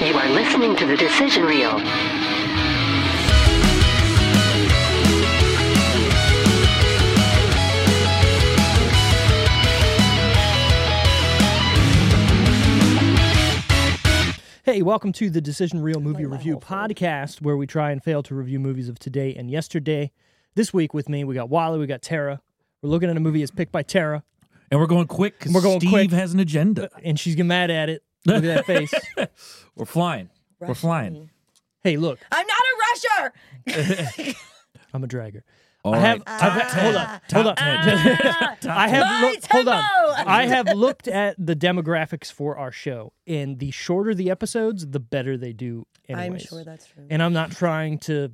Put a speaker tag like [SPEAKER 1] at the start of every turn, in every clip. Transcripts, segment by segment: [SPEAKER 1] You are listening to the decision reel.
[SPEAKER 2] Hey, welcome to the Decision Reel Movie Review Podcast, where we try and fail to review movies of today and yesterday. This week with me, we got Wally, we got Tara. We're looking at a movie as picked by Tara,
[SPEAKER 3] And we're going quick because
[SPEAKER 2] We're going
[SPEAKER 3] Steve
[SPEAKER 2] quick.
[SPEAKER 3] has an agenda.
[SPEAKER 2] and she's getting mad at it. Look at that face.
[SPEAKER 3] We're flying. we're flying.
[SPEAKER 2] Hey, look,
[SPEAKER 4] I'm not a rusher.
[SPEAKER 2] I'm a dragger.
[SPEAKER 3] All
[SPEAKER 2] I have,
[SPEAKER 3] right.
[SPEAKER 2] I've, hold on, hold on. I have
[SPEAKER 4] My
[SPEAKER 2] look- hold on.
[SPEAKER 4] tempo!
[SPEAKER 2] I have looked at the demographics for our show, and the shorter the episodes, the better they do. Anyways.
[SPEAKER 4] I'm sure that's true.
[SPEAKER 2] and I'm not trying to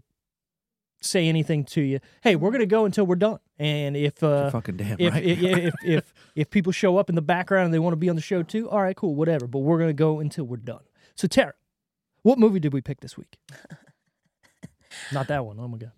[SPEAKER 2] say anything to you. Hey, we're gonna go until we're done. And if uh,
[SPEAKER 3] fucking damn
[SPEAKER 2] if,
[SPEAKER 3] right.
[SPEAKER 2] if, if if if people show up in the background and they want to be on the show too, all right, cool, whatever. But we're gonna go until we're done. So Tara, what movie did we pick this week? Not that one. Oh my god.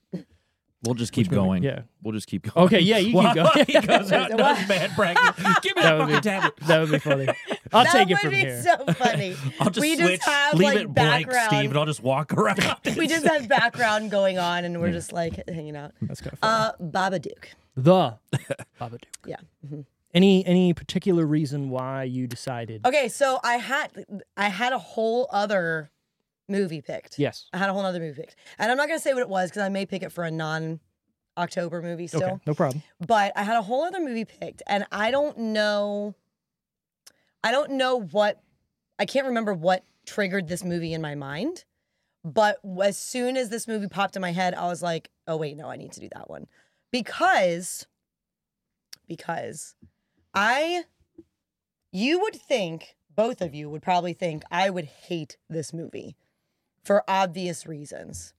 [SPEAKER 3] We'll just keep
[SPEAKER 2] movie?
[SPEAKER 3] going.
[SPEAKER 2] Yeah.
[SPEAKER 3] We'll just keep going.
[SPEAKER 2] Okay, yeah, you can go.
[SPEAKER 3] he goes out and does bad practice. Give me that,
[SPEAKER 2] That would
[SPEAKER 3] fucking
[SPEAKER 2] be-
[SPEAKER 3] tablet.
[SPEAKER 2] That would be funny. I'll
[SPEAKER 4] that
[SPEAKER 2] take
[SPEAKER 4] would
[SPEAKER 2] it from
[SPEAKER 4] be
[SPEAKER 2] here.
[SPEAKER 4] so funny.
[SPEAKER 3] I'll just
[SPEAKER 4] we
[SPEAKER 3] switch.
[SPEAKER 4] just have
[SPEAKER 3] leave
[SPEAKER 4] like
[SPEAKER 3] it blank,
[SPEAKER 4] background.
[SPEAKER 3] Steve, and I'll just walk around.
[SPEAKER 4] we just have background going on, and we're just like hanging out.
[SPEAKER 2] That's kind of funny.
[SPEAKER 4] Uh, Babadook.
[SPEAKER 2] the Babadook.
[SPEAKER 4] Yeah. mm-hmm.
[SPEAKER 2] Any any particular reason why you decided?
[SPEAKER 4] Okay, so I had I had a whole other movie picked.
[SPEAKER 2] Yes.
[SPEAKER 4] I had a whole other movie picked, and I'm not gonna say what it was because I may pick it for a non-October movie still.
[SPEAKER 2] Okay. No problem.
[SPEAKER 4] but I had a whole other movie picked, and I don't know. I don't know what. I can't remember what triggered this movie in my mind, but as soon as this movie popped in my head, I was like, "Oh wait, no, I need to do that one," because, because, I, you would think both of you would probably think I would hate this movie, for obvious reasons.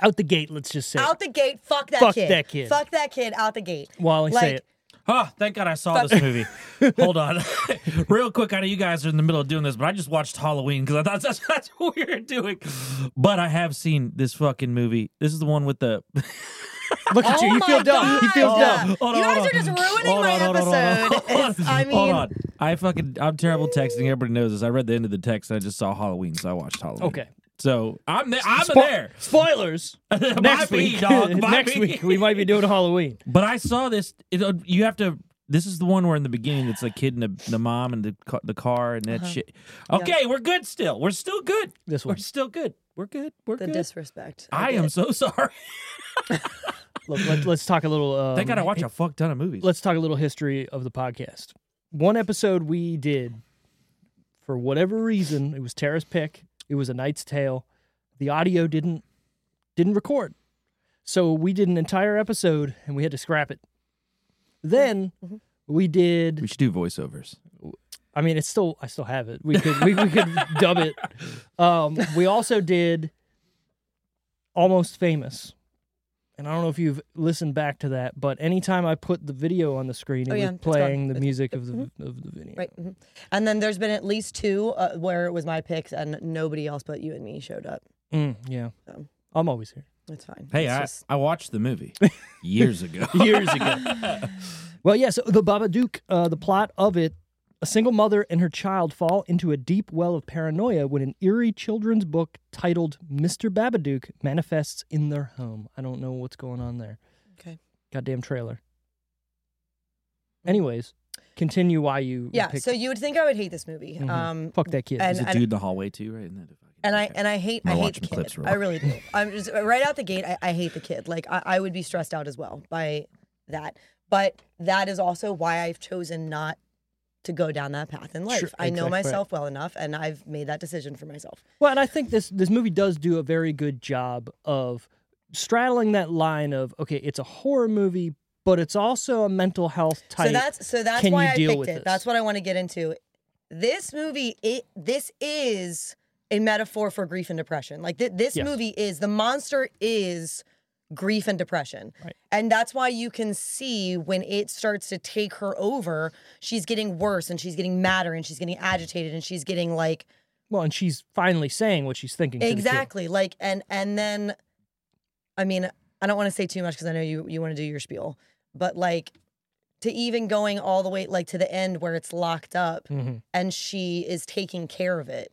[SPEAKER 2] Out the gate. Let's just say.
[SPEAKER 4] Out the gate, fuck that
[SPEAKER 2] Fuck
[SPEAKER 4] kid,
[SPEAKER 2] that kid.
[SPEAKER 4] fuck that kid, out the gate.
[SPEAKER 2] Wally, say
[SPEAKER 4] like,
[SPEAKER 2] it.
[SPEAKER 3] Oh, thank God I saw this movie. Hold on. Real quick, I know you guys are in the middle of doing this, but I just watched Halloween because I thought that's, that's what we were doing. But I have seen this fucking movie. This is the one with the.
[SPEAKER 2] Look at you. You feel
[SPEAKER 4] oh my
[SPEAKER 2] dumb. You feel
[SPEAKER 4] God.
[SPEAKER 2] dumb.
[SPEAKER 3] Hold on,
[SPEAKER 4] You
[SPEAKER 3] hold
[SPEAKER 4] guys are
[SPEAKER 3] on.
[SPEAKER 4] just ruining
[SPEAKER 3] Hold
[SPEAKER 4] my
[SPEAKER 3] on, hold on, hold on,
[SPEAKER 4] episode.
[SPEAKER 3] hold on.
[SPEAKER 4] It's- I
[SPEAKER 3] Hold
[SPEAKER 4] mean-
[SPEAKER 3] on. I fucking I'm terrible at texting. Everybody knows this. I read the end of the text and I just saw Halloween, so I watched Halloween.
[SPEAKER 2] Okay.
[SPEAKER 3] So I'm there. I'm
[SPEAKER 2] Spo-
[SPEAKER 3] there.
[SPEAKER 2] Spoilers. next
[SPEAKER 3] me,
[SPEAKER 2] week,
[SPEAKER 3] dog. By
[SPEAKER 2] next
[SPEAKER 3] me.
[SPEAKER 2] week we might be doing Halloween.
[SPEAKER 3] But I saw this. It, uh, you have to. This is the one where in the beginning it's a kid and the, the mom and the ca- the car and that shit. Okay, we're good still. We're still good.
[SPEAKER 2] This
[SPEAKER 3] we're
[SPEAKER 2] one.
[SPEAKER 3] still good. We're good. We're
[SPEAKER 4] The
[SPEAKER 3] good.
[SPEAKER 4] disrespect.
[SPEAKER 3] I am so sorry.
[SPEAKER 2] Look, let, us talk a little. Um,
[SPEAKER 3] Thank God I watch a fuck ton of movies.
[SPEAKER 2] Let's talk a little history of the podcast. One episode we did, for whatever reason, it was Tara's pick. It was a Knight's Tale. The audio didn't didn't record, so we did an entire episode and we had to scrap it. Then we did.
[SPEAKER 3] we should do voiceovers.
[SPEAKER 2] I mean, it's still I still have it. We could we, we could dub it. Um, we also did almost famous, and I don't know if you've listened back to that, but anytime I put the video on the screen,
[SPEAKER 4] Oh,
[SPEAKER 2] it
[SPEAKER 4] yeah,
[SPEAKER 2] was
[SPEAKER 4] it's
[SPEAKER 2] playing
[SPEAKER 4] gone.
[SPEAKER 2] the
[SPEAKER 4] It's-
[SPEAKER 2] music
[SPEAKER 4] mm-hmm.
[SPEAKER 2] of the of the video.
[SPEAKER 4] Right. mhm. And then there's been at least two uh, where it was my picks and nobody else but you and me showed up.
[SPEAKER 2] Mm, yeah,
[SPEAKER 4] So.
[SPEAKER 2] I'm always here.
[SPEAKER 4] That's fine.
[SPEAKER 3] Hey,
[SPEAKER 4] It's
[SPEAKER 3] I,
[SPEAKER 4] just-
[SPEAKER 3] I watched the movie years ago.
[SPEAKER 2] years ago. well, yeah, so the Babadook, uh, the plot of it, a single mother and her child fall into a deep well of paranoia when an eerie children's book titled Mr. Babadook manifests in their home. I don't know what's going on there.
[SPEAKER 4] Okay.
[SPEAKER 2] Goddamn trailer. Anyways, continue why you
[SPEAKER 4] yeah.
[SPEAKER 2] picked-
[SPEAKER 4] So you would think I would hate this movie.
[SPEAKER 3] Mm-hmm.
[SPEAKER 2] Mhm.
[SPEAKER 4] Um,
[SPEAKER 2] fuck that kid.
[SPEAKER 3] There's
[SPEAKER 4] and,
[SPEAKER 3] a
[SPEAKER 4] and,
[SPEAKER 3] dude in the hallway too, right? Isn't that a fucking-
[SPEAKER 4] and I
[SPEAKER 3] okay.
[SPEAKER 4] and I hate
[SPEAKER 3] My
[SPEAKER 4] I hate
[SPEAKER 3] watching
[SPEAKER 4] the kid.
[SPEAKER 3] clips roll.
[SPEAKER 4] I really do. I'm just right out the gate. I, I hate the kid. Like I, I would be stressed out as well by that. But that is also why I've chosen not to go down that path in life.
[SPEAKER 2] Sure,
[SPEAKER 4] I know
[SPEAKER 2] exactly.
[SPEAKER 4] myself well enough, and I've made that decision for myself.
[SPEAKER 2] Well, and I think this this movie does do a very good job of straddling that line of okay, it's a horror movie, but it's also a mental health type.
[SPEAKER 4] So that's so that's
[SPEAKER 2] Can
[SPEAKER 4] why
[SPEAKER 2] you
[SPEAKER 4] I
[SPEAKER 2] deal
[SPEAKER 4] picked
[SPEAKER 2] with
[SPEAKER 4] it.
[SPEAKER 2] this?
[SPEAKER 4] That's what I want to get into. This movie, it this is a metaphor for grief and depression. Like th- this
[SPEAKER 2] Yes.
[SPEAKER 4] movie is the monster is grief and depression,
[SPEAKER 2] Right.
[SPEAKER 4] and that's why you can see when it starts to take her over, she's getting worse and she's getting madder and she's getting agitated and she's getting like
[SPEAKER 2] Well, and she's finally saying what she's thinking. to the kid.
[SPEAKER 4] exactly like and and then, I mean, I don't want to say too much because I know you you want to do your spiel, but like to even going all the way like to the end where it's locked up
[SPEAKER 2] Mhm.
[SPEAKER 4] and she is taking care of it.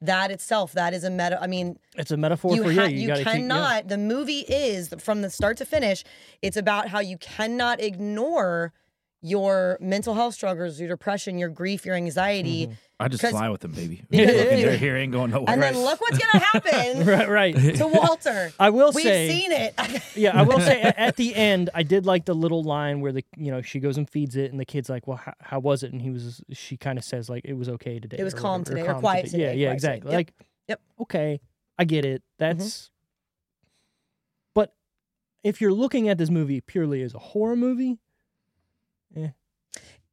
[SPEAKER 4] That itself, that is a meta. I mean,
[SPEAKER 2] It's a metaphor for
[SPEAKER 4] you, ha-
[SPEAKER 2] yeah, you,
[SPEAKER 4] you
[SPEAKER 2] gotta keep- yeah.
[SPEAKER 4] cannot. The movie is from the start to finish. It's about how you cannot ignore your mental health struggles, your depression, your grief, your anxiety,
[SPEAKER 2] Mm-hmm.
[SPEAKER 3] I just
[SPEAKER 4] 'Cause-
[SPEAKER 3] fly with them, baby.
[SPEAKER 4] Because-
[SPEAKER 3] Fucking they're here, ain't going nowhere.
[SPEAKER 4] and then look what's gonna happen
[SPEAKER 2] Right, right.
[SPEAKER 4] to Walter.
[SPEAKER 2] I will
[SPEAKER 4] We've
[SPEAKER 2] say,
[SPEAKER 4] seen it.
[SPEAKER 2] yeah, I will say a- at the end, I did like the little line where the you know she goes and feeds it, and the kid's like, "Well, how, how was it?" And he was, she kind of says like, "It was okay today.
[SPEAKER 4] It was
[SPEAKER 2] or
[SPEAKER 4] calm
[SPEAKER 2] whatever,
[SPEAKER 4] today or quiet
[SPEAKER 2] Yeah,
[SPEAKER 4] today,
[SPEAKER 2] yeah,
[SPEAKER 4] quiet today.
[SPEAKER 2] exactly.
[SPEAKER 4] Yep,
[SPEAKER 2] Like,
[SPEAKER 4] yep. Mm-hmm.
[SPEAKER 2] okay, I get it. That's, but if you're looking at this movie purely as a horror movie,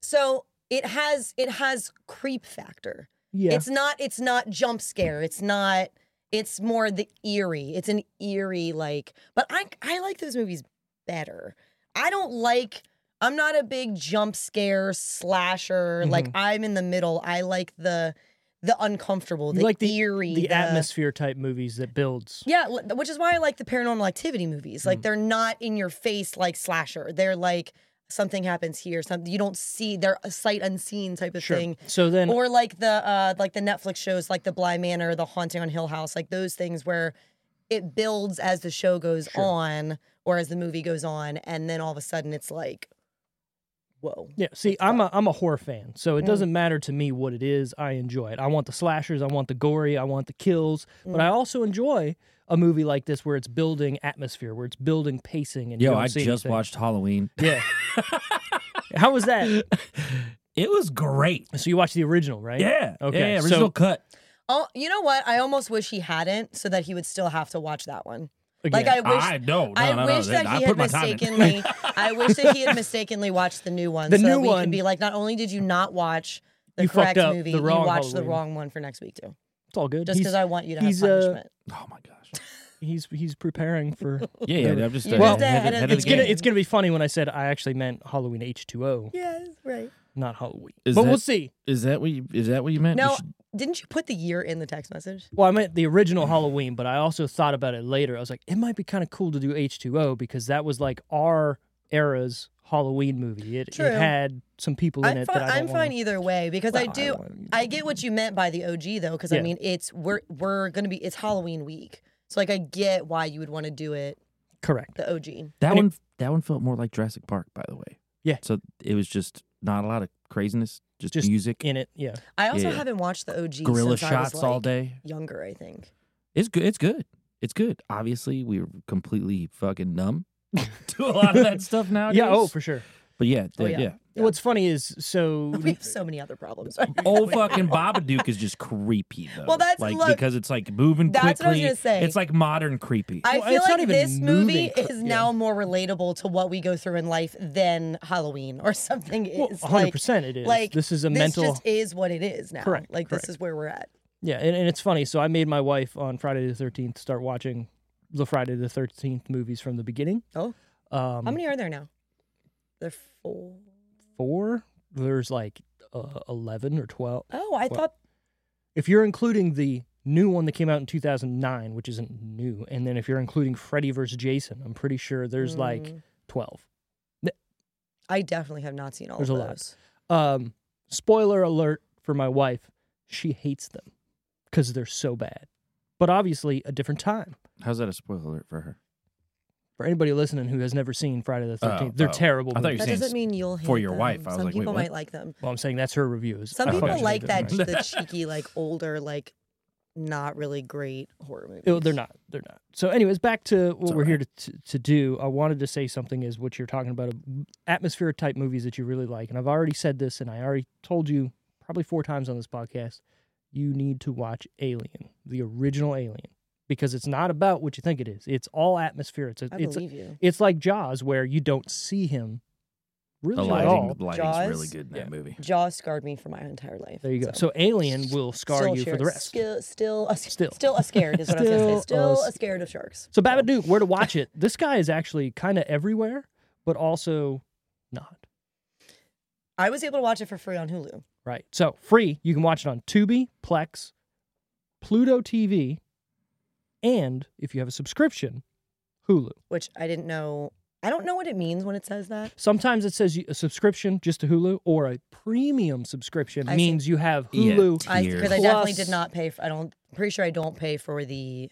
[SPEAKER 4] so it has it has creep factor.
[SPEAKER 2] yeah,
[SPEAKER 4] It's not it's not jump scare. It's not it's more the eerie. It's an eerie like but I I like those movies better. I don't like I'm not a big jump scare slasher. Like
[SPEAKER 2] Mhm.
[SPEAKER 4] I'm in the middle. I like the the uncomfortable,
[SPEAKER 2] You
[SPEAKER 4] the
[SPEAKER 2] like the-
[SPEAKER 4] eerie,
[SPEAKER 2] the atmosphere type movies that builds.
[SPEAKER 4] Yeah, l- which is why I like the paranormal activity movies.
[SPEAKER 2] Mm.
[SPEAKER 4] Like they're not in your face like slasher. They're like something happens here, something you don't see. They're a sight unseen type of thing
[SPEAKER 2] So then,
[SPEAKER 4] or like the uh like the Netflix shows like The Bly Manor, The Haunting on Hill House, like those things where it builds as the show goes on or as the movie goes on and then all of a sudden it's like whoa.
[SPEAKER 2] Yeah, see, I'm a I'm a horror fan, so
[SPEAKER 4] Mm.
[SPEAKER 2] it doesn't matter to me what it is. I enjoy it. I want the slashers, I want the gory, I want the kills, but I
[SPEAKER 4] Mm.
[SPEAKER 2] also enjoy a movie like this where it's building atmosphere, where it's building pacing. And you
[SPEAKER 3] Yo,
[SPEAKER 2] don't
[SPEAKER 3] I
[SPEAKER 2] see
[SPEAKER 3] just
[SPEAKER 2] anything.
[SPEAKER 3] watched Halloween.
[SPEAKER 2] Yeah, how was that?
[SPEAKER 3] It was great.
[SPEAKER 2] So you watched the original, right?
[SPEAKER 3] Yeah.
[SPEAKER 2] Okay,
[SPEAKER 3] Yeah,
[SPEAKER 2] so-
[SPEAKER 3] original cut.
[SPEAKER 4] Oh, you know what? I almost wish he hadn't so that he would still have to watch that one. Like
[SPEAKER 2] Again.
[SPEAKER 4] I wish
[SPEAKER 3] I know. No,
[SPEAKER 4] I
[SPEAKER 3] no, no,
[SPEAKER 4] wish that
[SPEAKER 3] I
[SPEAKER 4] he
[SPEAKER 3] put
[SPEAKER 4] had
[SPEAKER 3] my time in.
[SPEAKER 4] mistakenly I wish that he had mistakenly watched the new one
[SPEAKER 2] The
[SPEAKER 4] so that
[SPEAKER 2] new
[SPEAKER 4] we
[SPEAKER 2] one-
[SPEAKER 4] could be like not only did you not watch the
[SPEAKER 2] You fucked
[SPEAKER 4] correct
[SPEAKER 2] up
[SPEAKER 4] movie,
[SPEAKER 2] the wrong
[SPEAKER 4] you watched the
[SPEAKER 2] Halloween.
[SPEAKER 4] wrong one for next week too.
[SPEAKER 2] It's all good.
[SPEAKER 4] Just
[SPEAKER 2] he's,
[SPEAKER 4] because I want you to have
[SPEAKER 2] he's, uh,
[SPEAKER 4] punishment.
[SPEAKER 3] Oh my gosh.
[SPEAKER 2] he's he's preparing for.
[SPEAKER 3] Yeah, yeah. I'm just
[SPEAKER 4] You
[SPEAKER 3] uh, ahead,
[SPEAKER 4] just
[SPEAKER 3] ahead
[SPEAKER 4] ahead of
[SPEAKER 3] of
[SPEAKER 4] the
[SPEAKER 3] the
[SPEAKER 2] It's
[SPEAKER 3] game.
[SPEAKER 2] gonna it's gonna be funny when I said I actually meant Halloween H2O,
[SPEAKER 4] Yes, right.
[SPEAKER 2] not Halloween.
[SPEAKER 3] Is
[SPEAKER 2] but
[SPEAKER 3] that-
[SPEAKER 2] we'll see.
[SPEAKER 3] Is that what you? Is that what you meant? You
[SPEAKER 4] No,
[SPEAKER 3] should-
[SPEAKER 4] didn't you put the year in the text message?
[SPEAKER 2] Well, I meant the original Halloween, but I also thought about it later. I was like, it might be kind of cool to do H2O because that was like our era's Halloween movie. It,
[SPEAKER 4] True.
[SPEAKER 2] it had some people in
[SPEAKER 4] I'm,
[SPEAKER 2] it
[SPEAKER 4] fine,
[SPEAKER 2] that I
[SPEAKER 4] I'm
[SPEAKER 2] don't
[SPEAKER 4] fine
[SPEAKER 2] wanna-
[SPEAKER 4] e- either way because I
[SPEAKER 2] Well,
[SPEAKER 4] do.
[SPEAKER 2] don't-
[SPEAKER 4] I, get what you meant by the OG though, because
[SPEAKER 2] Yeah.
[SPEAKER 4] I mean it's we're we're gonna be it's Halloween week, so like I get why you would want to do it
[SPEAKER 2] Correct.
[SPEAKER 4] the OG.
[SPEAKER 3] that
[SPEAKER 2] and it-
[SPEAKER 3] one. That one felt more like Jurassic Park, by the way.
[SPEAKER 2] Yeah.
[SPEAKER 3] So it was just not a lot of craziness, just,
[SPEAKER 2] Just
[SPEAKER 3] music,
[SPEAKER 2] In it, yeah.
[SPEAKER 4] I also
[SPEAKER 3] Yeah.
[SPEAKER 4] haven't watched the OG
[SPEAKER 3] gorilla
[SPEAKER 4] since
[SPEAKER 3] shots
[SPEAKER 4] I was,
[SPEAKER 3] all
[SPEAKER 4] like,
[SPEAKER 3] day.
[SPEAKER 4] Younger, I think.
[SPEAKER 3] It's good. It's good. It's good. Obviously, we were completely fucking numb to a lot of that stuff nowadays.
[SPEAKER 2] Yeah, oh, for sure.
[SPEAKER 3] but yeah,
[SPEAKER 4] Oh,
[SPEAKER 3] the-
[SPEAKER 4] yeah.
[SPEAKER 3] yeah.
[SPEAKER 4] Yeah.
[SPEAKER 2] What's funny is so
[SPEAKER 4] We have so many other problems.
[SPEAKER 3] Old fucking Babadook is just creepy though.
[SPEAKER 4] Well, that's-
[SPEAKER 3] like
[SPEAKER 4] look,
[SPEAKER 3] because it's like moving
[SPEAKER 4] that's what I was
[SPEAKER 3] quickly.
[SPEAKER 4] gonna say.
[SPEAKER 3] It's like modern creepy.
[SPEAKER 4] I
[SPEAKER 2] Well,
[SPEAKER 4] feel
[SPEAKER 2] it's not
[SPEAKER 4] like
[SPEAKER 2] even
[SPEAKER 4] this movie
[SPEAKER 2] moving.
[SPEAKER 4] is now more relatable to what we go through in life than Halloween or something is.
[SPEAKER 2] well,
[SPEAKER 4] like,
[SPEAKER 2] 100% it is.
[SPEAKER 4] like,
[SPEAKER 2] this is a
[SPEAKER 4] this
[SPEAKER 2] mental
[SPEAKER 4] just is what it is now.
[SPEAKER 2] Correct,
[SPEAKER 4] Like
[SPEAKER 2] correct.
[SPEAKER 4] this is where we're at.
[SPEAKER 2] Yeah, and, and it's funny. So I made my wife on Friday the 13th start watching the Friday the 13th movies from the beginning.
[SPEAKER 4] Oh.
[SPEAKER 2] Um,
[SPEAKER 4] How many are there now? There are four.
[SPEAKER 2] Four. There's like uh, 11 or 12.
[SPEAKER 4] Oh, I
[SPEAKER 2] Well,
[SPEAKER 4] thought
[SPEAKER 2] if you're including the new one that came out in 2009 which isn't new and then if you're including freddy versus jason i'm pretty sure there's like
[SPEAKER 4] Mm.
[SPEAKER 2] 12
[SPEAKER 4] I definitely have not seen all
[SPEAKER 2] There's
[SPEAKER 4] of
[SPEAKER 2] a lot.
[SPEAKER 4] those.
[SPEAKER 2] um spoiler alert for my wife she hates them because they're so bad but obviously a different time
[SPEAKER 3] How's that a spoiler alert for her?
[SPEAKER 2] for anybody listening who has never seen friday the 13th
[SPEAKER 3] Oh,
[SPEAKER 2] they're
[SPEAKER 3] oh.
[SPEAKER 2] terrible
[SPEAKER 3] I thought you
[SPEAKER 2] movies.
[SPEAKER 4] That
[SPEAKER 3] saying
[SPEAKER 4] doesn't
[SPEAKER 3] s-
[SPEAKER 4] mean you'll hate
[SPEAKER 3] for your
[SPEAKER 4] them.
[SPEAKER 3] wife. I was
[SPEAKER 4] Some
[SPEAKER 3] like, wait,
[SPEAKER 4] people
[SPEAKER 3] what?
[SPEAKER 4] might like them.
[SPEAKER 2] well i'm saying that's her reviews
[SPEAKER 4] Some
[SPEAKER 3] I
[SPEAKER 4] people
[SPEAKER 3] actually
[SPEAKER 4] like that
[SPEAKER 3] didn't know.
[SPEAKER 4] the cheeky, like older, like not really great horror movies.
[SPEAKER 2] Oh, they're not. They're not. So, anyways, back to what
[SPEAKER 3] all
[SPEAKER 2] we're here to, to to do. I wanted to say something is what you're talking about, uh, atmospheric type movies that you really like. And I've already said this, and I already told you probably four times on this podcast. You need to watch Alien, the original Alien, because it's not about what you think it is. It's all atmosphere. It's a,
[SPEAKER 4] I
[SPEAKER 2] it's a-
[SPEAKER 4] believe you.
[SPEAKER 2] it's like Jaws, where you don't see him
[SPEAKER 3] The
[SPEAKER 2] really at
[SPEAKER 3] lighting,
[SPEAKER 2] all.
[SPEAKER 3] the lighting's
[SPEAKER 4] Jaws?
[SPEAKER 3] really good in that movie.
[SPEAKER 4] Jaws scarred me for my entire life.
[SPEAKER 2] There you go. So, Alien will scar
[SPEAKER 4] still
[SPEAKER 2] you for
[SPEAKER 4] sure-
[SPEAKER 2] the rest.
[SPEAKER 4] Still, still, a,
[SPEAKER 2] Still.
[SPEAKER 4] still, still a scared is what I was gonna say.
[SPEAKER 2] Still a
[SPEAKER 4] Still uh, a
[SPEAKER 2] s-
[SPEAKER 4] scared of sharks.
[SPEAKER 2] So Babadook, where to watch it? This guy is actually kind of everywhere, but also not.
[SPEAKER 4] I was able to watch it for free on Hulu.
[SPEAKER 2] Right. So free. You can watch it on Tubi, Plex, Pluto TV, and if you have a subscription, Hulu.
[SPEAKER 4] which I didn't know I don't know what it means when it says that.
[SPEAKER 2] Sometimes it says you- a subscription just to Hulu or a premium subscription
[SPEAKER 4] I see.
[SPEAKER 2] means you have
[SPEAKER 3] Yeah.
[SPEAKER 2] Hulu.
[SPEAKER 4] I
[SPEAKER 3] Here.
[SPEAKER 4] because I definitely
[SPEAKER 2] Plus-
[SPEAKER 4] did not pay. For, I don't. Pretty sure I don't pay for the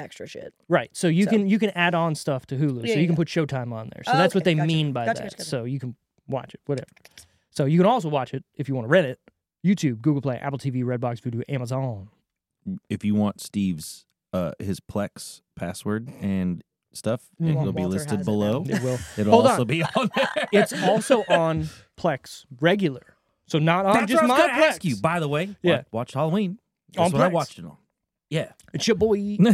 [SPEAKER 4] extra shit.
[SPEAKER 2] Right. So you
[SPEAKER 4] So-
[SPEAKER 2] can you can add on stuff to Hulu.
[SPEAKER 4] Yeah,
[SPEAKER 2] so you can
[SPEAKER 4] yeah.
[SPEAKER 2] put Showtime on there. So
[SPEAKER 4] Oh,
[SPEAKER 2] that's what they
[SPEAKER 4] okay. Gotcha.
[SPEAKER 2] mean by
[SPEAKER 4] Gotcha,
[SPEAKER 2] that.
[SPEAKER 4] gotcha, gotcha.
[SPEAKER 2] So you can watch it, whatever. So you can also watch it if you want to rent it. YouTube, Google Play, Apple TV, Redbox, Vudu, Amazon.
[SPEAKER 3] If you want Steve's uh his Plex password and stuff,
[SPEAKER 2] Mm.
[SPEAKER 3] it'll be
[SPEAKER 4] Mm-hmm. Walter
[SPEAKER 3] listed
[SPEAKER 4] has it
[SPEAKER 3] below.
[SPEAKER 2] It will.
[SPEAKER 3] It'll
[SPEAKER 2] Hold
[SPEAKER 3] also
[SPEAKER 2] on.
[SPEAKER 3] be on there.
[SPEAKER 2] it's also on Plex regular. So not on
[SPEAKER 3] That's
[SPEAKER 2] just
[SPEAKER 3] what I
[SPEAKER 2] my
[SPEAKER 3] was gonna
[SPEAKER 2] Plex.
[SPEAKER 3] ask you. By the way,
[SPEAKER 2] Yeah.
[SPEAKER 3] yeah, watched Halloween.
[SPEAKER 2] On
[SPEAKER 3] That's what I
[SPEAKER 2] Plex.
[SPEAKER 3] watched it on. Yeah,
[SPEAKER 2] It's your boy.
[SPEAKER 3] but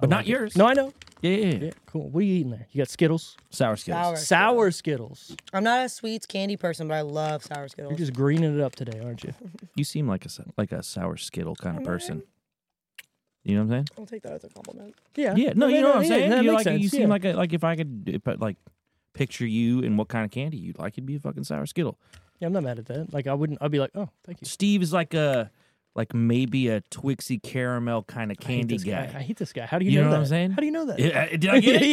[SPEAKER 3] not
[SPEAKER 2] like it.
[SPEAKER 3] yours.
[SPEAKER 2] No, I know.
[SPEAKER 3] yeah, yeah, yeah.
[SPEAKER 2] Yeah, cool. What are you eating there? You got Skittles?
[SPEAKER 3] Sour skills.
[SPEAKER 4] Sour.
[SPEAKER 2] Sour Skittles.
[SPEAKER 4] I'm not a sweets candy person, but I love sour skittles.
[SPEAKER 2] You're just greening it up today, aren't you?
[SPEAKER 3] You seem like a s- like a sour skittle kind of person. You know what I'm saying?
[SPEAKER 4] I'll take that as a compliment.
[SPEAKER 2] Yeah.
[SPEAKER 3] Yeah, no, you know what I'm
[SPEAKER 2] Uh, yeah,
[SPEAKER 3] saying.
[SPEAKER 2] That
[SPEAKER 3] you
[SPEAKER 2] makes
[SPEAKER 3] like
[SPEAKER 2] sense.
[SPEAKER 3] you seem
[SPEAKER 2] yeah.
[SPEAKER 3] like a like if I could if I, like picture you and what kind of candy you'd like, it'd be a fucking sour skittle.
[SPEAKER 2] Yeah, I'm not mad at that. Like I wouldn't. I'd be like, oh, thank you.
[SPEAKER 3] Steve is like a like maybe a Twixie caramel kind of
[SPEAKER 2] I hate
[SPEAKER 3] candy
[SPEAKER 2] this
[SPEAKER 3] guy.
[SPEAKER 2] I hate this guy. How do you,
[SPEAKER 3] You
[SPEAKER 2] know,
[SPEAKER 3] know what
[SPEAKER 2] that?
[SPEAKER 3] I'm saying?
[SPEAKER 2] How do you know that?
[SPEAKER 3] Yeah, uh, did I get it?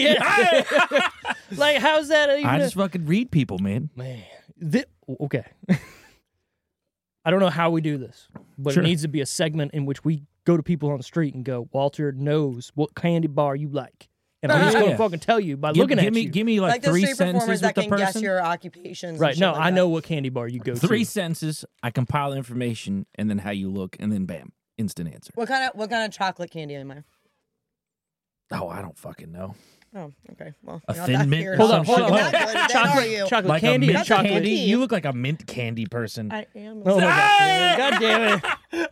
[SPEAKER 2] Yeah.
[SPEAKER 3] Hey!
[SPEAKER 2] Like, how's that? Even
[SPEAKER 3] I
[SPEAKER 2] a-
[SPEAKER 3] just fucking read people, man.
[SPEAKER 2] man, thi- okay. I don't know how we do this, but
[SPEAKER 3] Sure.
[SPEAKER 2] it needs to be a segment in which we go to people on the street and go, Walter knows what candy bar you like, and I'm just
[SPEAKER 3] Yeah.
[SPEAKER 2] gonna fucking tell you by
[SPEAKER 3] Give,
[SPEAKER 2] looking
[SPEAKER 3] give
[SPEAKER 2] at
[SPEAKER 3] me
[SPEAKER 2] you.
[SPEAKER 3] give me
[SPEAKER 4] Like,
[SPEAKER 3] like,
[SPEAKER 4] the
[SPEAKER 3] three
[SPEAKER 4] street performers
[SPEAKER 3] sentences with
[SPEAKER 4] that
[SPEAKER 3] the
[SPEAKER 4] can guess
[SPEAKER 3] person.
[SPEAKER 4] your occupations. and
[SPEAKER 2] right?
[SPEAKER 4] shit
[SPEAKER 2] No,
[SPEAKER 4] like
[SPEAKER 2] I
[SPEAKER 4] that.
[SPEAKER 2] know what candy bar you go
[SPEAKER 3] Three
[SPEAKER 2] to.
[SPEAKER 3] sentences. I compile information and then how you look and then bam, instant answer.
[SPEAKER 4] What kind of what kind of chocolate candy am I?
[SPEAKER 3] Oh, I I don't fucking know.
[SPEAKER 4] Oh, okay. Well,
[SPEAKER 3] A
[SPEAKER 4] not
[SPEAKER 3] thin
[SPEAKER 4] that
[SPEAKER 3] mint
[SPEAKER 4] clear.
[SPEAKER 3] or
[SPEAKER 2] Hold on,
[SPEAKER 3] Some
[SPEAKER 2] hold
[SPEAKER 3] shit
[SPEAKER 2] on.
[SPEAKER 3] like
[SPEAKER 2] hold
[SPEAKER 4] Immaculate,
[SPEAKER 2] on.
[SPEAKER 4] then how are you?
[SPEAKER 2] Chocolate, chocolate candy,
[SPEAKER 3] a mint
[SPEAKER 2] and chocolate.
[SPEAKER 3] candy.
[SPEAKER 4] cookie.
[SPEAKER 3] You look like a mint candy person.
[SPEAKER 4] I am.
[SPEAKER 2] Oh my
[SPEAKER 3] Ah!
[SPEAKER 2] god! God damn it!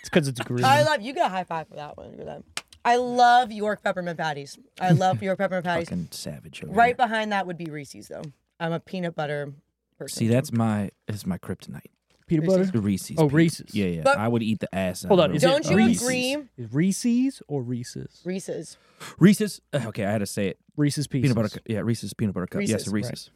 [SPEAKER 2] It's because it's green.
[SPEAKER 4] I love you. Get a high five for that one. You're that. I love York peppermint patties. I love York peppermint patties.
[SPEAKER 3] fucking savage. Over
[SPEAKER 4] Right
[SPEAKER 3] Here.
[SPEAKER 4] behind that would be Reese's though. I'm a peanut butter person.
[SPEAKER 3] See, that's my that's my kryptonite.
[SPEAKER 2] Peanut butter.
[SPEAKER 3] The Reese's.
[SPEAKER 2] Oh,
[SPEAKER 3] peanut.
[SPEAKER 2] Reese's.
[SPEAKER 3] Yeah, yeah.
[SPEAKER 4] But-
[SPEAKER 3] I would eat the ass. out
[SPEAKER 2] Hold
[SPEAKER 3] of
[SPEAKER 2] on,
[SPEAKER 3] a
[SPEAKER 2] is it
[SPEAKER 4] Don't you
[SPEAKER 2] Reese's?
[SPEAKER 4] agree?
[SPEAKER 2] Is Reese's or Reese's?
[SPEAKER 4] Reese's.
[SPEAKER 3] Reese's. uh, Okay, I had to say it.
[SPEAKER 2] Reese's Pieces.
[SPEAKER 3] Peanut butter. cu- Yeah, Reese's peanut butter cup. Yes,
[SPEAKER 4] Reese's.
[SPEAKER 3] Reese's.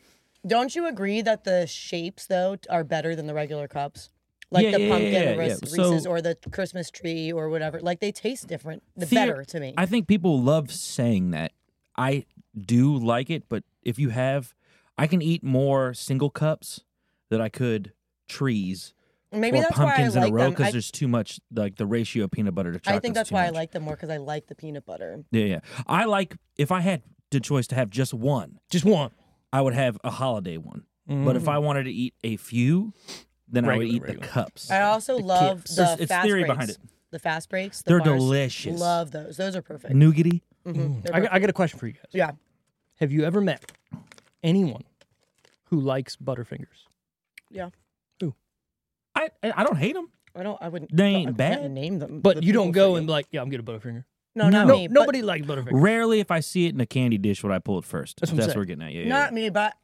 [SPEAKER 4] Don't you agree that the shapes though t- are better than the regular cups? Like
[SPEAKER 3] Yeah,
[SPEAKER 4] the
[SPEAKER 3] yeah, yeah,
[SPEAKER 4] pumpkin
[SPEAKER 3] yeah,
[SPEAKER 4] or Reese-
[SPEAKER 3] yeah. So-
[SPEAKER 4] Reese's or the Christmas tree or whatever. Like they taste different. The
[SPEAKER 3] Theo-
[SPEAKER 4] better to me.
[SPEAKER 3] I think people love saying that. I do like it, but if you have, I can eat more single cups than I could trees
[SPEAKER 4] Maybe
[SPEAKER 3] or
[SPEAKER 4] that's why I
[SPEAKER 3] pumpkins
[SPEAKER 4] like
[SPEAKER 3] in a row
[SPEAKER 4] them. I,
[SPEAKER 3] there's too much like the ratio of peanut butter to
[SPEAKER 4] I
[SPEAKER 3] chocolate.
[SPEAKER 4] think
[SPEAKER 3] is
[SPEAKER 4] that's
[SPEAKER 3] too
[SPEAKER 4] why I
[SPEAKER 3] much.
[SPEAKER 4] like them more because I like the peanut butter.
[SPEAKER 3] Yeah, yeah. I like if I had the choice to have just one,
[SPEAKER 2] Just one.
[SPEAKER 3] I would have a holiday one. But if I wanted to eat a few, then I
[SPEAKER 2] Mm. Regular,
[SPEAKER 3] would eat
[SPEAKER 2] regular.
[SPEAKER 3] the cups.
[SPEAKER 4] I also love
[SPEAKER 3] kips.
[SPEAKER 4] the
[SPEAKER 3] There's- it's
[SPEAKER 4] fast
[SPEAKER 3] theory
[SPEAKER 4] breaks.
[SPEAKER 3] behind it.
[SPEAKER 4] The fast breaks. The
[SPEAKER 3] They're
[SPEAKER 4] bars.
[SPEAKER 3] delicious.
[SPEAKER 4] Love those. Those are perfect.
[SPEAKER 3] nougaty.
[SPEAKER 4] Mhm. They're
[SPEAKER 2] Mm. I,
[SPEAKER 4] perfect.
[SPEAKER 2] got- I got a question for you guys.
[SPEAKER 4] yeah.
[SPEAKER 2] Have you ever met anyone who likes Butterfingers?
[SPEAKER 4] Yeah.
[SPEAKER 3] I I don't hate them.
[SPEAKER 4] I don't. I wouldn't.
[SPEAKER 3] They
[SPEAKER 4] I
[SPEAKER 3] ain't
[SPEAKER 4] can't
[SPEAKER 3] bad.
[SPEAKER 4] Name them.
[SPEAKER 2] But
[SPEAKER 4] the
[SPEAKER 2] you don't
[SPEAKER 4] people
[SPEAKER 2] go
[SPEAKER 4] for
[SPEAKER 2] and
[SPEAKER 4] you.
[SPEAKER 2] be like, yeah, I'm getting a Butterfinger.
[SPEAKER 4] No, not
[SPEAKER 2] no,
[SPEAKER 4] me. but-
[SPEAKER 2] nobody likes Butterfingers.
[SPEAKER 3] Rarely, if I see it in a candy dish, would I pull it first.
[SPEAKER 2] That's
[SPEAKER 3] That's,
[SPEAKER 2] what I'm
[SPEAKER 3] what
[SPEAKER 2] saying.
[SPEAKER 3] we're getting at. Yeah, yeah,
[SPEAKER 4] Not
[SPEAKER 3] yeah.
[SPEAKER 4] me, but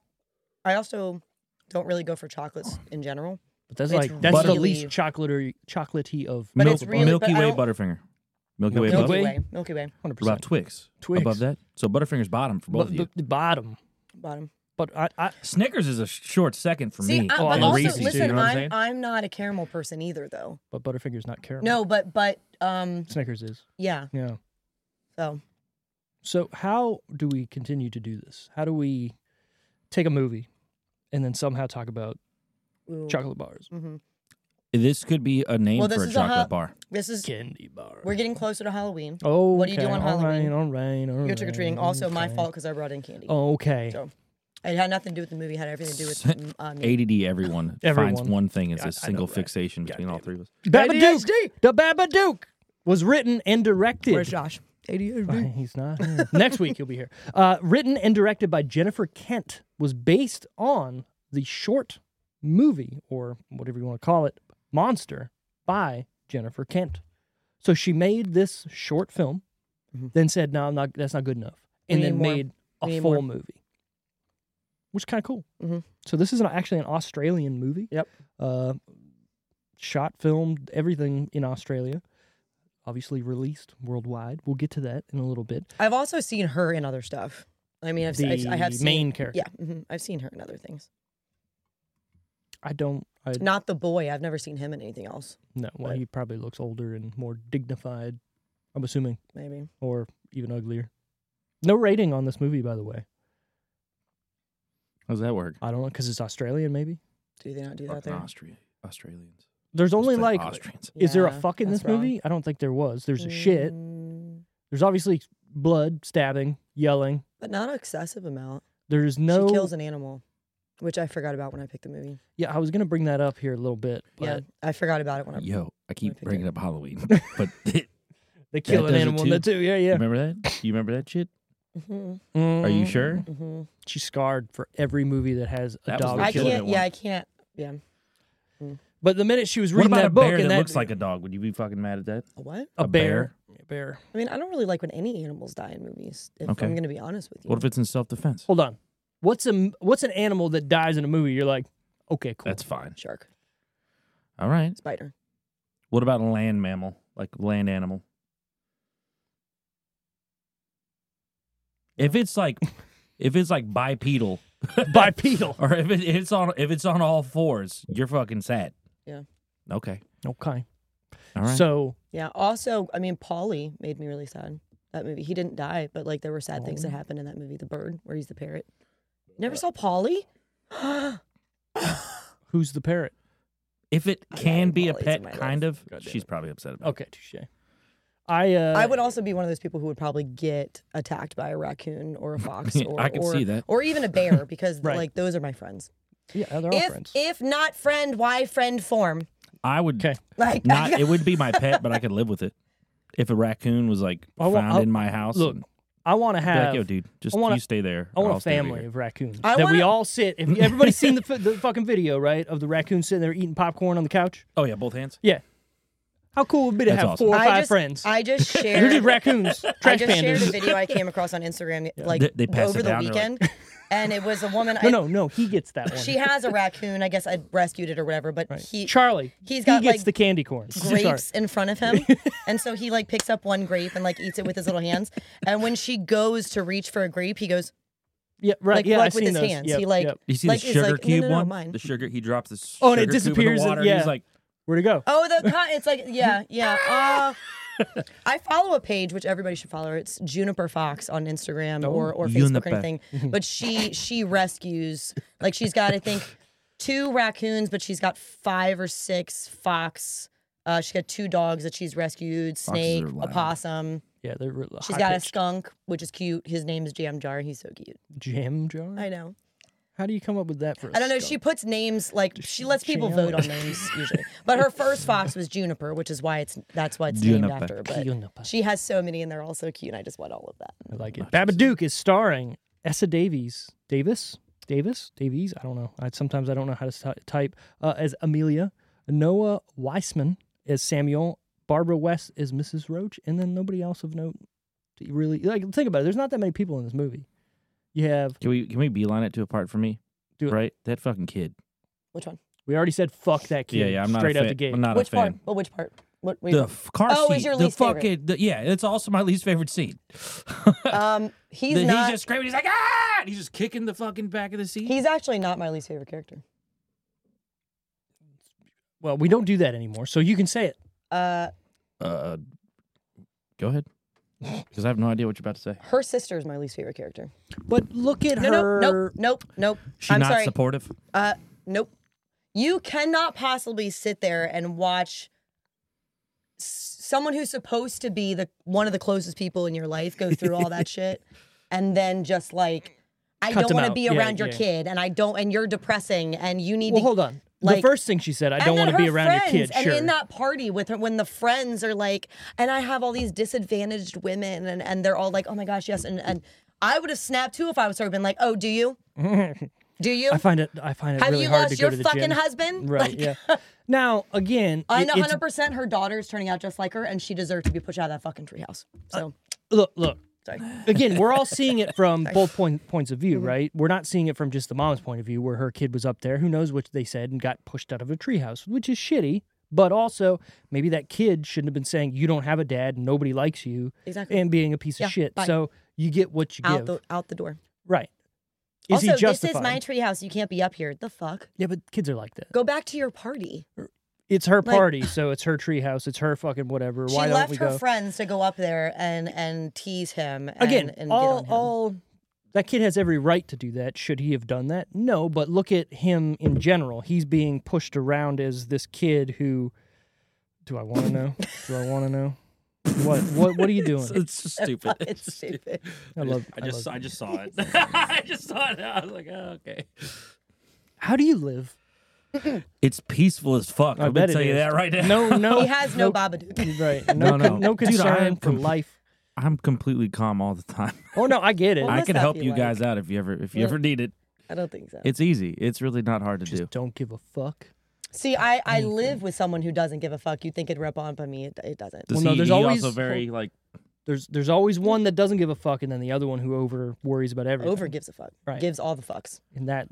[SPEAKER 4] I also don't really go for chocolates in general.
[SPEAKER 2] but that's
[SPEAKER 4] it's
[SPEAKER 2] like that's the
[SPEAKER 4] really-
[SPEAKER 2] least chocolatey, chocolatey of
[SPEAKER 4] But
[SPEAKER 3] Mil-
[SPEAKER 4] it's really-
[SPEAKER 3] Milky
[SPEAKER 4] but I
[SPEAKER 3] Way
[SPEAKER 4] don't-
[SPEAKER 3] Butterfinger. Milky Way
[SPEAKER 2] Milky
[SPEAKER 4] Milky
[SPEAKER 3] above.
[SPEAKER 2] Way?
[SPEAKER 4] Way. Milky Way.
[SPEAKER 2] 100.
[SPEAKER 3] What about
[SPEAKER 2] percent
[SPEAKER 3] Twix?
[SPEAKER 2] Twix.
[SPEAKER 3] Above that. So Butterfinger's bottom for both
[SPEAKER 2] But
[SPEAKER 3] of you.
[SPEAKER 2] the, the bottom.
[SPEAKER 4] Bottom.
[SPEAKER 2] But I, I
[SPEAKER 3] Snickers is a sh- short second for
[SPEAKER 4] See,
[SPEAKER 3] me.
[SPEAKER 4] I,
[SPEAKER 2] Oh,
[SPEAKER 4] but
[SPEAKER 2] and
[SPEAKER 4] also
[SPEAKER 2] Reese's too,
[SPEAKER 4] listen,
[SPEAKER 2] you know what I'm
[SPEAKER 4] I'm,
[SPEAKER 3] saying?
[SPEAKER 4] I'm not a caramel person either, though.
[SPEAKER 2] but Butterfingers not caramel.
[SPEAKER 4] No, but but um,
[SPEAKER 2] Snickers is.
[SPEAKER 4] yeah.
[SPEAKER 2] Yeah.
[SPEAKER 4] So
[SPEAKER 2] So how do we continue to do this? How do we take a movie and then somehow talk about
[SPEAKER 4] ooh.
[SPEAKER 2] chocolate bars,
[SPEAKER 4] Mhm.
[SPEAKER 3] This could be a name
[SPEAKER 4] Well,
[SPEAKER 3] for
[SPEAKER 4] this
[SPEAKER 3] a
[SPEAKER 4] is a
[SPEAKER 3] chocolate
[SPEAKER 4] hot-
[SPEAKER 3] bar.
[SPEAKER 4] This is
[SPEAKER 2] candy bar?
[SPEAKER 4] we're getting closer to Halloween.
[SPEAKER 2] Oh,
[SPEAKER 4] What do you do on Halloween?
[SPEAKER 2] All right, all right, all
[SPEAKER 4] You're trick or treating.
[SPEAKER 2] right,
[SPEAKER 4] Also, my
[SPEAKER 2] okay. Oh.
[SPEAKER 4] fault because I brought in candy.
[SPEAKER 2] Okay.
[SPEAKER 4] So- It had nothing to do with the movie. It had everything to do with mm, uh, me.
[SPEAKER 3] ADD. Everyone, finds
[SPEAKER 2] Everyone.
[SPEAKER 3] one thing as
[SPEAKER 2] I- I
[SPEAKER 3] a single
[SPEAKER 2] know, right?
[SPEAKER 3] fixation
[SPEAKER 2] God
[SPEAKER 3] between all
[SPEAKER 2] damn it.
[SPEAKER 3] three of us.
[SPEAKER 2] Babadook. The Babadook was written and directed.
[SPEAKER 4] Where's Josh? ADHD.
[SPEAKER 2] Why, He's not. here. Next week he'll be here. Uh, written and directed by Jennifer Kent, was based on the short movie or whatever you want to call it, Monster by Jennifer Kent. So she made this short film,
[SPEAKER 4] Mhm.
[SPEAKER 2] then said, "No, I'm not. That's not good enough,"
[SPEAKER 4] We
[SPEAKER 2] and
[SPEAKER 4] need
[SPEAKER 2] then
[SPEAKER 4] more.
[SPEAKER 2] made
[SPEAKER 4] We
[SPEAKER 2] a
[SPEAKER 4] need
[SPEAKER 2] full
[SPEAKER 4] more.
[SPEAKER 2] movie, which is kind of cool.
[SPEAKER 4] Mhm.
[SPEAKER 2] So this is an, actually an Australian movie.
[SPEAKER 4] Yep.
[SPEAKER 2] Uh, shot, filmed, everything in Australia. Obviously released worldwide. We'll get to that in a little bit.
[SPEAKER 4] I've also seen her in other stuff. I mean, I've,
[SPEAKER 2] the
[SPEAKER 4] I've I have seen,
[SPEAKER 2] main character.
[SPEAKER 4] Yeah, mhm, I've seen her in other things.
[SPEAKER 2] I don't. I
[SPEAKER 4] Not the boy. I've never seen him in anything else.
[SPEAKER 2] no. Well,
[SPEAKER 4] but-
[SPEAKER 2] he probably looks older and more dignified. I'm assuming,
[SPEAKER 4] Maybe.
[SPEAKER 2] or even uglier. No rating on this movie, by the way.
[SPEAKER 3] How does that work?
[SPEAKER 2] I don't know because it's Australian. Maybe
[SPEAKER 4] Do they not do that
[SPEAKER 3] Fucking
[SPEAKER 4] there?
[SPEAKER 3] Austria- Australians.
[SPEAKER 2] there's only
[SPEAKER 3] Just like
[SPEAKER 2] like,
[SPEAKER 3] Austrians.
[SPEAKER 2] is there a
[SPEAKER 4] Yeah,
[SPEAKER 2] fuck in
[SPEAKER 4] that's
[SPEAKER 2] this
[SPEAKER 4] wrong.
[SPEAKER 2] movie? I don't think there was. There's a shit.
[SPEAKER 4] Mm,
[SPEAKER 2] There's obviously blood, stabbing, yelling.
[SPEAKER 4] But not an excessive amount.
[SPEAKER 2] There's no.
[SPEAKER 4] She kills an animal, which I forgot about when I picked the movie.
[SPEAKER 2] yeah, I was gonna bring that up here a little bit. But
[SPEAKER 4] yeah, I forgot about it when I.
[SPEAKER 3] Yo, I
[SPEAKER 4] I
[SPEAKER 3] keep
[SPEAKER 4] think
[SPEAKER 3] bringing
[SPEAKER 4] it-
[SPEAKER 3] up Halloween, but
[SPEAKER 2] they kill an
[SPEAKER 3] does it
[SPEAKER 2] animal in that too. Yeah, Mm. yeah.
[SPEAKER 3] remember that? You remember that shit?
[SPEAKER 4] hmm
[SPEAKER 3] Are you sure?
[SPEAKER 4] hmm
[SPEAKER 2] She's scarred for every movie that has a
[SPEAKER 3] That was
[SPEAKER 2] dog.
[SPEAKER 3] the
[SPEAKER 4] I
[SPEAKER 3] killing
[SPEAKER 4] can't.
[SPEAKER 3] it
[SPEAKER 4] Yeah,
[SPEAKER 3] one.
[SPEAKER 4] I can't. Yeah.
[SPEAKER 2] But the minute she was
[SPEAKER 3] What
[SPEAKER 2] reading
[SPEAKER 3] about
[SPEAKER 2] that
[SPEAKER 3] a
[SPEAKER 2] book,
[SPEAKER 3] bear
[SPEAKER 2] and
[SPEAKER 3] that
[SPEAKER 2] that
[SPEAKER 3] looks like a dog? Would you be fucking mad at that?
[SPEAKER 4] A what?
[SPEAKER 2] a
[SPEAKER 3] a
[SPEAKER 2] bear, a bear.
[SPEAKER 4] I mean, I don't really like when any animals die in movies. If
[SPEAKER 3] Okay.
[SPEAKER 4] I'm going to be honest with you.
[SPEAKER 3] What if it's in self defense?
[SPEAKER 2] Hold on. What's a what's an animal that dies in a movie? You're like, okay, cool.
[SPEAKER 3] That's fine.
[SPEAKER 4] shark,
[SPEAKER 3] All right.
[SPEAKER 4] spider?
[SPEAKER 3] What about a land mammal, like land animal? If it's like, if it's like bipedal,
[SPEAKER 2] bipedal.
[SPEAKER 3] or if it, it's on if it's on all fours, you're fucking sad.
[SPEAKER 4] Yeah.
[SPEAKER 3] Okay.
[SPEAKER 2] Okay.
[SPEAKER 3] All right.
[SPEAKER 2] So
[SPEAKER 4] Yeah. Also, I mean, Polly made me really sad. That movie. He didn't die, but like there were sad things that happened in that movie. The bird, where he's the parrot.
[SPEAKER 3] Uh,
[SPEAKER 4] Never saw Polly.
[SPEAKER 2] who's the parrot?
[SPEAKER 3] if it
[SPEAKER 4] I
[SPEAKER 3] can
[SPEAKER 4] like
[SPEAKER 3] be a
[SPEAKER 4] Molly's in my
[SPEAKER 3] pet,
[SPEAKER 4] life.
[SPEAKER 3] kind of,
[SPEAKER 2] God damn
[SPEAKER 3] she's
[SPEAKER 2] it.
[SPEAKER 3] probably upset about.
[SPEAKER 2] Okay, touche. I uh,
[SPEAKER 4] I would also be one of those people who would probably get attacked by a raccoon or a fox.
[SPEAKER 3] Yeah,
[SPEAKER 4] Or,
[SPEAKER 3] I can
[SPEAKER 4] or,
[SPEAKER 3] see that.
[SPEAKER 4] Or even a bear, because
[SPEAKER 2] Right.
[SPEAKER 4] like those are my friends.
[SPEAKER 2] yeah, they're all
[SPEAKER 4] if
[SPEAKER 2] friends.
[SPEAKER 4] if not friend, why friend form?
[SPEAKER 3] it. I would
[SPEAKER 2] Okay.
[SPEAKER 4] Like
[SPEAKER 3] not. it would be my pet, but I could live with it. If a raccoon was like
[SPEAKER 2] I
[SPEAKER 3] found
[SPEAKER 2] wa- I-
[SPEAKER 3] in my house,
[SPEAKER 2] Look,
[SPEAKER 3] and
[SPEAKER 2] I want to
[SPEAKER 3] be
[SPEAKER 2] have
[SPEAKER 3] like, yo, dude, just
[SPEAKER 2] wanna-
[SPEAKER 3] you stay there.
[SPEAKER 2] I want
[SPEAKER 3] I'll
[SPEAKER 2] a
[SPEAKER 3] stay over
[SPEAKER 2] family
[SPEAKER 3] here."
[SPEAKER 2] of raccoons
[SPEAKER 4] I
[SPEAKER 2] that we
[SPEAKER 4] wanna-
[SPEAKER 2] all sit. If everybody's seen the, fi- the fucking video, right, of the raccoon sitting there eating popcorn on the couch.
[SPEAKER 3] Oh yeah, both hands.
[SPEAKER 2] Yeah. How cool would it be to
[SPEAKER 3] That's
[SPEAKER 2] have
[SPEAKER 3] awesome.
[SPEAKER 2] four or
[SPEAKER 4] I
[SPEAKER 2] five
[SPEAKER 4] just,
[SPEAKER 2] friends?
[SPEAKER 4] I just
[SPEAKER 2] They're just
[SPEAKER 4] shared.
[SPEAKER 2] raccoons,
[SPEAKER 4] I
[SPEAKER 2] trash
[SPEAKER 4] just shared a
[SPEAKER 2] pandas.
[SPEAKER 4] video I came across on Instagram like
[SPEAKER 3] They- they pass
[SPEAKER 4] over
[SPEAKER 3] it
[SPEAKER 4] the
[SPEAKER 3] down, they're like-
[SPEAKER 4] weekend, and it was a woman.
[SPEAKER 2] No,
[SPEAKER 4] I-
[SPEAKER 2] no, no. He gets that one.
[SPEAKER 4] She has a raccoon. I guess I rescued it or whatever, but he
[SPEAKER 2] Charlie.
[SPEAKER 4] he's got,
[SPEAKER 2] he gets
[SPEAKER 4] like,
[SPEAKER 2] the candy corn. Sorry.
[SPEAKER 4] grapes in front of him. and so he like picks up one grape and like eats it with his little hands. And when she goes to reach for a grape, he goes
[SPEAKER 2] Yeah, right.
[SPEAKER 4] like
[SPEAKER 2] yeah,
[SPEAKER 4] like
[SPEAKER 2] I've
[SPEAKER 4] with
[SPEAKER 2] seen
[SPEAKER 4] his
[SPEAKER 2] those.
[SPEAKER 4] hands.
[SPEAKER 2] Yep,
[SPEAKER 4] He like
[SPEAKER 2] yep.
[SPEAKER 3] You see
[SPEAKER 4] like,
[SPEAKER 3] the
[SPEAKER 4] he's
[SPEAKER 3] sugar
[SPEAKER 4] like, no,
[SPEAKER 3] cube
[SPEAKER 4] no, no,
[SPEAKER 3] one?
[SPEAKER 4] mine.
[SPEAKER 3] The sugar he drops the s-
[SPEAKER 2] Oh, and it
[SPEAKER 3] sugar cube in
[SPEAKER 2] disappears
[SPEAKER 3] the
[SPEAKER 2] and-
[SPEAKER 3] water.
[SPEAKER 2] yeah.
[SPEAKER 3] He's like,
[SPEAKER 2] Where'd it go?
[SPEAKER 4] Oh, the con- it's like yeah, yeah. Uh, I follow a page which everybody should follow. It's Juniper Fox on Instagram or or Facebook
[SPEAKER 3] Oh, Juniper.
[SPEAKER 4] or anything. But she she rescues like she's got I think two raccoons, but she's got five or six fox. Uh, she's got two dogs that she's rescued: snake,
[SPEAKER 3] are
[SPEAKER 4] a
[SPEAKER 3] loud.
[SPEAKER 4] possum.
[SPEAKER 2] Yeah, they're
[SPEAKER 4] She's got a skunk, which is cute. His name's Jam Jar. He's so cute.
[SPEAKER 2] jam jar.
[SPEAKER 4] I know.
[SPEAKER 2] How do you come up with that for? I
[SPEAKER 4] I don't know. She puts names like she lets people
[SPEAKER 2] Jam?
[SPEAKER 4] vote on names usually. But her first fox was Juniper, which is why it's that's why it's named
[SPEAKER 3] Juniper.
[SPEAKER 4] after. But She has so many, and they're all so cute. And I just want all of that.
[SPEAKER 2] I like it. Babadook is starring Essa Davies, Davis, Davis, Davies. I don't know. I sometimes I don't know how to ty- type uh, as Amelia, Noah Weissman as Samuel, Barbara West as Mrs. Roach, and then nobody else of note. to Really, like think about it. There's not that many people in this movie. You have
[SPEAKER 3] Can we can we beeline it to a part for me?
[SPEAKER 2] Do it.
[SPEAKER 3] Right, that fucking kid.
[SPEAKER 4] Which one?
[SPEAKER 2] we already said fuck that kid.
[SPEAKER 3] Yeah, yeah. I'm not
[SPEAKER 2] straight
[SPEAKER 3] a
[SPEAKER 2] out
[SPEAKER 3] fan.
[SPEAKER 2] the gate.
[SPEAKER 3] I'm not
[SPEAKER 4] which
[SPEAKER 3] a fan.
[SPEAKER 4] part? Well, which part? What? Wait,
[SPEAKER 3] The f- car
[SPEAKER 4] Oh,
[SPEAKER 3] seat.
[SPEAKER 4] is your
[SPEAKER 3] the
[SPEAKER 4] least favorite.
[SPEAKER 3] fucking, The, yeah, it's also my least favorite seat.
[SPEAKER 4] um, he's
[SPEAKER 3] The-
[SPEAKER 4] not. He's,
[SPEAKER 3] just screaming. He's like ah! and he's just kicking the fucking back of the seat.
[SPEAKER 4] actually not my least favorite character.
[SPEAKER 2] Well, we don't do that anymore, so you can say it.
[SPEAKER 4] Uh,
[SPEAKER 3] uh, go ahead, because I have no idea what you're about to say.
[SPEAKER 4] her sister is my least favorite character.
[SPEAKER 2] But look at
[SPEAKER 4] No,
[SPEAKER 2] her.
[SPEAKER 4] no, nope, nope, nope.
[SPEAKER 3] She
[SPEAKER 4] I'm
[SPEAKER 3] not
[SPEAKER 4] sorry.
[SPEAKER 3] supportive.
[SPEAKER 4] uh, nope. You cannot possibly sit there and watch s- someone who's supposed to be the one of the closest people in your life go through all that shit, and then just like. I
[SPEAKER 2] Cut
[SPEAKER 4] don't
[SPEAKER 2] them
[SPEAKER 4] want to
[SPEAKER 2] out.
[SPEAKER 4] be
[SPEAKER 2] Yeah,
[SPEAKER 4] around your
[SPEAKER 2] yeah.
[SPEAKER 4] kid, and I don't, and you're depressing, and you need
[SPEAKER 2] Well,
[SPEAKER 4] to
[SPEAKER 2] hold on. the
[SPEAKER 4] like-
[SPEAKER 2] first thing she said, I don't
[SPEAKER 4] And then
[SPEAKER 2] want to be
[SPEAKER 4] her
[SPEAKER 2] around your
[SPEAKER 4] friends,
[SPEAKER 2] kid.
[SPEAKER 4] And
[SPEAKER 2] Sure.
[SPEAKER 4] in that party with her, when the friends are like, and I have all these disadvantaged women, and, and they're all like, oh my gosh, yes. And, and I would have snapped too if I was her, been like, oh, do you? do you?
[SPEAKER 2] I find it. I find it
[SPEAKER 4] have
[SPEAKER 2] really
[SPEAKER 4] you
[SPEAKER 2] hard to
[SPEAKER 4] lost
[SPEAKER 2] go
[SPEAKER 4] your
[SPEAKER 2] to the
[SPEAKER 4] fucking
[SPEAKER 2] gym.
[SPEAKER 4] husband?
[SPEAKER 2] Right.
[SPEAKER 4] Like,
[SPEAKER 2] yeah. Now again,
[SPEAKER 4] I
[SPEAKER 2] it-
[SPEAKER 4] know
[SPEAKER 2] it's-
[SPEAKER 4] 100% her daughter's turning out just like her, and she deserved to be pushed out of that fucking treehouse.
[SPEAKER 2] Uh,
[SPEAKER 4] So,
[SPEAKER 2] look, look.
[SPEAKER 4] sorry. Mm-hmm.
[SPEAKER 2] Again, we're all seeing it from both point, points of view, right? We're not seeing it from just the mom's point of view, where her kid was up there. Who knows what they said and got pushed out of a treehouse, which is shitty. But also, maybe that kid shouldn't have been saying you don't have a dad, nobody likes you,
[SPEAKER 4] Exactly.
[SPEAKER 2] and being a piece of
[SPEAKER 4] Yeah,
[SPEAKER 2] shit.
[SPEAKER 4] bye.
[SPEAKER 2] So you get what you
[SPEAKER 4] Out
[SPEAKER 2] give,
[SPEAKER 4] the, out the door.
[SPEAKER 2] right? Is
[SPEAKER 4] also,
[SPEAKER 2] he
[SPEAKER 4] this
[SPEAKER 2] justified?
[SPEAKER 4] is my treehouse. You can't be up here. The fuck?
[SPEAKER 2] yeah, but kids are like that.
[SPEAKER 4] Go back to your party.
[SPEAKER 2] It's her
[SPEAKER 4] Like-
[SPEAKER 2] party, so it's her treehouse. It's her fucking whatever. Why
[SPEAKER 4] she
[SPEAKER 2] don't
[SPEAKER 4] left
[SPEAKER 2] we
[SPEAKER 4] her
[SPEAKER 2] go
[SPEAKER 4] friends to go up there and and tease him and,
[SPEAKER 2] again?
[SPEAKER 4] and get
[SPEAKER 2] all
[SPEAKER 4] on him.
[SPEAKER 2] all that kid has every right to do that. Should he have done that? No, but look at him in general. He's being pushed around as this kid who. Do I want to know? Do I want to know? What what what are you doing?
[SPEAKER 3] It's just stupid.
[SPEAKER 4] It's stupid.
[SPEAKER 2] I love.
[SPEAKER 3] I just
[SPEAKER 2] love-
[SPEAKER 3] I just saw it. I just saw it. I was like, oh, okay.
[SPEAKER 2] How do you live?
[SPEAKER 3] It's peaceful as fuck.
[SPEAKER 2] I
[SPEAKER 3] I'm
[SPEAKER 2] bet
[SPEAKER 3] gonna
[SPEAKER 2] it
[SPEAKER 3] tell you
[SPEAKER 2] is.
[SPEAKER 3] that right now.
[SPEAKER 2] No, no.
[SPEAKER 4] He has no Babadook.
[SPEAKER 2] Right. No,
[SPEAKER 3] No,
[SPEAKER 2] no,
[SPEAKER 3] no.
[SPEAKER 2] no
[SPEAKER 3] Dude, I
[SPEAKER 2] concern
[SPEAKER 3] am
[SPEAKER 2] for
[SPEAKER 3] com-
[SPEAKER 2] life.
[SPEAKER 3] I'm completely calm all the time.
[SPEAKER 2] Oh no, I get it.
[SPEAKER 4] Well,
[SPEAKER 2] I
[SPEAKER 3] I
[SPEAKER 4] must
[SPEAKER 3] can
[SPEAKER 4] that
[SPEAKER 3] help
[SPEAKER 4] be
[SPEAKER 3] you
[SPEAKER 4] like?
[SPEAKER 3] guys out if you ever if you
[SPEAKER 4] Yeah.
[SPEAKER 3] ever need it.
[SPEAKER 4] I don't think so.
[SPEAKER 3] It's easy. It's really not hard to do.
[SPEAKER 2] just don't give a fuck.
[SPEAKER 4] See, I, I live with someone who doesn't give a fuck. You think it'd rip on, but me, it, it doesn't.
[SPEAKER 3] Does
[SPEAKER 2] Well, no,
[SPEAKER 3] he,
[SPEAKER 2] there's
[SPEAKER 3] he
[SPEAKER 2] always-
[SPEAKER 3] E also very like
[SPEAKER 2] There's there's always one that doesn't give a fuck, and then the other one who over worries about everything.
[SPEAKER 4] Over gives a fuck.
[SPEAKER 2] Right.
[SPEAKER 4] Gives all the fucks.
[SPEAKER 2] and that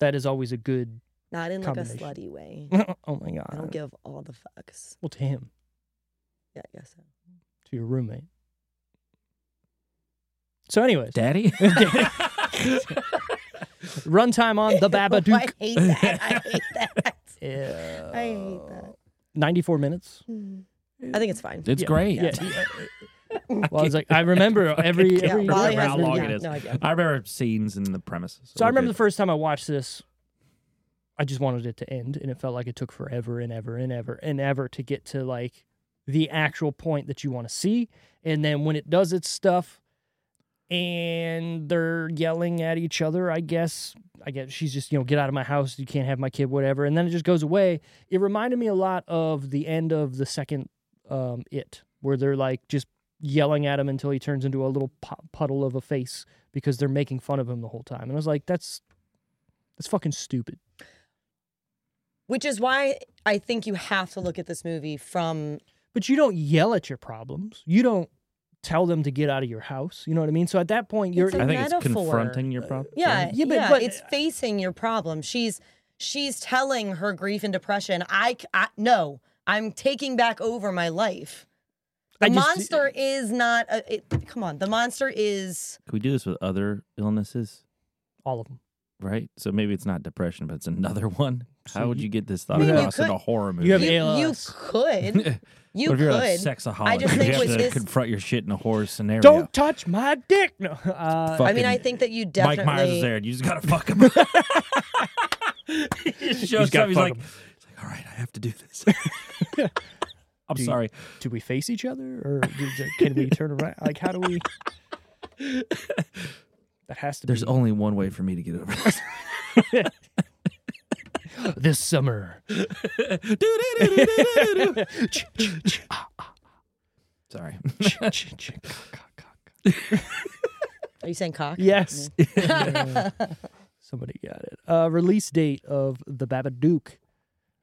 [SPEAKER 2] that is always a good.
[SPEAKER 4] Not in like a
[SPEAKER 2] Combination.
[SPEAKER 4] slutty way.
[SPEAKER 2] oh my
[SPEAKER 4] I
[SPEAKER 2] god.
[SPEAKER 4] don't give all the fucks.
[SPEAKER 2] well, to him,
[SPEAKER 4] Yeah, I guess so.
[SPEAKER 2] to your roommate. So, anyways,
[SPEAKER 3] daddy.
[SPEAKER 2] runtime on the
[SPEAKER 4] Oh, I
[SPEAKER 2] Babadook.
[SPEAKER 4] hate that. I hate that.
[SPEAKER 2] Yeah.
[SPEAKER 4] I hate that.
[SPEAKER 2] 94 minutes.
[SPEAKER 4] I think it's fine.
[SPEAKER 3] It's great.
[SPEAKER 2] Yeah. Well, I was like, I remember every.
[SPEAKER 3] Yeah,
[SPEAKER 2] every
[SPEAKER 4] Wally
[SPEAKER 3] remember
[SPEAKER 4] has
[SPEAKER 3] how
[SPEAKER 4] no-
[SPEAKER 3] long
[SPEAKER 4] yeah,
[SPEAKER 3] it is.
[SPEAKER 4] No idea.
[SPEAKER 3] I remember scenes and the premises.
[SPEAKER 2] so I remember the first time I watched this. I just wanted it to end, and it felt like it took forever and ever and ever and ever to get to like the actual point that you want to see. And then when it does its stuff, and they're yelling at each other, I guess. I guess she's just you know get out of my house. You can't have my kid, whatever. And then it just goes away. It reminded me a lot of the end of the second um, It, where they're like just yelling at him until he turns into a little pu- puddle of a face because they're making fun of him the whole time. And I was like, that's that's fucking stupid.
[SPEAKER 4] Which is why I think you have to look at this movie from
[SPEAKER 2] But you don't yell at your problems. You don't tell them to get out of your house. You know what I mean? So at that point, you're
[SPEAKER 4] It's
[SPEAKER 3] I think it's
[SPEAKER 4] metaphor.
[SPEAKER 3] confronting your problem.
[SPEAKER 4] Yeah,
[SPEAKER 2] Yeah,
[SPEAKER 4] yeah,
[SPEAKER 2] but-
[SPEAKER 4] but,
[SPEAKER 2] but-
[SPEAKER 4] it's facing your problem. She's she's telling her grief and depression. I, c- I- no, I'm taking back over my life. The
[SPEAKER 2] I just-
[SPEAKER 4] monster is not. A, it, come on, the monster is.
[SPEAKER 3] Can we do this with other illnesses?
[SPEAKER 2] all of them.
[SPEAKER 3] Right? So maybe it's not depression, but it's another one. How would you get this thought
[SPEAKER 4] I mean, you
[SPEAKER 3] across in
[SPEAKER 4] could-
[SPEAKER 3] a horror movie?
[SPEAKER 2] You have
[SPEAKER 4] You, you
[SPEAKER 2] ALS.
[SPEAKER 4] could. You
[SPEAKER 3] what if
[SPEAKER 4] could.
[SPEAKER 3] you're a sexaholic?
[SPEAKER 4] I just
[SPEAKER 3] you
[SPEAKER 4] think
[SPEAKER 3] have
[SPEAKER 4] with
[SPEAKER 3] to
[SPEAKER 4] this-
[SPEAKER 3] confront your shit in a horror scenario.
[SPEAKER 2] Don't touch my dick. No. Uh,
[SPEAKER 3] Fuck
[SPEAKER 4] I mean, I
[SPEAKER 3] fucking
[SPEAKER 4] think that you
[SPEAKER 3] Mike Myers is
[SPEAKER 4] definitely.
[SPEAKER 3] there, and you just gotta fuck him. he just shows
[SPEAKER 2] gotta
[SPEAKER 3] up. He's
[SPEAKER 2] fuck
[SPEAKER 3] like,
[SPEAKER 2] him.
[SPEAKER 3] he's like, all right, I have to do this. I'm
[SPEAKER 2] Do you-
[SPEAKER 3] sorry.
[SPEAKER 2] do we face each other, or do, can we turn around? Like, how do we? That has to
[SPEAKER 3] There's
[SPEAKER 2] be
[SPEAKER 3] only one way for me to get over this.
[SPEAKER 2] this summer.
[SPEAKER 3] Do-do-do-do-do-do-do. sorry.
[SPEAKER 4] Are you saying cock?
[SPEAKER 2] Yes. Somebody got it. Uh, release date of The Babadook,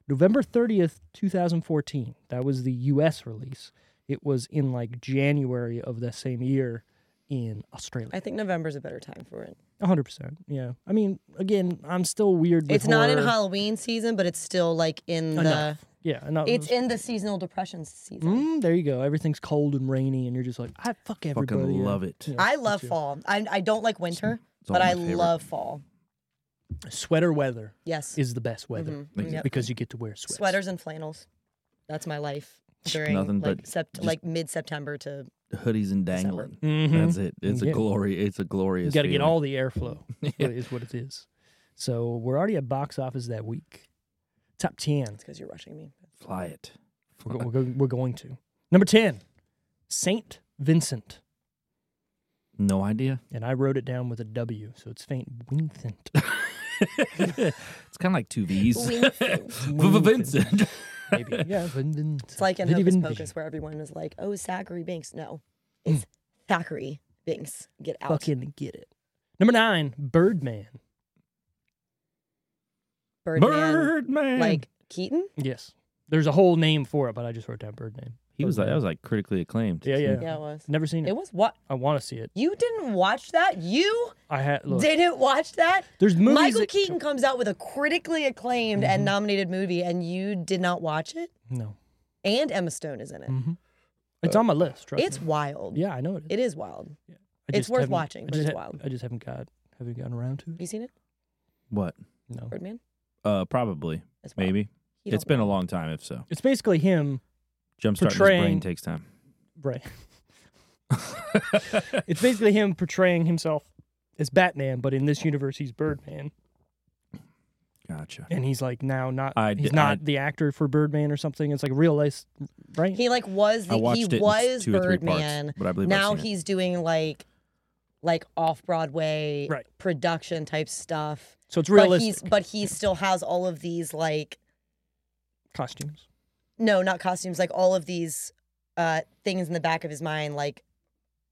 [SPEAKER 2] November 30th, 2014. That was the US release. It was in like January of that same year in Australia.
[SPEAKER 4] I think November's a better time for it.
[SPEAKER 2] 100%. Yeah. I mean, again, I'm still weird with
[SPEAKER 4] It's not in
[SPEAKER 2] horror
[SPEAKER 4] Halloween season, but it's still like in the.
[SPEAKER 2] enough. Yeah. Enough.
[SPEAKER 4] It's in the seasonal depression season.
[SPEAKER 2] Mm, there you go. Everything's cold and rainy, and you're just like, I fuck everybody.
[SPEAKER 3] Fucking
[SPEAKER 2] Yeah.
[SPEAKER 3] love it.
[SPEAKER 4] I love fall. I, I don't like winter,
[SPEAKER 3] all
[SPEAKER 4] but
[SPEAKER 3] my
[SPEAKER 4] I
[SPEAKER 3] favorite.
[SPEAKER 4] love fall.
[SPEAKER 2] Sweater weather
[SPEAKER 4] Yes.
[SPEAKER 2] is the best weather
[SPEAKER 3] Like,
[SPEAKER 4] Yep.
[SPEAKER 2] because you get to wear sweats.
[SPEAKER 4] Mm-hmm. Sweaters and flannels. That's my life during
[SPEAKER 3] Nothing
[SPEAKER 4] like,
[SPEAKER 3] but
[SPEAKER 4] sept-
[SPEAKER 3] just-
[SPEAKER 4] like mid September to
[SPEAKER 3] Hoodies and dangling.
[SPEAKER 2] Mhm.
[SPEAKER 3] That's it. It's
[SPEAKER 2] Yeah.
[SPEAKER 3] a glory. It's a glorious.
[SPEAKER 2] You got to get
[SPEAKER 3] feeling.
[SPEAKER 2] all the airflow, is what it is. So we're already at box office that week. Top 10.
[SPEAKER 4] because you're rushing me.
[SPEAKER 3] fly it.
[SPEAKER 2] We're, go- we're, go- we're going to. Number 10, St. Vincent.
[SPEAKER 3] No idea.
[SPEAKER 2] And I wrote it down with a W, so it's Saint Vincent.
[SPEAKER 3] It's kind of like two V's.
[SPEAKER 4] it's
[SPEAKER 3] Vincent.
[SPEAKER 2] Maybe. Yeah, Vincent.
[SPEAKER 4] It's like in
[SPEAKER 2] Vinny
[SPEAKER 4] Hocus
[SPEAKER 2] Vinci.
[SPEAKER 4] Pocus where everyone is like, "Oh, Zachary Binks." No, it's Thackeray Binks. Get out.
[SPEAKER 2] Fucking get Mm. it. Number 9, Birdman.
[SPEAKER 4] Birdman.
[SPEAKER 3] Birdman.
[SPEAKER 4] Like Keaton.
[SPEAKER 2] Yes. There's a whole name for it, but I just wrote down Birdman.
[SPEAKER 3] he was like that was like critically acclaimed. Mm-hmm.
[SPEAKER 2] Yeah, yeah.
[SPEAKER 4] Yeah, it was.
[SPEAKER 2] Never seen it.
[SPEAKER 4] It was what
[SPEAKER 2] I want to see it.
[SPEAKER 4] you didn't watch that. You
[SPEAKER 2] I had look.
[SPEAKER 4] didn't watch that.
[SPEAKER 2] There's movies
[SPEAKER 4] Michael
[SPEAKER 2] that-
[SPEAKER 4] Keaton comes out with a critically acclaimed
[SPEAKER 3] Mm-hmm.
[SPEAKER 4] and nominated movie, and you did not watch it.
[SPEAKER 2] No.
[SPEAKER 4] And Emma Stone is in
[SPEAKER 3] Mm,
[SPEAKER 4] it.
[SPEAKER 2] It's
[SPEAKER 3] Uh,
[SPEAKER 2] on my list. Trust
[SPEAKER 4] It's
[SPEAKER 2] me.
[SPEAKER 4] wild.
[SPEAKER 2] Yeah, I know it is.
[SPEAKER 4] It is wild.
[SPEAKER 2] I
[SPEAKER 4] It's
[SPEAKER 2] just
[SPEAKER 4] worth
[SPEAKER 2] haven't-
[SPEAKER 4] watching,
[SPEAKER 2] I
[SPEAKER 4] but
[SPEAKER 2] just
[SPEAKER 4] it's
[SPEAKER 2] ha-
[SPEAKER 4] wild.
[SPEAKER 2] I just haven't got haven't gotten around to
[SPEAKER 4] Have
[SPEAKER 2] it.
[SPEAKER 4] you seen it?
[SPEAKER 3] What?
[SPEAKER 2] No,
[SPEAKER 4] Birdman?
[SPEAKER 3] Uh, probably.
[SPEAKER 4] It's wild.
[SPEAKER 3] Maybe.
[SPEAKER 4] You don't
[SPEAKER 3] It's been a
[SPEAKER 4] know.
[SPEAKER 3] long time. If so,
[SPEAKER 2] it's basically him.
[SPEAKER 3] jumpstarting his
[SPEAKER 2] Portraying-
[SPEAKER 3] brain takes time.
[SPEAKER 2] Right. it's basically him portraying himself as Batman, but in this universe he's Birdman,
[SPEAKER 3] Gotcha.
[SPEAKER 2] and he's like now not
[SPEAKER 3] I d-
[SPEAKER 2] he's
[SPEAKER 3] I-
[SPEAKER 2] not the actor for Birdman or something. It's like real life, right?
[SPEAKER 4] He like was
[SPEAKER 3] I
[SPEAKER 4] the, he
[SPEAKER 3] watched it in
[SPEAKER 4] was
[SPEAKER 3] two or three parts,
[SPEAKER 4] Birdman.
[SPEAKER 3] but I believe I've
[SPEAKER 4] now
[SPEAKER 3] seen it.
[SPEAKER 4] he's doing like like off Broadway
[SPEAKER 2] Right.
[SPEAKER 4] production type stuff.
[SPEAKER 2] so it's
[SPEAKER 4] But
[SPEAKER 2] realistic
[SPEAKER 4] he's but he still has all of these like
[SPEAKER 2] costumes.
[SPEAKER 4] no, not costumes, like all of these uh things in the back of his mind like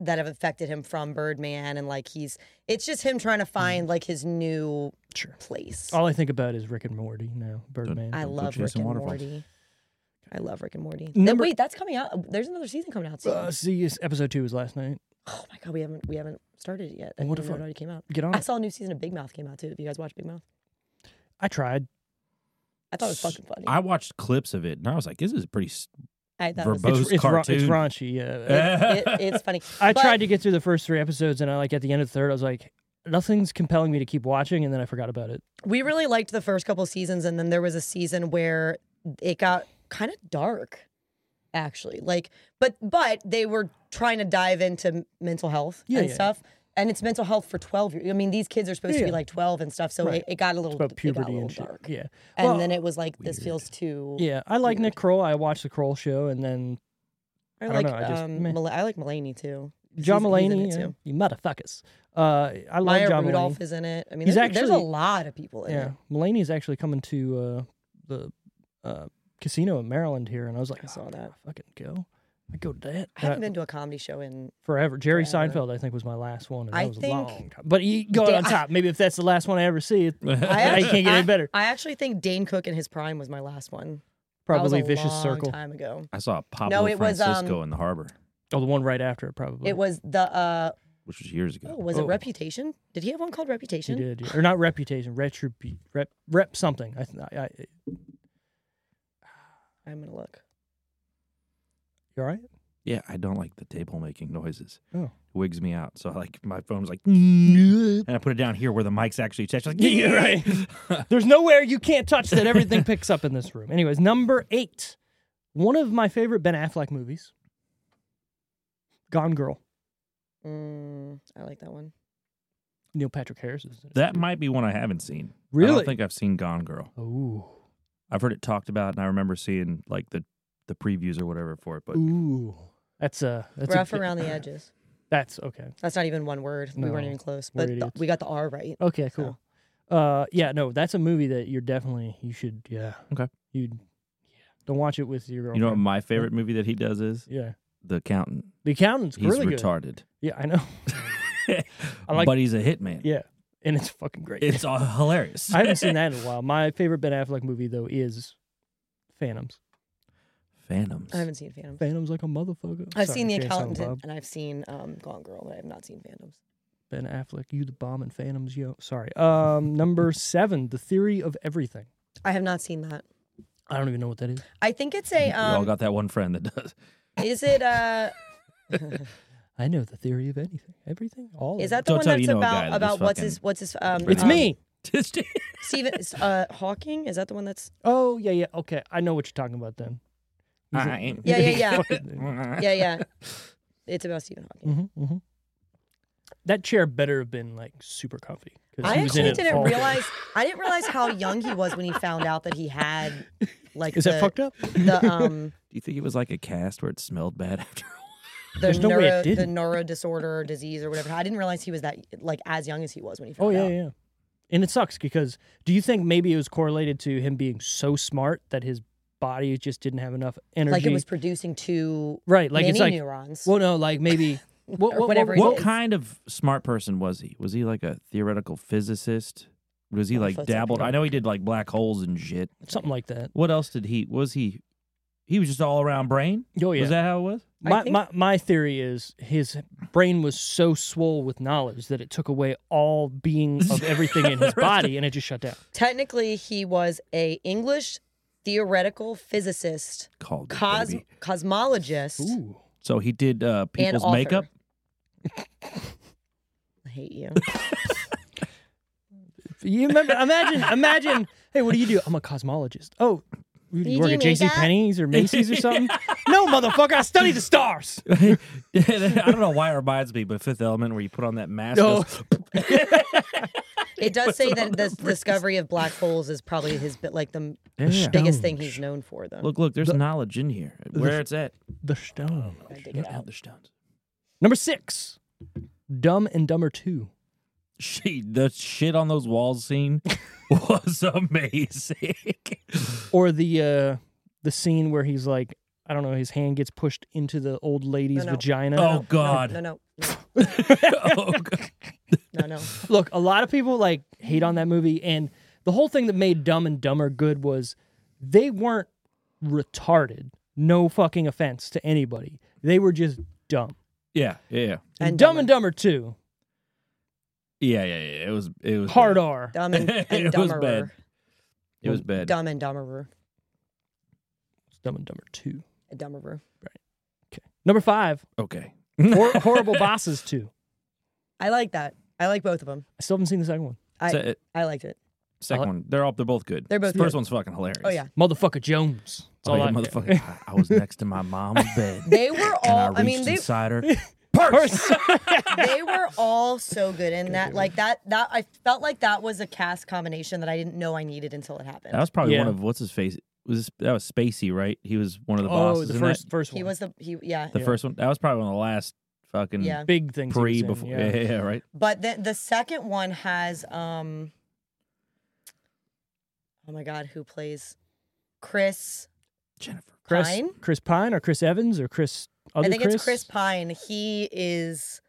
[SPEAKER 4] that have affected him from Birdman and like he's it's just him trying to find like his new
[SPEAKER 2] Mm-hmm. Sure.
[SPEAKER 4] place.
[SPEAKER 2] All I think about is Rick and Morty now. Birdman.
[SPEAKER 4] I
[SPEAKER 3] Go
[SPEAKER 4] love
[SPEAKER 3] chase
[SPEAKER 4] Rick
[SPEAKER 3] some
[SPEAKER 4] and
[SPEAKER 3] waterfalls.
[SPEAKER 4] Morty. I love Rick and Morty.
[SPEAKER 2] Number-
[SPEAKER 4] Wait, that's coming out. There's another season coming out soon.
[SPEAKER 2] Uh, see, it's- episode two was last night.
[SPEAKER 4] Oh my god, we haven't we haven't started it yet. I
[SPEAKER 2] What the
[SPEAKER 4] didn't know
[SPEAKER 2] fuck?
[SPEAKER 4] it already came out.
[SPEAKER 2] Get on.
[SPEAKER 4] I
[SPEAKER 2] it.
[SPEAKER 4] saw a new season of Big Mouth came out too. If you guys watch Big Mouth,
[SPEAKER 2] I tried.
[SPEAKER 4] I thought it was fucking funny.
[SPEAKER 3] I watched clips of it and I was like, this is pretty. s-
[SPEAKER 4] I thought it,
[SPEAKER 3] Verbose
[SPEAKER 2] it's, it's, ra- it's
[SPEAKER 3] cartoon.
[SPEAKER 2] raunchy. Yeah.
[SPEAKER 4] was, it, it's funny.
[SPEAKER 2] I
[SPEAKER 4] But-
[SPEAKER 2] tried to get through the first three episodes, and I like at the end of the third, I was like, nothing's compelling me to keep watching, and then I forgot about it.
[SPEAKER 4] We really liked the first couple seasons, and then there was a season where it got kind of dark, actually. Like, but but they were trying to dive into m- mental health
[SPEAKER 2] Yeah,
[SPEAKER 4] and
[SPEAKER 2] yeah,
[SPEAKER 4] stuff. And it's mental health for twelve years. I mean, these kids are supposed
[SPEAKER 2] Yeah,
[SPEAKER 4] to be
[SPEAKER 2] yeah.
[SPEAKER 4] like twelve and stuff. So
[SPEAKER 2] Right.
[SPEAKER 4] it, it got a little,
[SPEAKER 2] About
[SPEAKER 4] it got a
[SPEAKER 2] puberty
[SPEAKER 4] little
[SPEAKER 2] and shit.
[SPEAKER 4] dark.
[SPEAKER 2] Yeah.
[SPEAKER 4] And
[SPEAKER 2] Well,
[SPEAKER 4] then it was like, this feels too.
[SPEAKER 2] Yeah, I like
[SPEAKER 4] Weird.
[SPEAKER 2] Nick Kroll. I watched the Kroll show, and then
[SPEAKER 4] I
[SPEAKER 2] don't
[SPEAKER 4] like
[SPEAKER 2] know, I just-
[SPEAKER 4] um,
[SPEAKER 2] meh.
[SPEAKER 4] Mul- I like Mulaney too.
[SPEAKER 2] John
[SPEAKER 4] He's- he's in
[SPEAKER 2] Mulaney.
[SPEAKER 4] it,
[SPEAKER 2] yeah,
[SPEAKER 4] too.
[SPEAKER 2] you motherfuckers. Uh, I love
[SPEAKER 4] Maya
[SPEAKER 2] John
[SPEAKER 4] Rudolph
[SPEAKER 2] Mulaney.
[SPEAKER 4] is in it. I mean,
[SPEAKER 2] He's
[SPEAKER 4] there's, there's a
[SPEAKER 2] actually-
[SPEAKER 4] lot of people in
[SPEAKER 2] yeah,
[SPEAKER 4] it.
[SPEAKER 2] Mulaney is actually coming to uh, the uh, casino in Maryland here, and I was like,
[SPEAKER 4] I saw
[SPEAKER 2] "Oh,
[SPEAKER 4] that.
[SPEAKER 2] Fucking go. I go to that.
[SPEAKER 4] I haven't
[SPEAKER 2] Uh,
[SPEAKER 4] been to a comedy show in.
[SPEAKER 2] forever. Jerry
[SPEAKER 4] forever.
[SPEAKER 2] Seinfeld, I think, was my last one. And
[SPEAKER 4] I
[SPEAKER 2] that was a
[SPEAKER 4] think-
[SPEAKER 2] long time. But you got
[SPEAKER 4] Da-
[SPEAKER 2] on top. Maybe if that's the last one I ever see, it,
[SPEAKER 4] I
[SPEAKER 2] I
[SPEAKER 4] actually,
[SPEAKER 2] can't get
[SPEAKER 4] I,
[SPEAKER 2] any better.
[SPEAKER 4] I actually think Dane Cook in his prime was my last one. That was
[SPEAKER 2] Probably
[SPEAKER 4] a
[SPEAKER 2] Vicious
[SPEAKER 4] long
[SPEAKER 2] Circle.
[SPEAKER 4] Time ago,
[SPEAKER 3] I saw Pablo
[SPEAKER 4] No, it was,
[SPEAKER 3] Francisco
[SPEAKER 4] um,
[SPEAKER 3] in the harbor,
[SPEAKER 2] Oh, the one right after it, probably.
[SPEAKER 4] it was the. uh
[SPEAKER 3] which was years
[SPEAKER 4] oh,
[SPEAKER 3] ago.
[SPEAKER 4] Was
[SPEAKER 2] Oh.
[SPEAKER 4] it Reputation? Did he have one called
[SPEAKER 2] He
[SPEAKER 4] Reputation?
[SPEAKER 2] did, yeah. or not reputation, retribu rep, rep something. I, th- I, I
[SPEAKER 4] I'm gonna look.
[SPEAKER 2] you all right?
[SPEAKER 3] Yeah, I don't like the table making noises.
[SPEAKER 2] Oh.
[SPEAKER 3] It wigs me out. So like my phone's like, and I put it down here where the mic's actually touched. Like,
[SPEAKER 2] Yeah, right. There's nowhere you can't touch that everything picks up in this room. Anyways, number eight, one of my favorite Ben Affleck movies, Gone Girl.
[SPEAKER 4] Mm, I like that one.
[SPEAKER 2] Neil Patrick Harris is in it.
[SPEAKER 3] That might be one I haven't seen. I
[SPEAKER 2] Really?
[SPEAKER 3] don't think I've seen Gone Girl.
[SPEAKER 2] Ooh,
[SPEAKER 3] I've heard it talked about, and I remember seeing like the the previews or whatever for it. But
[SPEAKER 2] ooh, that's a that's
[SPEAKER 4] Rough
[SPEAKER 2] a,
[SPEAKER 4] around the edges.
[SPEAKER 2] That's okay.
[SPEAKER 4] That's not even one word. We weren't
[SPEAKER 2] No,
[SPEAKER 4] even close.
[SPEAKER 2] we're
[SPEAKER 4] But the-
[SPEAKER 2] idiots.
[SPEAKER 4] we got the R right.
[SPEAKER 2] Okay, cool. Uh, yeah, no, that's a movie that you're definitely you should. Yeah.
[SPEAKER 3] Okay.
[SPEAKER 2] You, yeah. Don't watch it with your girlfriend.
[SPEAKER 3] you know what my favorite movie that he does is
[SPEAKER 2] yeah.
[SPEAKER 3] The Accountant.
[SPEAKER 2] The accountant's
[SPEAKER 3] He's
[SPEAKER 2] really good.
[SPEAKER 3] retarded,
[SPEAKER 2] Yeah, I know. I like-
[SPEAKER 3] but he's a hitman.
[SPEAKER 2] Yeah, and it's fucking great.
[SPEAKER 3] It's all hilarious.
[SPEAKER 2] I haven't seen that in a while. My favorite Ben Affleck movie though is Phantoms.
[SPEAKER 3] Phantoms.
[SPEAKER 4] I haven't seen Phantoms.
[SPEAKER 2] Phantoms like a motherfucker.
[SPEAKER 4] I've
[SPEAKER 2] Sorry,
[SPEAKER 4] seen The
[SPEAKER 2] Jay and Silent
[SPEAKER 4] Accountant
[SPEAKER 2] Bob.
[SPEAKER 4] and I've seen um, Gone Girl, but I have not seen Phantoms.
[SPEAKER 2] Ben Affleck, you the bomb and Phantoms, yo. Sorry. Um, number seven, The Theory of Everything.
[SPEAKER 4] I have not seen that.
[SPEAKER 2] I don't even know what that is.
[SPEAKER 4] I think it's a.
[SPEAKER 3] we all
[SPEAKER 4] Um,
[SPEAKER 3] got that one friend that does.
[SPEAKER 4] is it uh
[SPEAKER 2] I know the theory of anything, everything, all.
[SPEAKER 4] is
[SPEAKER 2] of
[SPEAKER 4] that the
[SPEAKER 3] Don't
[SPEAKER 4] one
[SPEAKER 3] tell
[SPEAKER 4] that's
[SPEAKER 3] you know a guy
[SPEAKER 4] about
[SPEAKER 3] that was
[SPEAKER 4] about what's
[SPEAKER 3] fucking-
[SPEAKER 4] his what's his um
[SPEAKER 2] it. It's
[SPEAKER 4] um,
[SPEAKER 2] me.
[SPEAKER 4] Stephen uh Hawking is that the one that's
[SPEAKER 2] Oh yeah, yeah. Okay, I know what you're talking about then. He's a-
[SPEAKER 3] Alright.
[SPEAKER 4] Yeah, yeah, yeah.
[SPEAKER 2] Fucking-
[SPEAKER 4] yeah yeah it's about Stephen Hawking.
[SPEAKER 2] Mhm, mhm. That chair better have been like super comfy. 'cause
[SPEAKER 4] I
[SPEAKER 2] he was in
[SPEAKER 4] actually
[SPEAKER 2] it
[SPEAKER 4] didn't
[SPEAKER 2] all day.
[SPEAKER 4] realize I didn't realize how young he was when he found out that he had like
[SPEAKER 2] Is
[SPEAKER 4] the,
[SPEAKER 2] that fucked up?
[SPEAKER 4] the um
[SPEAKER 3] Do you think it was like a cast where it smelled bad after?
[SPEAKER 4] the
[SPEAKER 2] There's no
[SPEAKER 4] neuro
[SPEAKER 2] way it
[SPEAKER 4] the
[SPEAKER 2] didn't.
[SPEAKER 4] neuro disorder or disease or whatever. I didn't realize he was that like as young as he was when he
[SPEAKER 2] Oh
[SPEAKER 4] found
[SPEAKER 2] yeah,
[SPEAKER 4] out.
[SPEAKER 2] yeah. And it sucks because do you think maybe it was correlated to him being so smart that his body just didn't have enough energy?
[SPEAKER 4] Like it was producing two
[SPEAKER 2] right. Like
[SPEAKER 4] mini
[SPEAKER 2] it's like
[SPEAKER 4] neurons.
[SPEAKER 2] well, no, like maybe what,
[SPEAKER 4] Or
[SPEAKER 2] what-
[SPEAKER 4] whatever
[SPEAKER 2] what-
[SPEAKER 4] it
[SPEAKER 3] What
[SPEAKER 4] is.
[SPEAKER 3] kind of smart person was he? Was he like a theoretical physicist? Was he
[SPEAKER 4] Oh,
[SPEAKER 3] like
[SPEAKER 4] that's
[SPEAKER 3] dabbled?
[SPEAKER 4] okay.
[SPEAKER 3] I know he did like black holes and shit.
[SPEAKER 2] something like that.
[SPEAKER 3] What else did he? Was he? He was just all around brain.
[SPEAKER 2] Oh yeah.
[SPEAKER 3] Was that how it was?
[SPEAKER 4] I
[SPEAKER 2] my,
[SPEAKER 4] think-
[SPEAKER 2] my my theory is his brain was so swole with knowledge that it took away all being of everything in his body and it just shut down.
[SPEAKER 4] Technically, he was a English theoretical physicist,
[SPEAKER 3] Called it,
[SPEAKER 4] cos-
[SPEAKER 3] baby.
[SPEAKER 4] cosmologist.
[SPEAKER 2] Ooh.
[SPEAKER 3] So he did uh, people's
[SPEAKER 4] author.
[SPEAKER 3] makeup.
[SPEAKER 4] I hate you.
[SPEAKER 2] You remember? Imagine, imagine. Hey, what do you do? I'm a cosmologist. Oh, Who do
[SPEAKER 4] Did
[SPEAKER 2] you work
[SPEAKER 4] you
[SPEAKER 2] at
[SPEAKER 4] make
[SPEAKER 2] J.C.
[SPEAKER 4] that?
[SPEAKER 2] Penney's or Macy's or something? no, motherfucker, I study the stars.
[SPEAKER 3] I don't know why it reminds me, but Fifth Element, where you put on that mask.
[SPEAKER 2] No.
[SPEAKER 3] goes,
[SPEAKER 4] It does say that the discovery of black holes is probably his bit like the m-
[SPEAKER 3] Yeah, yeah.
[SPEAKER 4] biggest thing he's known for. Though
[SPEAKER 3] Look, look, there's knowledge in here. Where it's at.
[SPEAKER 2] The stone.
[SPEAKER 4] I dig it out.
[SPEAKER 3] Elder Stones.
[SPEAKER 2] Number six, Dumb and Dumber 2.
[SPEAKER 3] She, the shit on those walls scene was amazing.
[SPEAKER 2] Or the uh, the scene where he's like, I don't know, his hand gets pushed into the old lady's
[SPEAKER 4] no.
[SPEAKER 2] vagina.
[SPEAKER 3] oh,
[SPEAKER 4] No,
[SPEAKER 3] God.
[SPEAKER 4] No, no, no,
[SPEAKER 3] oh, God.
[SPEAKER 4] no, no.
[SPEAKER 2] Look, a lot of people like hate on that movie, and the whole thing that made Dumb and Dumber good was they weren't retarded. No fucking offense to anybody. They were just dumb.
[SPEAKER 3] Yeah, yeah, yeah.
[SPEAKER 2] And,
[SPEAKER 4] And
[SPEAKER 2] Dumb and Dumber Two,
[SPEAKER 3] Yeah, yeah, yeah. It was, it was
[SPEAKER 2] hard
[SPEAKER 3] bad.
[SPEAKER 2] R.
[SPEAKER 4] Dumb and, and
[SPEAKER 3] It was bad.
[SPEAKER 4] dumberer.
[SPEAKER 3] It was bad.
[SPEAKER 4] Dumb and dumberer.
[SPEAKER 2] Dumb and Dumber Two.
[SPEAKER 4] Dumberer.
[SPEAKER 2] Number five,
[SPEAKER 3] Okay.
[SPEAKER 2] Hor- Horrible Bosses Two.
[SPEAKER 4] I like that. I like both of them.
[SPEAKER 2] I still haven't seen the second one.
[SPEAKER 4] I
[SPEAKER 3] Se- uh,
[SPEAKER 4] I liked it.
[SPEAKER 3] second
[SPEAKER 2] I'll-
[SPEAKER 3] one. They're all, they're both good.
[SPEAKER 4] They're both
[SPEAKER 3] First
[SPEAKER 4] good.
[SPEAKER 3] one's fucking hilarious.
[SPEAKER 4] Oh yeah,
[SPEAKER 2] Motherfucker Jones. That's
[SPEAKER 3] Oh,
[SPEAKER 2] all
[SPEAKER 3] yeah,
[SPEAKER 2] I-
[SPEAKER 3] motherfucker. I, I was next to my mom's bed.
[SPEAKER 4] they were
[SPEAKER 3] and I
[SPEAKER 4] all.
[SPEAKER 3] reached
[SPEAKER 4] I, mean, they
[SPEAKER 3] inside her.
[SPEAKER 2] Purse.
[SPEAKER 4] they were all so good in that. Like that. That I felt like that was a cast combination that I didn't know I needed until it happened.
[SPEAKER 3] That was probably one
[SPEAKER 2] Yeah.
[SPEAKER 3] of what's his face. Was that was Spacey, right? He was one of the
[SPEAKER 2] oh,
[SPEAKER 3] bosses.
[SPEAKER 2] the
[SPEAKER 3] in
[SPEAKER 2] first
[SPEAKER 3] that,
[SPEAKER 2] first one.
[SPEAKER 4] he was the he yeah
[SPEAKER 3] the
[SPEAKER 2] yeah.
[SPEAKER 3] first one. That was probably one of the last fucking
[SPEAKER 4] yeah.
[SPEAKER 2] big things. he was
[SPEAKER 3] pre
[SPEAKER 2] in,
[SPEAKER 3] before.
[SPEAKER 2] yeah.
[SPEAKER 3] Yeah. yeah, yeah, right.
[SPEAKER 4] But the the second one has um. Oh my God, who plays Chris?
[SPEAKER 3] Jennifer.
[SPEAKER 2] Chris
[SPEAKER 4] Pine?
[SPEAKER 2] Chris Pine or Chris Evans or Chris. Other
[SPEAKER 4] I think
[SPEAKER 2] Chris?
[SPEAKER 4] it's Chris Pine. He is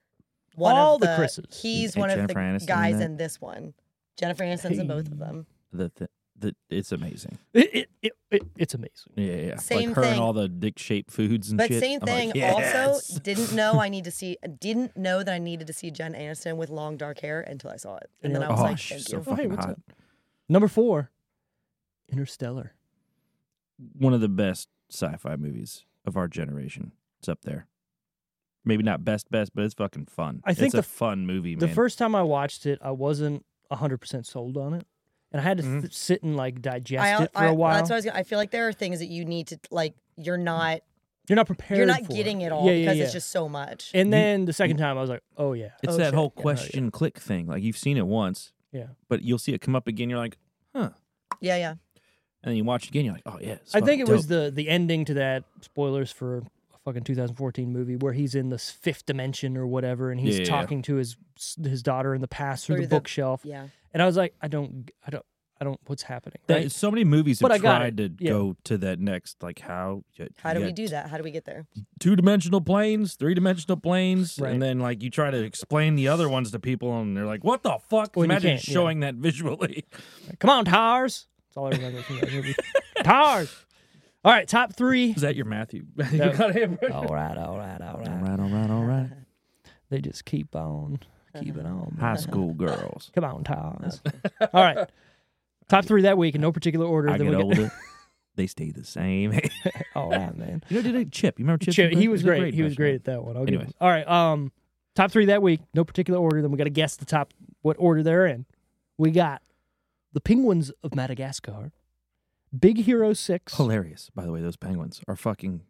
[SPEAKER 4] one
[SPEAKER 2] All
[SPEAKER 4] of
[SPEAKER 2] the
[SPEAKER 4] the,
[SPEAKER 2] Chrises.
[SPEAKER 4] He's
[SPEAKER 3] And
[SPEAKER 4] one of the
[SPEAKER 3] Jennifer Aniston in
[SPEAKER 4] guys
[SPEAKER 3] that.
[SPEAKER 4] in this one. Jennifer Aniston's in both of them.
[SPEAKER 3] The, the, the it's amazing.
[SPEAKER 2] It, it, it, it, it's amazing.
[SPEAKER 3] Yeah, yeah. yeah.
[SPEAKER 4] Same
[SPEAKER 3] like her and
[SPEAKER 4] thing.
[SPEAKER 3] all the dick shaped foods and
[SPEAKER 4] But
[SPEAKER 3] shit.
[SPEAKER 4] same
[SPEAKER 3] I'm like,
[SPEAKER 4] thing.
[SPEAKER 3] yes.
[SPEAKER 4] Also, didn't know I need to see. Didn't know that I needed to see Jen Aniston with long dark hair until I saw it, and,
[SPEAKER 2] And
[SPEAKER 4] then
[SPEAKER 2] you're
[SPEAKER 4] I was
[SPEAKER 3] oh,
[SPEAKER 4] like,
[SPEAKER 3] she's
[SPEAKER 4] "Thank
[SPEAKER 3] so
[SPEAKER 2] Oh, hey,
[SPEAKER 4] you."
[SPEAKER 3] fucking
[SPEAKER 2] what's
[SPEAKER 3] hot.
[SPEAKER 2] up? Number four, Interstellar.
[SPEAKER 3] One of the best sci-fi movies of our generation. It's up there. Maybe not best best, but it's fucking fun.
[SPEAKER 2] I think
[SPEAKER 3] it's
[SPEAKER 2] the
[SPEAKER 3] a
[SPEAKER 2] f-
[SPEAKER 3] fun movie,
[SPEAKER 2] The
[SPEAKER 3] man.
[SPEAKER 2] first time I watched it, I wasn't 100% sold on it. And I had to
[SPEAKER 3] Mm-hmm.
[SPEAKER 2] th- sit and like digest
[SPEAKER 4] I,
[SPEAKER 2] it for a
[SPEAKER 4] I-
[SPEAKER 2] while.
[SPEAKER 4] That's what I was. Gonna, I feel like there are things that you need to like. You're not.
[SPEAKER 2] You're not prepared.
[SPEAKER 4] You're not
[SPEAKER 2] for
[SPEAKER 4] getting it all
[SPEAKER 2] Yeah, yeah,
[SPEAKER 4] because
[SPEAKER 2] yeah.
[SPEAKER 4] it's just so much.
[SPEAKER 2] And then the second time, I was like, oh, yeah.
[SPEAKER 3] It's
[SPEAKER 4] Oh,
[SPEAKER 3] that
[SPEAKER 4] shit.
[SPEAKER 3] whole
[SPEAKER 2] Yeah, yeah.
[SPEAKER 3] question click thing. Like you've seen it once,
[SPEAKER 2] Yeah.
[SPEAKER 3] but you'll see it come up again. You're like, huh.
[SPEAKER 4] yeah, yeah.
[SPEAKER 3] And then you watch it again. You're like, oh yeah. it's
[SPEAKER 2] I think
[SPEAKER 3] fucking
[SPEAKER 2] it was
[SPEAKER 3] dope.
[SPEAKER 2] the, the ending to that, spoilers for a fucking 2014 movie, where he's in this fifth dimension or whatever, and he's
[SPEAKER 3] Yeah, yeah, yeah.
[SPEAKER 2] talking to his his daughter in the past through,
[SPEAKER 4] Through
[SPEAKER 2] the
[SPEAKER 4] the-
[SPEAKER 2] bookshelf.
[SPEAKER 4] Yeah.
[SPEAKER 2] And I was like, I don't, I don't, I don't, what's happening?
[SPEAKER 3] That-
[SPEAKER 2] Right?
[SPEAKER 3] so many movies
[SPEAKER 2] But I
[SPEAKER 3] have
[SPEAKER 2] got
[SPEAKER 3] tried to
[SPEAKER 2] it. Yeah.
[SPEAKER 3] go to that next. Like how? you-
[SPEAKER 4] How do
[SPEAKER 3] you
[SPEAKER 4] we
[SPEAKER 3] got
[SPEAKER 4] do that? How do we get there?
[SPEAKER 3] Two dimensional planes, three dimensional planes,
[SPEAKER 2] Right.
[SPEAKER 3] and then like you try to explain the other ones to people, and they're like, what the fuck?
[SPEAKER 2] Well, you
[SPEAKER 3] Imagine
[SPEAKER 2] can't, yeah.
[SPEAKER 3] showing that visually.
[SPEAKER 2] Come on, Tars. That's all I remember from that movie. Tars. All right, top three.
[SPEAKER 3] Is that your Matthew?
[SPEAKER 2] No.
[SPEAKER 3] you got him.
[SPEAKER 2] All right, all right, all
[SPEAKER 3] All right, all right, all right.
[SPEAKER 2] They just keep on, keep it on.
[SPEAKER 3] High school girls.
[SPEAKER 2] Come on, Tars. All right. Top three that week in no particular order.
[SPEAKER 3] I
[SPEAKER 2] then
[SPEAKER 3] get
[SPEAKER 2] we got-
[SPEAKER 3] older. They stay the same. you
[SPEAKER 2] all right, man.
[SPEAKER 3] know, did it Chip? You remember Chip?
[SPEAKER 2] Chip, he was great. He was great at that one. I'll give him-
[SPEAKER 3] Anyways.
[SPEAKER 2] All right. Um, top three that week, no particular order. Then we got to guess the top what order they're in. We got the Penguins of Madagascar, Big Hero Six.
[SPEAKER 3] Hilarious, by the way. Those penguins are fucking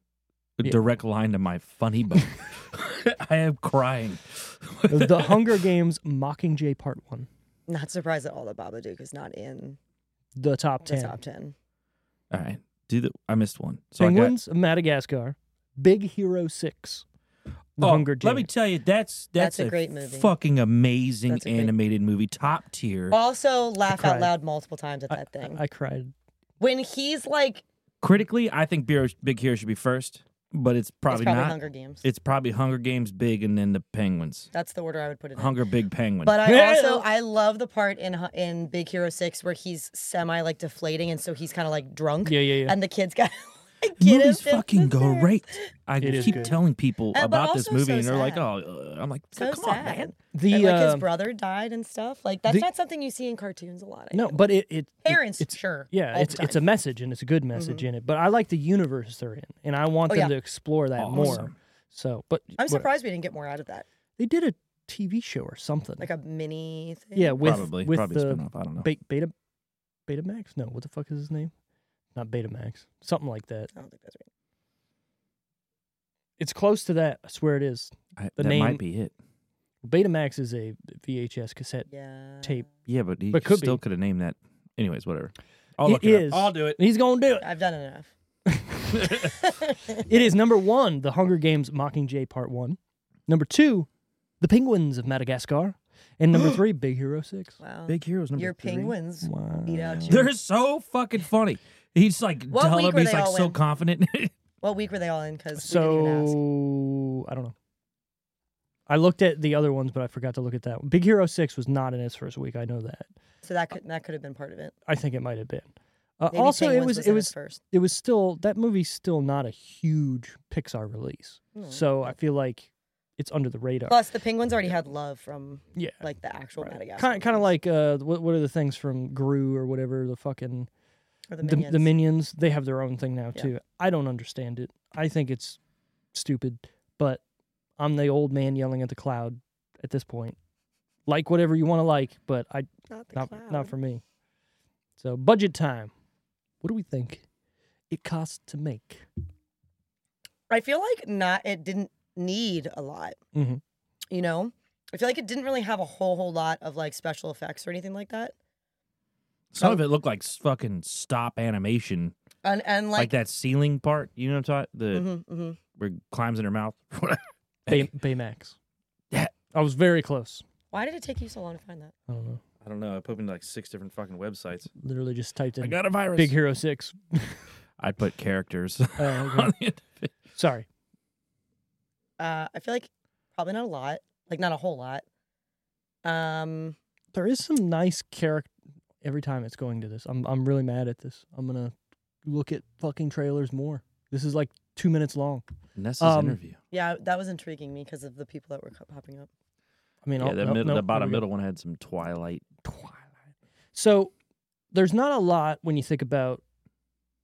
[SPEAKER 3] a
[SPEAKER 2] Yeah.
[SPEAKER 3] direct line to my funny bone. I am crying.
[SPEAKER 2] the Hunger Games Mockingjay Part One,
[SPEAKER 4] Not surprised at all that Babadook is not in
[SPEAKER 2] the top
[SPEAKER 4] the
[SPEAKER 2] ten.
[SPEAKER 4] top ten.
[SPEAKER 3] All right, do the. I missed one. So
[SPEAKER 2] Penguins of Madagascar, Big Hero Six,
[SPEAKER 3] I
[SPEAKER 2] The
[SPEAKER 3] got, oh,
[SPEAKER 2] Hunger
[SPEAKER 3] Let me
[SPEAKER 2] Games.
[SPEAKER 3] tell you, that's that's,
[SPEAKER 4] That's a great movie.
[SPEAKER 3] Fucking amazing
[SPEAKER 4] That's a great- Oh.
[SPEAKER 3] animated movie, top tier.
[SPEAKER 4] Also, laugh
[SPEAKER 2] cried.
[SPEAKER 4] out loud multiple times at
[SPEAKER 2] I-
[SPEAKER 4] that thing.
[SPEAKER 2] I, I cried.
[SPEAKER 4] when he's like,
[SPEAKER 3] Critically, I think Big Hero, Big Hero should be first, but it's probably,
[SPEAKER 4] it's probably
[SPEAKER 3] not.
[SPEAKER 4] Hunger Games.
[SPEAKER 3] It's probably Hunger Games, Big, and then the Penguins.
[SPEAKER 4] That's the order I would put it in.
[SPEAKER 3] Hunger, Big, Penguin.
[SPEAKER 4] But I
[SPEAKER 2] Yeah.
[SPEAKER 4] also I love the part in Hu- in Big Hero Six where he's semi like deflating, and so he's kind of like drunk,
[SPEAKER 2] Yeah, yeah, yeah.
[SPEAKER 4] and the kids got. Get
[SPEAKER 3] The
[SPEAKER 4] him
[SPEAKER 3] movie's
[SPEAKER 4] down
[SPEAKER 3] fucking
[SPEAKER 4] the stairs.
[SPEAKER 3] great. I
[SPEAKER 2] is
[SPEAKER 3] keep
[SPEAKER 2] good.
[SPEAKER 3] telling people
[SPEAKER 4] Uh, but
[SPEAKER 3] about this
[SPEAKER 4] also
[SPEAKER 3] movie,
[SPEAKER 4] so
[SPEAKER 3] and they're like,
[SPEAKER 4] sad.
[SPEAKER 3] "Oh," uh, I'm like,
[SPEAKER 4] So
[SPEAKER 3] "Come
[SPEAKER 4] sad.
[SPEAKER 3] on, man."
[SPEAKER 2] The
[SPEAKER 4] and, like his
[SPEAKER 2] uh,
[SPEAKER 4] brother died and stuff. Like that's
[SPEAKER 2] the-
[SPEAKER 4] not something you see in cartoons a lot. I
[SPEAKER 2] no,
[SPEAKER 4] feel.
[SPEAKER 2] but it, it it-
[SPEAKER 4] parents,
[SPEAKER 2] it's
[SPEAKER 4] sure. all
[SPEAKER 2] yeah,
[SPEAKER 4] the
[SPEAKER 2] it's it's a
[SPEAKER 4] time. Mm-hmm.
[SPEAKER 2] message and it's a good message in it. But I like the universe they're in, and I want
[SPEAKER 4] Oh,
[SPEAKER 2] them to
[SPEAKER 4] yeah.
[SPEAKER 2] explore that more.
[SPEAKER 3] Awesome.
[SPEAKER 2] So, but
[SPEAKER 4] I'm
[SPEAKER 2] what-
[SPEAKER 4] surprised we didn't get more out of that,
[SPEAKER 2] they did a TV show or something.
[SPEAKER 4] like a mini thing.
[SPEAKER 2] yeah, with
[SPEAKER 3] probably,
[SPEAKER 2] with
[SPEAKER 3] probably
[SPEAKER 2] the
[SPEAKER 3] spin off. I don't know.
[SPEAKER 2] Be- Beta Beta Max. No, what the fuck is his name? not Betamax, something like that.
[SPEAKER 4] I don't think that's right.
[SPEAKER 2] It's close to that. I swear it is.
[SPEAKER 3] I,
[SPEAKER 2] The
[SPEAKER 3] that
[SPEAKER 2] name-
[SPEAKER 3] might be it.
[SPEAKER 2] Betamax is a VHS cassette
[SPEAKER 4] Yeah.
[SPEAKER 2] tape.
[SPEAKER 3] Yeah, but he
[SPEAKER 2] But could
[SPEAKER 3] still
[SPEAKER 2] be.
[SPEAKER 3] could have named that. Anyways, whatever. I'll
[SPEAKER 2] It
[SPEAKER 3] look it
[SPEAKER 2] is.
[SPEAKER 3] up. I'll do it.
[SPEAKER 2] He's gonna do it.
[SPEAKER 4] I've done enough.
[SPEAKER 2] It is number one, The Hunger Games Mockingjay Part One. Number two, The Penguins of Madagascar, and number three, Big Hero Six.
[SPEAKER 4] Wow.
[SPEAKER 3] Big heroes number
[SPEAKER 4] Your
[SPEAKER 3] three.
[SPEAKER 4] penguins
[SPEAKER 2] Wow.
[SPEAKER 4] beat out you.
[SPEAKER 3] They're so fucking funny. He's like
[SPEAKER 4] What
[SPEAKER 3] telling
[SPEAKER 4] week
[SPEAKER 3] him
[SPEAKER 4] were
[SPEAKER 3] he's
[SPEAKER 4] they
[SPEAKER 3] like
[SPEAKER 4] all
[SPEAKER 3] so
[SPEAKER 4] in?
[SPEAKER 3] confident.
[SPEAKER 4] What week were they all in? Because we didn't even ask.
[SPEAKER 2] So I don't know. I looked at the other ones, but I forgot to look at that one. Big Hero Six was not in its first week. I know that.
[SPEAKER 4] So that could that could have been part of it.
[SPEAKER 2] I think it might have been. Uh,
[SPEAKER 4] Maybe
[SPEAKER 2] also, it
[SPEAKER 4] Penguins
[SPEAKER 2] was
[SPEAKER 4] in
[SPEAKER 2] it was
[SPEAKER 4] first.
[SPEAKER 2] it was still that movie's still not a huge Pixar release,
[SPEAKER 4] Mm.
[SPEAKER 2] so I feel like it's under the radar.
[SPEAKER 4] Plus, the penguins already had love from
[SPEAKER 2] yeah,
[SPEAKER 4] like the actual Madagascar.
[SPEAKER 2] kind kind of
[SPEAKER 4] movies,
[SPEAKER 2] like uh, what what are the things from Gru or whatever the fucking
[SPEAKER 4] or the
[SPEAKER 2] the,
[SPEAKER 4] minions.
[SPEAKER 2] the minions they have their own thing now
[SPEAKER 4] Yeah.
[SPEAKER 2] too i don't understand it i think it's stupid but i'm the old man yelling at the cloud at this point like whatever you want to like but i
[SPEAKER 4] not, the
[SPEAKER 2] not,
[SPEAKER 4] clown.
[SPEAKER 2] not for me so budget time what do we think it costs to make
[SPEAKER 4] I feel like not. It didn't need a lot.
[SPEAKER 3] Mm-hmm.
[SPEAKER 2] Mhm.
[SPEAKER 4] You know, I feel like it didn't really have a whole whole lot of like special effects or anything like that. Oh.
[SPEAKER 3] Some of it looked like s- fucking stop animation,
[SPEAKER 4] And and
[SPEAKER 3] like,
[SPEAKER 4] like,
[SPEAKER 3] that ceiling part. You know what I'm talking? The
[SPEAKER 4] Mhm, mhm.
[SPEAKER 3] where it climbs in her mouth.
[SPEAKER 2] Bay, baymax
[SPEAKER 3] Yeah.
[SPEAKER 2] i was very close
[SPEAKER 4] Why did it take you so long to find that?
[SPEAKER 2] i don't know
[SPEAKER 3] I don't know. I put into like six different fucking websites.
[SPEAKER 2] literally just typed
[SPEAKER 3] I
[SPEAKER 2] in
[SPEAKER 3] got a virus.
[SPEAKER 2] big hero 6
[SPEAKER 3] I put characters.
[SPEAKER 2] oh, okay.
[SPEAKER 3] on the end of it.
[SPEAKER 2] sorry
[SPEAKER 4] Uh, I feel like probably not a lot. Like not a whole lot. Um,
[SPEAKER 2] there is some nice character every time it's going to this. I'm I'm really mad at this. I'm gonna look at fucking trailers more. This is like two minutes long.
[SPEAKER 3] Nessa's
[SPEAKER 2] Um,
[SPEAKER 3] interview.
[SPEAKER 4] yeah, that was intriguing me because of the people that were co- popping up.
[SPEAKER 2] I mean,
[SPEAKER 3] Yeah,
[SPEAKER 2] I'll-
[SPEAKER 3] the,
[SPEAKER 2] no,
[SPEAKER 3] middle,
[SPEAKER 2] no, here
[SPEAKER 3] the bottom
[SPEAKER 2] we go.
[SPEAKER 3] middle one had some Twilight.
[SPEAKER 2] Twilight. So there's not a lot when you think about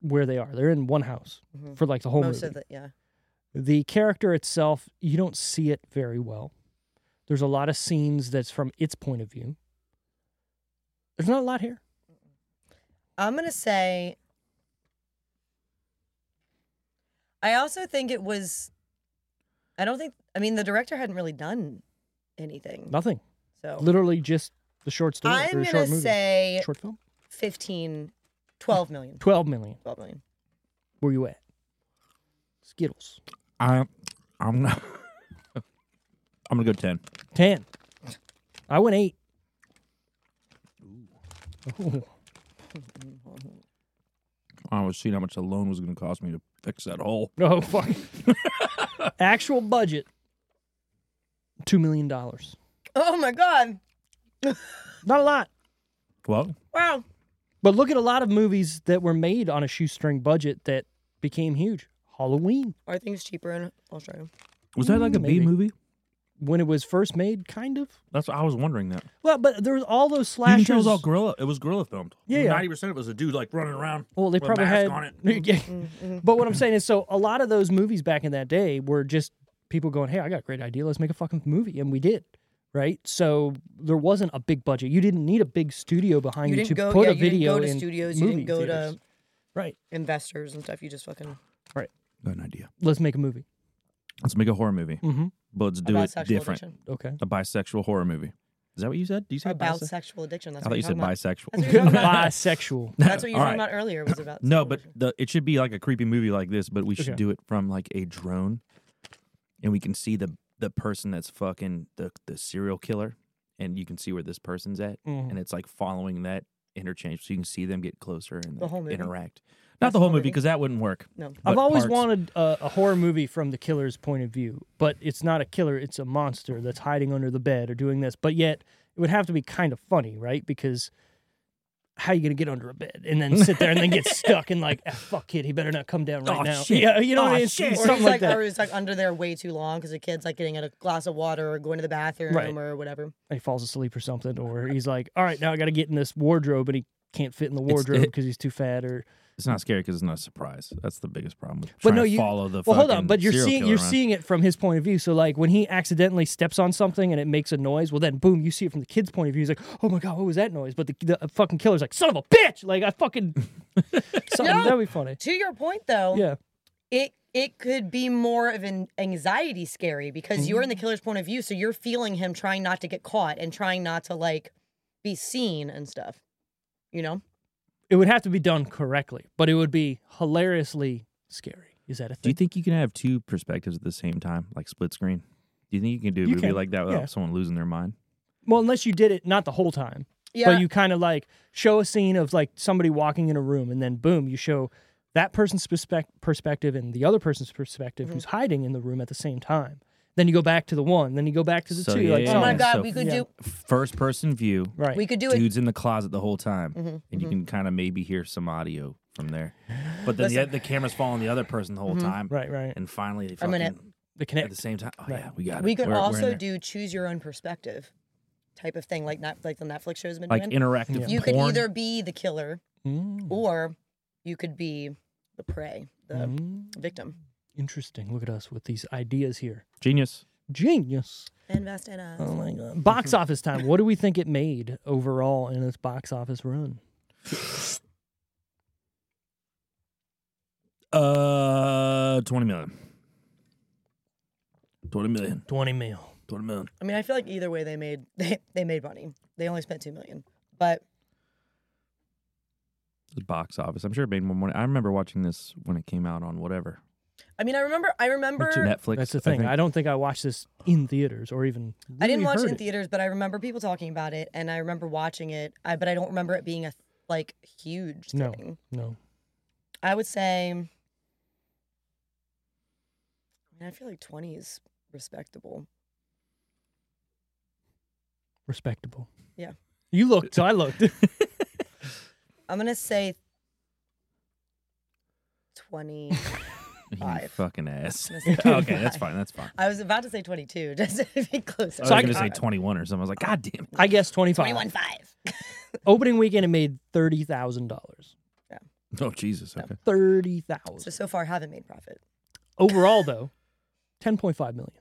[SPEAKER 2] where they are. They're in one house
[SPEAKER 4] Mhm.
[SPEAKER 2] for like the whole
[SPEAKER 4] Most
[SPEAKER 2] movie.
[SPEAKER 4] of the yeah.
[SPEAKER 2] the character itself, you don't see it very well. There's a lot of scenes that's from its point of view. There's not a lot here.
[SPEAKER 4] I'm gonna say. I also think it was. I don't think. I mean, the director hadn't really done anything.
[SPEAKER 2] Nothing.
[SPEAKER 4] So
[SPEAKER 2] Literally just the short story.
[SPEAKER 4] Mm. I'm
[SPEAKER 2] or
[SPEAKER 4] gonna
[SPEAKER 2] short movie.
[SPEAKER 4] say
[SPEAKER 2] short film.
[SPEAKER 4] 15, 12 million.
[SPEAKER 2] 12 million.
[SPEAKER 4] 12 million.
[SPEAKER 2] Where you at? Skittles.
[SPEAKER 3] I'm, I'm not. I'm gonna go ten.
[SPEAKER 2] 10. I went 8. Ooh.
[SPEAKER 3] I was seeing how much the loan was gonna cost me to fix that hole.
[SPEAKER 2] Oh, fuck. Actual budget $2 million. Not
[SPEAKER 4] Oh my God.
[SPEAKER 2] a lot.
[SPEAKER 3] Well,
[SPEAKER 4] Wow.
[SPEAKER 2] But look at a lot of movies that were made on a shoestring budget that became huge. Halloween,
[SPEAKER 4] Are things cheaper in Australia?
[SPEAKER 3] was that like a B
[SPEAKER 2] Maybe.
[SPEAKER 3] movie?
[SPEAKER 2] when it was first made, kind of.
[SPEAKER 3] That's I was wondering that.
[SPEAKER 2] Well, but there was all those
[SPEAKER 3] You
[SPEAKER 2] slashers.
[SPEAKER 3] can tell it was all gorilla. It was gorilla filmed.
[SPEAKER 2] Yeah, yeah.
[SPEAKER 3] ninety percent of it was a dude like running around.
[SPEAKER 2] Well, they
[SPEAKER 3] with a
[SPEAKER 2] probably had.
[SPEAKER 3] mask on it.
[SPEAKER 2] Yeah.
[SPEAKER 4] Mm-hmm.
[SPEAKER 2] But what I'm saying is, so a lot of those movies back in that day were just people going, "Hey, I got a great idea. Let's make a fucking movie," and we did, right? So there wasn't a big budget. You didn't need a big studio behind you,
[SPEAKER 4] You didn't
[SPEAKER 2] to
[SPEAKER 4] go-
[SPEAKER 2] put
[SPEAKER 4] yeah,
[SPEAKER 2] a
[SPEAKER 4] you didn't
[SPEAKER 2] video
[SPEAKER 4] go to
[SPEAKER 2] in
[SPEAKER 4] studios, you
[SPEAKER 2] Movie
[SPEAKER 4] didn't go to-
[SPEAKER 2] theaters. Right.
[SPEAKER 4] Investors and stuff. You just fucking.
[SPEAKER 3] Good idea.
[SPEAKER 2] Let's make a movie.
[SPEAKER 3] Let's make a horror movie,
[SPEAKER 2] Mm-hmm.
[SPEAKER 3] but let's do
[SPEAKER 4] about
[SPEAKER 3] it
[SPEAKER 4] sexual
[SPEAKER 3] different.
[SPEAKER 4] addiction.
[SPEAKER 2] Okay.
[SPEAKER 3] A bisexual horror movie. Is that what you said? Do you say
[SPEAKER 4] About
[SPEAKER 3] bisexual?
[SPEAKER 4] sexual addiction. That's
[SPEAKER 3] I
[SPEAKER 4] what
[SPEAKER 3] thought you
[SPEAKER 4] you're
[SPEAKER 3] said
[SPEAKER 4] talking
[SPEAKER 3] bisexual.
[SPEAKER 4] about.
[SPEAKER 2] Bisexual.
[SPEAKER 4] That's what you were
[SPEAKER 3] All
[SPEAKER 4] talking
[SPEAKER 3] right.
[SPEAKER 4] about earlier. Was about
[SPEAKER 3] No,
[SPEAKER 4] sexual
[SPEAKER 3] but
[SPEAKER 4] addiction.
[SPEAKER 3] the it should be like a creepy movie like this, but we should
[SPEAKER 2] Okay.
[SPEAKER 3] do it from like a drone, and we can see the the person that's fucking the the serial killer, and you can see where this person's at,
[SPEAKER 2] Mhm.
[SPEAKER 3] and it's like following that interchange, so you can see them get closer and
[SPEAKER 4] The whole movie?
[SPEAKER 3] interact. Not the whole movie because that wouldn't work.
[SPEAKER 4] No.
[SPEAKER 2] I've
[SPEAKER 3] but
[SPEAKER 2] always
[SPEAKER 3] parts.
[SPEAKER 2] wanted a, a horror movie from the killer's point of view, but it's not a killer; it's a monster that's hiding under the bed or doing this. But yet, it would have to be kind of funny, right? Because how you gonna get under a bed and then sit there and then get stuck and like, ah, fuck kid, he better not come down right
[SPEAKER 3] Oh,
[SPEAKER 2] now.
[SPEAKER 3] shit.
[SPEAKER 2] Yeah, you know what I
[SPEAKER 3] Oh,
[SPEAKER 2] mean?
[SPEAKER 3] shit.
[SPEAKER 2] It's
[SPEAKER 4] or
[SPEAKER 2] Something
[SPEAKER 4] he's
[SPEAKER 2] like
[SPEAKER 4] like,
[SPEAKER 2] that.
[SPEAKER 4] or he's like under there way too long because the kid's like getting a glass of water or going to the bathroom
[SPEAKER 2] Right.
[SPEAKER 4] or whatever.
[SPEAKER 2] he falls asleep or something, or he's like, all right, now I gotta get in this wardrobe, and he can't fit in the
[SPEAKER 3] It's-
[SPEAKER 2] wardrobe
[SPEAKER 3] it-
[SPEAKER 2] because he's too fat or
[SPEAKER 3] It's not scary because it's not a surprise. That's the biggest problem. With
[SPEAKER 2] But
[SPEAKER 3] trying
[SPEAKER 2] no,
[SPEAKER 3] to
[SPEAKER 2] you-
[SPEAKER 3] follow the.
[SPEAKER 2] Well, hold on,
[SPEAKER 3] fucking
[SPEAKER 2] but you're
[SPEAKER 3] serial
[SPEAKER 2] seeing
[SPEAKER 3] killer
[SPEAKER 2] you're
[SPEAKER 3] around.
[SPEAKER 2] seeing it from his point of view. So like when he accidentally steps on something and it makes a noise, well then boom, you uh, see it from the kid's point of view. He's like, "Oh my god, what was that noise?" But the, the fucking killer's like, "Son of a bitch!" Like I fucking Something
[SPEAKER 4] No.
[SPEAKER 2] that'd be funny.
[SPEAKER 4] To your point though,
[SPEAKER 2] Yeah.
[SPEAKER 4] it it could be more of an anxiety scary because you're
[SPEAKER 2] Mm-hmm.
[SPEAKER 4] in the killer's point of view, so you're feeling him trying not to get caught and trying not to like be seen and stuff. You know?
[SPEAKER 2] It would have to be done correctly, but it would be hilariously scary. Is that a
[SPEAKER 3] Do you
[SPEAKER 2] thing?
[SPEAKER 3] think you can have two perspectives at the same time, like split screen? Do you think you can do a
[SPEAKER 2] You
[SPEAKER 3] movie
[SPEAKER 2] can,
[SPEAKER 3] like that without
[SPEAKER 2] yeah.
[SPEAKER 3] someone losing their mind?
[SPEAKER 2] well, unless you did it not the whole time,
[SPEAKER 4] Yeah.
[SPEAKER 2] but you kind of like show a scene of like somebody walking in a room, and then boom, you show that person's perspec- perspective and the other person's perspective who's
[SPEAKER 4] Mm-hmm.
[SPEAKER 2] hiding in the room at the same time. Then you go back to the one, then you go back to the
[SPEAKER 3] So,
[SPEAKER 2] two.
[SPEAKER 3] yeah,
[SPEAKER 2] like,
[SPEAKER 3] yeah,
[SPEAKER 4] oh
[SPEAKER 3] yeah.
[SPEAKER 4] my
[SPEAKER 2] something.
[SPEAKER 4] god,
[SPEAKER 3] so-
[SPEAKER 4] we could
[SPEAKER 2] Yeah.
[SPEAKER 4] do
[SPEAKER 3] First person view.
[SPEAKER 2] Right.
[SPEAKER 4] we could do it. Mm-hmm,
[SPEAKER 3] Dude's in the closet the whole time, and you can kind of maybe hear some audio from there. But then the, the camera's following the other person the whole time,
[SPEAKER 2] right, right.
[SPEAKER 3] And finally, they
[SPEAKER 4] Mm-hmm. I'm gonna-
[SPEAKER 3] fucking-
[SPEAKER 2] The
[SPEAKER 3] at the
[SPEAKER 2] connect.
[SPEAKER 3] same time. Oh
[SPEAKER 2] Right.
[SPEAKER 3] yeah, we got it.
[SPEAKER 4] We could
[SPEAKER 3] We're- we're in
[SPEAKER 4] also
[SPEAKER 3] there.
[SPEAKER 4] do choose your own perspective type of thing, like not like the Netflix show's been
[SPEAKER 3] like
[SPEAKER 4] doing.
[SPEAKER 3] interactive.
[SPEAKER 2] Yeah.
[SPEAKER 4] you could
[SPEAKER 3] porn.
[SPEAKER 4] either be the killer
[SPEAKER 2] Mm.
[SPEAKER 4] or you could be the prey, the
[SPEAKER 2] Mm.
[SPEAKER 4] victim.
[SPEAKER 2] Interesting. Look at us with these ideas here.
[SPEAKER 3] genius.
[SPEAKER 2] Genius.
[SPEAKER 4] And Vast and us.
[SPEAKER 3] Oh.
[SPEAKER 2] my god. Box office time. What do we think it made overall in its box office run?
[SPEAKER 3] Uh, twenty million. Twenty million.
[SPEAKER 2] 20 mil.
[SPEAKER 3] Twenty million.
[SPEAKER 4] I mean, I feel like either way they made they, they made money. They only spent two million. But
[SPEAKER 3] The box office. I'm sure it made more money. I remember watching this when it came out on whatever
[SPEAKER 4] I mean I remember I remember
[SPEAKER 3] Netflix.
[SPEAKER 2] That's the thing. I,
[SPEAKER 3] think.
[SPEAKER 2] don't think I watched this in theaters or even.
[SPEAKER 4] I didn't
[SPEAKER 2] really
[SPEAKER 4] watch
[SPEAKER 2] heard
[SPEAKER 4] it in
[SPEAKER 2] it.
[SPEAKER 4] theaters, but I remember people talking about it and I remember watching it. I but I don't remember it being a like huge
[SPEAKER 2] No.
[SPEAKER 4] thing.
[SPEAKER 2] No.
[SPEAKER 4] I would say I mean, I feel like twenty is respectable.
[SPEAKER 2] Respectable.
[SPEAKER 4] Yeah.
[SPEAKER 2] You looked, so I looked.
[SPEAKER 4] I'm gonna say twenty
[SPEAKER 3] you
[SPEAKER 4] five.
[SPEAKER 3] fucking ass. okay,
[SPEAKER 4] That's not
[SPEAKER 3] that's
[SPEAKER 4] five.
[SPEAKER 3] fine. That's fine.
[SPEAKER 4] I was about to say 22, just to be
[SPEAKER 3] I
[SPEAKER 4] closer.
[SPEAKER 3] was
[SPEAKER 2] So I-
[SPEAKER 3] gonna say 21 or something. I was like, God damn it.
[SPEAKER 2] I guess 25.
[SPEAKER 4] 21 5.
[SPEAKER 2] Opening weekend, it made $30,000.
[SPEAKER 3] Oh Jesus. Okay.
[SPEAKER 2] 30000
[SPEAKER 4] So, so far, haven't made profit.
[SPEAKER 2] Overall, though, 10.5 million.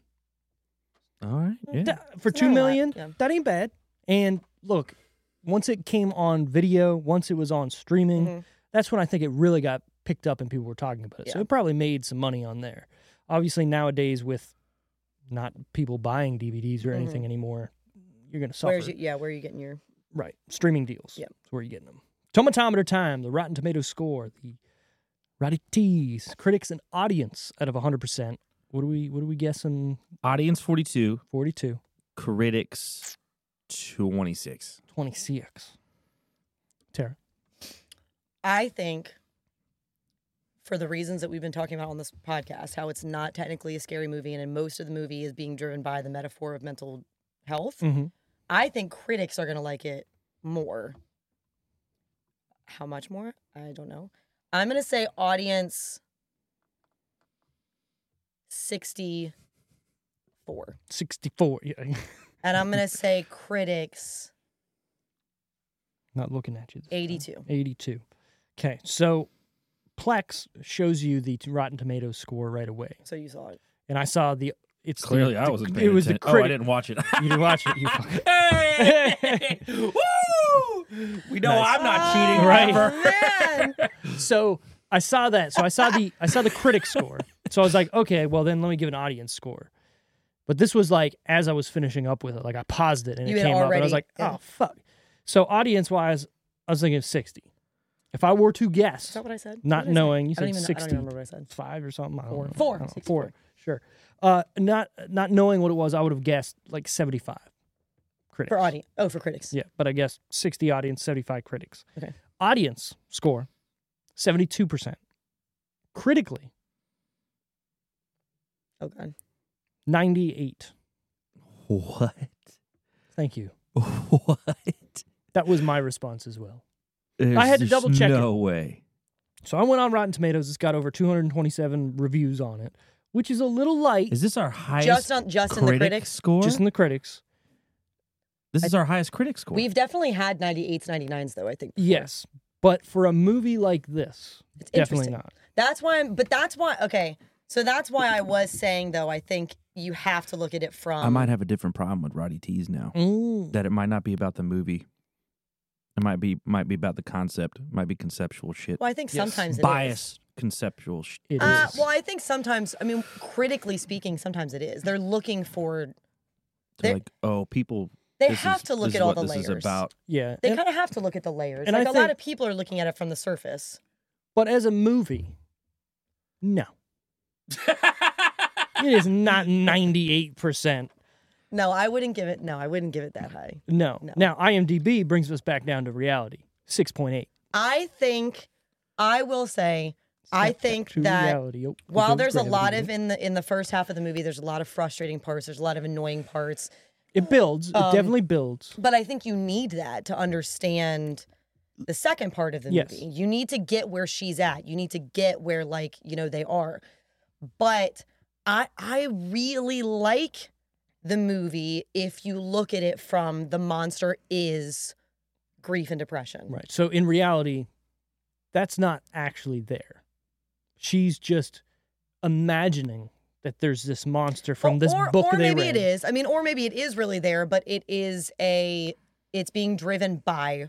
[SPEAKER 3] All right. Yeah.
[SPEAKER 2] That- for
[SPEAKER 4] It's
[SPEAKER 2] two
[SPEAKER 4] not a lot,
[SPEAKER 2] million,
[SPEAKER 4] yeah.
[SPEAKER 2] that ain't bad. And look, once it came on video, once it was on streaming,
[SPEAKER 4] Mm-hmm.
[SPEAKER 2] that's when I think it really got picked up and people were talking about it. So
[SPEAKER 4] Yeah.
[SPEAKER 2] it probably made some money on there. Obviously, nowadays with not people buying DVDs or anything anymore, you're gonna suffer.
[SPEAKER 4] Mm-hmm. Where's you, yeah, where are you getting your.
[SPEAKER 2] Right, streaming deals.
[SPEAKER 4] Yep.
[SPEAKER 2] that's where you're getting them. Tomatometer time, the Rotten Tomato score, the Roddy T's, critics and audience out of 100%. What are we? What are we guessing?
[SPEAKER 3] Audience 42,
[SPEAKER 2] 42,
[SPEAKER 3] critics 26.
[SPEAKER 2] 26. Tara.
[SPEAKER 4] I think, for the reasons that we've been talking about on this podcast, how it's not technically a scary movie and in most of the movie is being driven by the metaphor of mental health,
[SPEAKER 2] Mm-hmm.
[SPEAKER 4] I think critics are going to like it more. How much more? I don't know. I'm going to say audience 64.
[SPEAKER 2] 64. Yeah.
[SPEAKER 4] And I'm gonna say critics
[SPEAKER 2] Not looking at you. this time.
[SPEAKER 4] 82.
[SPEAKER 2] 82. Okay. So Plex shows you the t- Rotten Tomatoes score right away.
[SPEAKER 4] So you saw it.
[SPEAKER 2] And I saw the. It's the-
[SPEAKER 3] Clearly, I
[SPEAKER 2] the-
[SPEAKER 3] wasn't
[SPEAKER 2] It
[SPEAKER 3] paying oh,
[SPEAKER 2] was the
[SPEAKER 3] attention. Oh, I
[SPEAKER 2] critic.
[SPEAKER 3] didn't watch it.
[SPEAKER 2] you didn't watch it. You fucking.
[SPEAKER 3] hey! Woo! We know
[SPEAKER 2] Nice.
[SPEAKER 3] I'm not cheating,
[SPEAKER 2] Right.
[SPEAKER 3] ever.
[SPEAKER 4] Man.
[SPEAKER 2] So I saw that. So I saw the I saw the critic score. So I was like, okay, well then let me give an audience score. But this was like as I was finishing up with it, like I paused it and
[SPEAKER 4] You
[SPEAKER 2] it
[SPEAKER 4] had
[SPEAKER 2] came up, and I was
[SPEAKER 4] already-
[SPEAKER 2] like,
[SPEAKER 4] yeah.
[SPEAKER 2] oh fuck. So audience wise, I was thinking sixty. If I were to guess,
[SPEAKER 4] Is that what I said?
[SPEAKER 2] not
[SPEAKER 4] What did I say?
[SPEAKER 2] knowing, you
[SPEAKER 4] I don't
[SPEAKER 2] said
[SPEAKER 4] even- I don't even
[SPEAKER 2] sixty
[SPEAKER 4] remember what I said.
[SPEAKER 2] five or something. I don't
[SPEAKER 4] Four.
[SPEAKER 2] know.
[SPEAKER 4] Four.
[SPEAKER 2] I don't know.
[SPEAKER 4] 64.
[SPEAKER 2] Four. Sure. Uh, not not knowing what it was, I would have guessed like seventy five critics
[SPEAKER 4] For audience. Oh, for critics.
[SPEAKER 2] Yeah, but I guess sixty audience, seventy five critics.
[SPEAKER 4] Okay.
[SPEAKER 2] Audience score seventy two percent. Critically
[SPEAKER 4] Oh god.
[SPEAKER 2] ninety eight.
[SPEAKER 3] What?
[SPEAKER 2] Thank you.
[SPEAKER 3] What?
[SPEAKER 2] That was my response as well.
[SPEAKER 3] There's
[SPEAKER 2] I had to
[SPEAKER 3] just
[SPEAKER 2] double check it.
[SPEAKER 3] No way.
[SPEAKER 2] So I went on Rotten Tomatoes. It's got over two hundred and twenty seven reviews on it, which is a little light
[SPEAKER 3] Is this our highest
[SPEAKER 4] Just on just in the
[SPEAKER 3] critic
[SPEAKER 4] critics.
[SPEAKER 3] score?
[SPEAKER 2] just in the critics.
[SPEAKER 3] this is our highest critic score.
[SPEAKER 4] We've definitely had 98s, 99s though, I think. before.
[SPEAKER 2] Yes, but for a movie like this,
[SPEAKER 4] It's
[SPEAKER 2] definitely
[SPEAKER 4] interesting.
[SPEAKER 2] not.
[SPEAKER 4] That's why I'm but that's why okay. So that's why I was saying though, I think you have to look at it from Mm.
[SPEAKER 3] I might have a different problem with Roddy T's now. That it might not be about the movie. It might be might be about the concept. Might be conceptual shit.
[SPEAKER 4] Well, I think sometimes it is.
[SPEAKER 3] Bias conceptual shit.
[SPEAKER 2] It
[SPEAKER 4] Uh,
[SPEAKER 2] is.
[SPEAKER 4] well, I think sometimes, I mean, critically speaking, sometimes it is. They're looking for, There-
[SPEAKER 3] Like oh, people.
[SPEAKER 4] they
[SPEAKER 3] this
[SPEAKER 4] have
[SPEAKER 3] is-
[SPEAKER 4] to look
[SPEAKER 3] this
[SPEAKER 4] at
[SPEAKER 3] is
[SPEAKER 4] all
[SPEAKER 3] what
[SPEAKER 4] the
[SPEAKER 3] this
[SPEAKER 4] layers.
[SPEAKER 3] is about.
[SPEAKER 2] yeah.
[SPEAKER 4] They
[SPEAKER 2] and-
[SPEAKER 4] kind of have to look at the layers.
[SPEAKER 2] and I
[SPEAKER 4] like a lot
[SPEAKER 2] think-
[SPEAKER 4] of people are looking at it from the surface.
[SPEAKER 2] but as a movie, no. it is not 98%.
[SPEAKER 4] No, I wouldn't give it. No, I wouldn't give it that high.
[SPEAKER 2] No.
[SPEAKER 4] No.
[SPEAKER 2] Now, IMDb brings us back down to reality 6.8.
[SPEAKER 4] I think, I will say, I
[SPEAKER 2] Back
[SPEAKER 4] think
[SPEAKER 2] to
[SPEAKER 4] that
[SPEAKER 2] reality. Oh, we
[SPEAKER 4] while
[SPEAKER 2] go
[SPEAKER 4] there's a
[SPEAKER 2] gravity.
[SPEAKER 4] lot of in the in the first half of the movie, there's a lot of frustrating parts. There's a lot of annoying parts.
[SPEAKER 2] it builds, it
[SPEAKER 4] um,
[SPEAKER 2] definitely builds.
[SPEAKER 4] But I think you need that to understand the second part of the
[SPEAKER 2] Yes.
[SPEAKER 4] movie. You need to get where she's at. You need to get where like, you know, they are. But I I really like the movie if you look at it from the monster is grief and depression.
[SPEAKER 2] Right. So in reality, that's not actually there. She's just imagining that there's this monster from
[SPEAKER 4] Well,
[SPEAKER 2] this
[SPEAKER 4] or,
[SPEAKER 2] book
[SPEAKER 4] or
[SPEAKER 2] they
[SPEAKER 4] maybe
[SPEAKER 2] read.
[SPEAKER 4] it is. I mean, or maybe it is really there, but it is a it's being driven by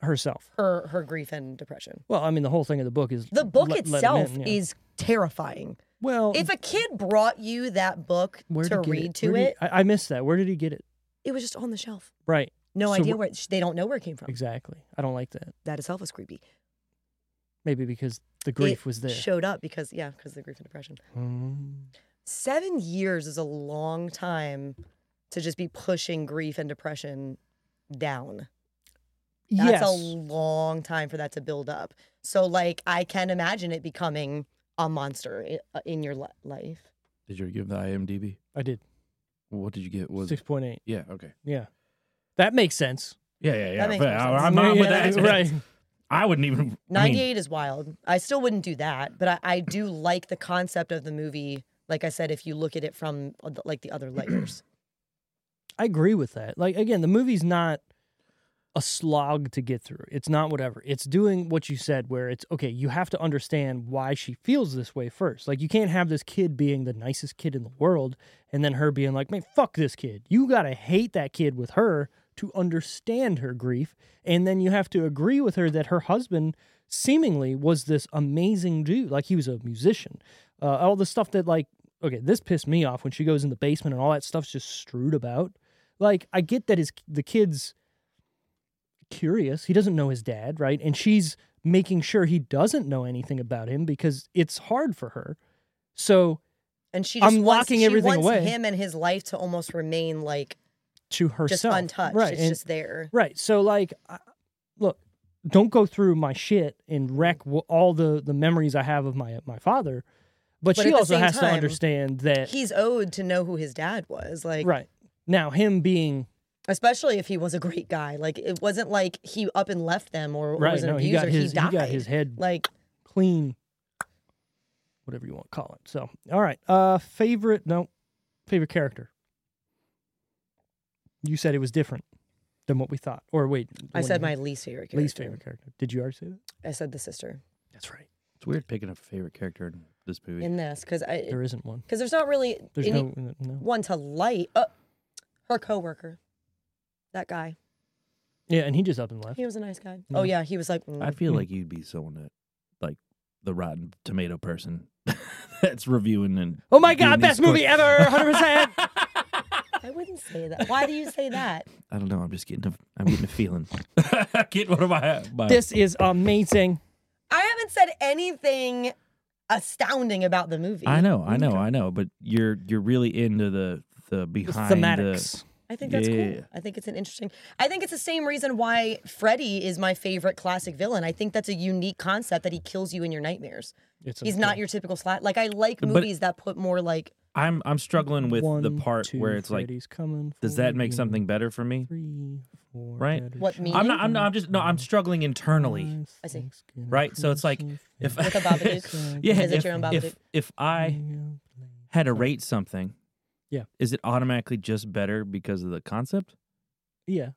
[SPEAKER 2] herself.
[SPEAKER 4] her her grief and depression.
[SPEAKER 2] Well, I mean, the whole thing of the book is
[SPEAKER 4] The book
[SPEAKER 2] let- let 'em
[SPEAKER 4] itself
[SPEAKER 2] in, yeah.
[SPEAKER 4] is terrifying.
[SPEAKER 2] well.
[SPEAKER 4] if a kid brought you that book
[SPEAKER 2] where
[SPEAKER 4] to
[SPEAKER 2] did he Oh. get
[SPEAKER 4] read
[SPEAKER 2] it?
[SPEAKER 4] to
[SPEAKER 2] Where did
[SPEAKER 4] it,
[SPEAKER 2] he- I, I missed that. Where did he get it?
[SPEAKER 4] it was just on the shelf.
[SPEAKER 2] Right.
[SPEAKER 4] No
[SPEAKER 2] So
[SPEAKER 4] idea
[SPEAKER 2] wh-
[SPEAKER 4] where it, sh- they don't know where it came from.
[SPEAKER 2] Exactly. I don't like that.
[SPEAKER 4] That itself is creepy.
[SPEAKER 2] Maybe because the grief was there.
[SPEAKER 4] Showed up because yeah, because the grief and depression.
[SPEAKER 2] Mm.
[SPEAKER 4] Seven years is a long time to just be pushing grief and depression down. That's
[SPEAKER 2] yes.
[SPEAKER 4] a long time for that to build up. So like I can imagine it becoming a monster in, uh, in your li- life.
[SPEAKER 3] Did you give the IMDb?
[SPEAKER 2] I did.
[SPEAKER 3] What did you get? Was
[SPEAKER 2] Six point eight.
[SPEAKER 3] yeah okay.
[SPEAKER 2] Yeah. That makes sense.
[SPEAKER 3] Yeah yeah yeah.
[SPEAKER 4] That makes
[SPEAKER 3] but
[SPEAKER 4] more
[SPEAKER 3] I,
[SPEAKER 4] sense.
[SPEAKER 3] am not with
[SPEAKER 2] Yeah,
[SPEAKER 3] that.
[SPEAKER 2] Right.
[SPEAKER 3] I wouldn't even. I mean,
[SPEAKER 4] 98 is wild. I still wouldn't do that, but I, I do like the concept of the movie. Like I said, if you look at it from uh, the- like the other layers,
[SPEAKER 2] I agree with that. Like again, the movie's not a slog to get through. It's not whatever. It's doing what you said where it's okay, you have to understand why she feels this way first. Like you can't have this kid being the nicest kid in the world and then her being like, "Man, fuck this kid. You got to hate that kid with her to understand her grief." And then you have to agree with her that her husband seemingly was this amazing dude. Like he was a musician. Uh, all the stuff that like okay, this pissed me off when she goes in the basement and all that stuff's just strewed about. Like, I get that his the kid's curious. He doesn't know his dad, right? And she's making sure he doesn't know anything about him because it's hard for her. So
[SPEAKER 4] and she just
[SPEAKER 2] I'm
[SPEAKER 4] wants,
[SPEAKER 2] locking
[SPEAKER 4] she
[SPEAKER 2] everything
[SPEAKER 4] wants
[SPEAKER 2] away.
[SPEAKER 4] him and his life to almost remain like
[SPEAKER 2] to
[SPEAKER 4] just
[SPEAKER 2] herself,
[SPEAKER 4] untouched.
[SPEAKER 2] right?
[SPEAKER 4] It's
[SPEAKER 2] and-
[SPEAKER 4] just there.
[SPEAKER 2] Right. So like, I, look, don't go through my shit and wreck w- all the the memories I have of my my father. But,
[SPEAKER 4] But
[SPEAKER 2] she
[SPEAKER 4] at the
[SPEAKER 2] also
[SPEAKER 4] same
[SPEAKER 2] has to
[SPEAKER 4] time,
[SPEAKER 2] understand that
[SPEAKER 4] He's owed to know who his dad was. Like,
[SPEAKER 2] right now him being
[SPEAKER 4] especially if he was a great guy. Like, it wasn't like he up and left them or, or
[SPEAKER 2] right
[SPEAKER 4] was an
[SPEAKER 2] no, he
[SPEAKER 4] abuser.
[SPEAKER 2] got his
[SPEAKER 4] died.
[SPEAKER 2] got his head
[SPEAKER 4] like,
[SPEAKER 2] clean, whatever you want to call it. So, all right. Uh, favorite? No, favorite character. You said it was different than what we thought. Or wait,
[SPEAKER 4] I
[SPEAKER 2] what
[SPEAKER 4] said
[SPEAKER 2] you-
[SPEAKER 4] my least favorite character.
[SPEAKER 2] least favorite character. Did you already say that?
[SPEAKER 4] I said the sister
[SPEAKER 2] That's right.
[SPEAKER 3] it's weird picking a favorite character in this movie.
[SPEAKER 4] in this because I
[SPEAKER 2] There isn't one.
[SPEAKER 4] because there's not really
[SPEAKER 2] There's
[SPEAKER 4] any,
[SPEAKER 2] no no.
[SPEAKER 4] one to light. Uh, her coworker, that guy,
[SPEAKER 2] Yeah, and he just up and left.
[SPEAKER 4] he was a nice guy. Oh
[SPEAKER 2] Yeah.
[SPEAKER 4] yeah, he was like, mm.
[SPEAKER 3] I feel
[SPEAKER 2] Hmm.
[SPEAKER 3] like you'd be someone that, like, the Rotten Tomato person that's reviewing and.
[SPEAKER 2] Oh my
[SPEAKER 3] doing
[SPEAKER 2] god,
[SPEAKER 3] these
[SPEAKER 2] best movie
[SPEAKER 3] quick-
[SPEAKER 2] ever, hundred percent.
[SPEAKER 4] I wouldn't say that. Why do you say that?
[SPEAKER 3] I don't know. I'm just getting. A, I'm getting a feeling. Get one of my. my
[SPEAKER 2] This is amazing.
[SPEAKER 4] I haven't said anything astounding about the movie.
[SPEAKER 3] I know. I know. I know. But you're you're really into the the behind
[SPEAKER 2] Thematics.
[SPEAKER 4] I think that's
[SPEAKER 3] Yeah.
[SPEAKER 4] cool. I think it's an interesting. I think it's the same reason why Freddy is my favorite classic villain. I think that's a unique concept that he kills you in your nightmares.
[SPEAKER 2] It's
[SPEAKER 4] He's not your typical slat. Like I like
[SPEAKER 3] But-
[SPEAKER 4] movies that put more like
[SPEAKER 3] The, I'm I'm struggling with the
[SPEAKER 2] One,
[SPEAKER 3] part
[SPEAKER 2] two,
[SPEAKER 3] where it's like,
[SPEAKER 2] Freddy's coming.
[SPEAKER 3] does
[SPEAKER 2] for
[SPEAKER 3] that make
[SPEAKER 2] you.
[SPEAKER 3] something better for me?
[SPEAKER 2] Three, four,
[SPEAKER 3] Right?
[SPEAKER 2] better
[SPEAKER 4] What, me?
[SPEAKER 3] I'm not. I'm, not, I'm just no. I'm struggling internally.
[SPEAKER 4] I see.
[SPEAKER 3] Right? So it's like, If
[SPEAKER 4] with a Babadook.
[SPEAKER 3] yeah,
[SPEAKER 4] Is it
[SPEAKER 3] if,
[SPEAKER 4] your own Babadook?
[SPEAKER 3] if if I had to rate something,
[SPEAKER 2] Mm-hmm. Yeah.
[SPEAKER 3] is it automatically just better because of the concept?
[SPEAKER 2] Yeah,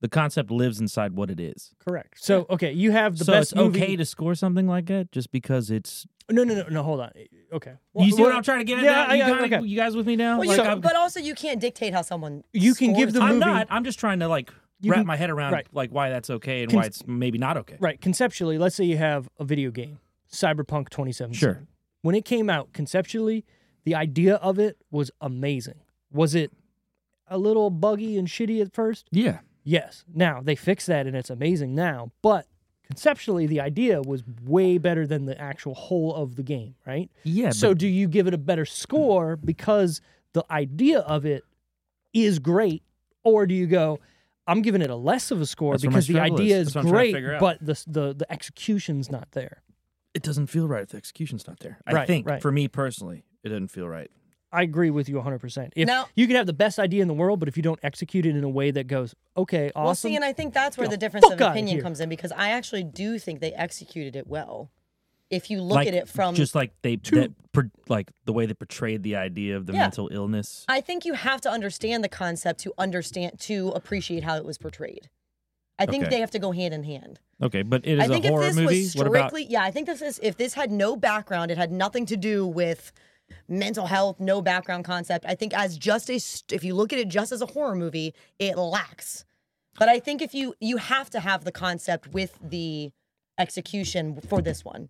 [SPEAKER 3] The concept lives inside what it is.
[SPEAKER 2] correct. So okay, you have the
[SPEAKER 3] so
[SPEAKER 2] best
[SPEAKER 3] it's okay
[SPEAKER 2] movie-
[SPEAKER 3] to score something like that just because it's.
[SPEAKER 2] No, no, no, no. Hold on. Okay.
[SPEAKER 3] you see what,
[SPEAKER 2] Well,
[SPEAKER 3] I'm trying to get at?
[SPEAKER 2] yeah,
[SPEAKER 3] now?
[SPEAKER 2] I
[SPEAKER 3] you,
[SPEAKER 2] got-
[SPEAKER 3] kinda-
[SPEAKER 2] okay.
[SPEAKER 3] you guys with me now?
[SPEAKER 4] Well,
[SPEAKER 3] Like,
[SPEAKER 4] you,
[SPEAKER 3] I'm,
[SPEAKER 4] but also you can't dictate how someone.
[SPEAKER 2] You can give
[SPEAKER 4] scores
[SPEAKER 2] the
[SPEAKER 4] it.
[SPEAKER 3] I'm
[SPEAKER 2] movie-
[SPEAKER 3] not. I'm just trying to like
[SPEAKER 2] you
[SPEAKER 3] wrap
[SPEAKER 2] can-
[SPEAKER 3] my head around
[SPEAKER 2] right.
[SPEAKER 3] like why that's okay and
[SPEAKER 2] Con-
[SPEAKER 3] why it's maybe not okay.
[SPEAKER 2] Right. Conceptually, let's say you have a video game, Cyberpunk 2077.
[SPEAKER 3] Sure.
[SPEAKER 2] When it came out, conceptually, the idea of it was amazing. Was it a little buggy and shitty at first?
[SPEAKER 3] Yeah.
[SPEAKER 2] Yes. Now they fixed that and it's amazing now, but conceptually, the idea was way better than the actual whole of the game, right?
[SPEAKER 3] Yeah.
[SPEAKER 2] so, do you give it a better score because the idea of it is great, or do you go, I'm giving it a less of a score
[SPEAKER 3] That's where my
[SPEAKER 2] because the
[SPEAKER 3] struggle
[SPEAKER 2] idea
[SPEAKER 3] is.
[SPEAKER 2] is,
[SPEAKER 3] That's what I'm trying to
[SPEAKER 2] great,
[SPEAKER 3] figure out.
[SPEAKER 2] but the, the the execution's not there?
[SPEAKER 3] it doesn't feel right if the execution's not there. I
[SPEAKER 2] Right,
[SPEAKER 3] think
[SPEAKER 2] right.
[SPEAKER 3] for me personally, it doesn't feel right.
[SPEAKER 2] I agree with you 100%. If
[SPEAKER 4] Now-
[SPEAKER 2] you can have the best idea in the world, but if you don't execute it in a way that goes, okay, awesome.
[SPEAKER 4] Well, see, and I think that's where
[SPEAKER 2] Get
[SPEAKER 4] the
[SPEAKER 2] the
[SPEAKER 4] difference
[SPEAKER 2] fuck
[SPEAKER 4] of
[SPEAKER 2] outta
[SPEAKER 4] opinion
[SPEAKER 2] here.
[SPEAKER 4] comes in because I actually do think they executed it well. If you look
[SPEAKER 3] like,
[SPEAKER 4] at it from,
[SPEAKER 3] just like they that, per, like the way they portrayed the idea of the
[SPEAKER 4] Yeah.
[SPEAKER 3] mental illness.
[SPEAKER 4] I think you have to understand the concept to understand to appreciate how it was portrayed. I think
[SPEAKER 3] Okay.
[SPEAKER 4] they have to go hand in hand.
[SPEAKER 3] Okay, but it
[SPEAKER 4] I
[SPEAKER 3] is
[SPEAKER 4] think
[SPEAKER 3] a
[SPEAKER 4] if
[SPEAKER 3] horror
[SPEAKER 4] this
[SPEAKER 3] movie.
[SPEAKER 4] was
[SPEAKER 3] what about
[SPEAKER 4] strictly, yeah, I think this is if this had no background, it had nothing to do with mental health, no background concept. I think as just a, st- if you look at it just as a horror movie, it lacks. But I think if you you have to have the concept with the execution for this one.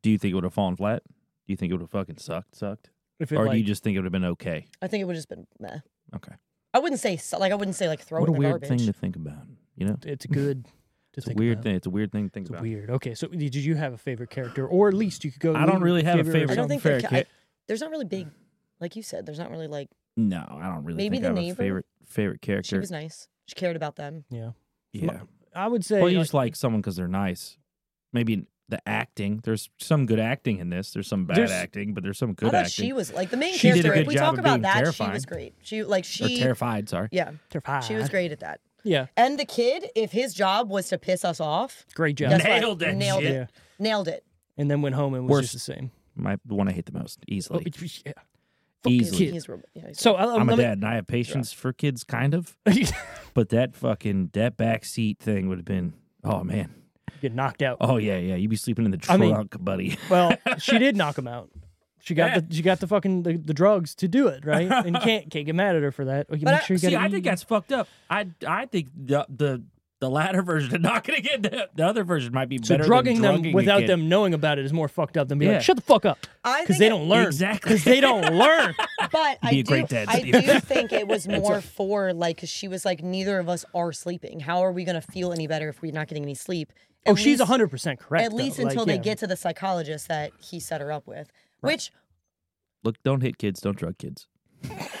[SPEAKER 3] do you think it would have fallen flat? Do you think it would have fucking sucked, sucked?
[SPEAKER 2] if it,
[SPEAKER 3] Or do you
[SPEAKER 2] like-
[SPEAKER 3] just think it would have been okay?
[SPEAKER 4] I think it would have just been meh.
[SPEAKER 3] Okay.
[SPEAKER 4] I wouldn't say so- like I wouldn't say like throw
[SPEAKER 3] What
[SPEAKER 4] it
[SPEAKER 3] a
[SPEAKER 4] in the
[SPEAKER 3] weird
[SPEAKER 4] garbage.
[SPEAKER 3] thing to think about. You know?
[SPEAKER 2] it's good to
[SPEAKER 3] It's a
[SPEAKER 2] think
[SPEAKER 3] weird
[SPEAKER 2] about.
[SPEAKER 3] thing. It's a weird thing to think
[SPEAKER 2] It's
[SPEAKER 3] about.
[SPEAKER 2] weird. Okay, so did you have a favorite character, or at least you could go?
[SPEAKER 3] I don't
[SPEAKER 2] lead
[SPEAKER 3] really have a
[SPEAKER 2] or
[SPEAKER 3] favorite.
[SPEAKER 4] I don't
[SPEAKER 2] something?
[SPEAKER 4] think they're
[SPEAKER 3] Fair
[SPEAKER 4] ca- I-
[SPEAKER 3] kid.
[SPEAKER 4] there's not really big, like you said. There's not really like
[SPEAKER 3] No, I don't really
[SPEAKER 4] Maybe
[SPEAKER 3] think
[SPEAKER 4] the
[SPEAKER 3] I have a
[SPEAKER 4] neighbor?
[SPEAKER 3] favorite favorite character.
[SPEAKER 4] she was nice. She cared about them.
[SPEAKER 2] Yeah,
[SPEAKER 3] yeah.
[SPEAKER 2] I would say.
[SPEAKER 3] Well, you
[SPEAKER 2] like-
[SPEAKER 3] just like someone because they're nice. Maybe the acting. There's some good acting in this. There's some bad
[SPEAKER 2] There's-
[SPEAKER 3] acting, but there's some
[SPEAKER 4] I
[SPEAKER 3] good
[SPEAKER 4] thought
[SPEAKER 3] acting.
[SPEAKER 4] she was like the main
[SPEAKER 3] She did a
[SPEAKER 4] character.
[SPEAKER 3] good
[SPEAKER 4] If we
[SPEAKER 3] job
[SPEAKER 4] talk
[SPEAKER 3] of
[SPEAKER 4] about
[SPEAKER 3] being
[SPEAKER 4] that,
[SPEAKER 3] terrifying.
[SPEAKER 4] she was great. She
[SPEAKER 3] or
[SPEAKER 4] like she
[SPEAKER 3] terrified. Sorry.
[SPEAKER 4] yeah, she was
[SPEAKER 2] Terrified.
[SPEAKER 4] great at that.
[SPEAKER 2] Yeah,
[SPEAKER 4] And the kid, if his job was to piss us off,
[SPEAKER 2] great job.
[SPEAKER 4] guess what?
[SPEAKER 3] Nailed that
[SPEAKER 4] Nailed
[SPEAKER 3] shit.
[SPEAKER 4] it. Nailed it.
[SPEAKER 2] and then went home and was just the same.
[SPEAKER 3] My the one I hate the most
[SPEAKER 2] Oh,
[SPEAKER 3] easily.
[SPEAKER 2] it- yeah.
[SPEAKER 3] easily.
[SPEAKER 2] kid.
[SPEAKER 4] He's, he's, yeah, he's-
[SPEAKER 2] So uh,
[SPEAKER 3] I'm a
[SPEAKER 2] let me-
[SPEAKER 3] dad and I have patience for kids, kind of.
[SPEAKER 2] you
[SPEAKER 3] But that fucking that back seat thing would have been. Oh man.
[SPEAKER 2] get knocked out.
[SPEAKER 3] Oh yeah, yeah. You'd be sleeping in the
[SPEAKER 2] I
[SPEAKER 3] trunk,
[SPEAKER 2] mean-
[SPEAKER 3] buddy.
[SPEAKER 2] Well, she did knock him out. She got the she got the fucking the, the drugs to do it right, and you can't can't get mad at her for that. Like,
[SPEAKER 4] But
[SPEAKER 2] make
[SPEAKER 4] I-
[SPEAKER 2] sure you
[SPEAKER 3] See,
[SPEAKER 2] gotta
[SPEAKER 3] I
[SPEAKER 2] eat.
[SPEAKER 3] think that's fucked up. I I think the the the latter version of not going to get the, the other version might be
[SPEAKER 2] so
[SPEAKER 3] better.
[SPEAKER 2] drugging,
[SPEAKER 3] than drugging
[SPEAKER 2] them
[SPEAKER 3] a
[SPEAKER 2] without
[SPEAKER 3] kid.
[SPEAKER 2] them knowing about it is more fucked up than being
[SPEAKER 3] Yeah.
[SPEAKER 2] like shut the fuck up
[SPEAKER 4] I
[SPEAKER 2] because
[SPEAKER 4] think
[SPEAKER 2] they
[SPEAKER 4] it-
[SPEAKER 2] don't learn
[SPEAKER 3] Exactly.
[SPEAKER 2] because they don't learn. Oh,
[SPEAKER 4] But I
[SPEAKER 3] Be a
[SPEAKER 4] do,
[SPEAKER 3] great dad,
[SPEAKER 4] I
[SPEAKER 3] Steve.
[SPEAKER 4] do think it was more for like 'cause she was like, neither of us are sleeping. How are we gonna feel any better if we're not getting any sleep?
[SPEAKER 2] Oh,
[SPEAKER 4] At
[SPEAKER 2] she's
[SPEAKER 4] least-
[SPEAKER 2] hundred percent correct.
[SPEAKER 4] At
[SPEAKER 2] though.
[SPEAKER 4] least
[SPEAKER 2] Like,
[SPEAKER 4] until
[SPEAKER 2] yeah.
[SPEAKER 4] they get to the psychologist that he set her up with, which
[SPEAKER 3] Look, don't hit kids. Don't drug kids.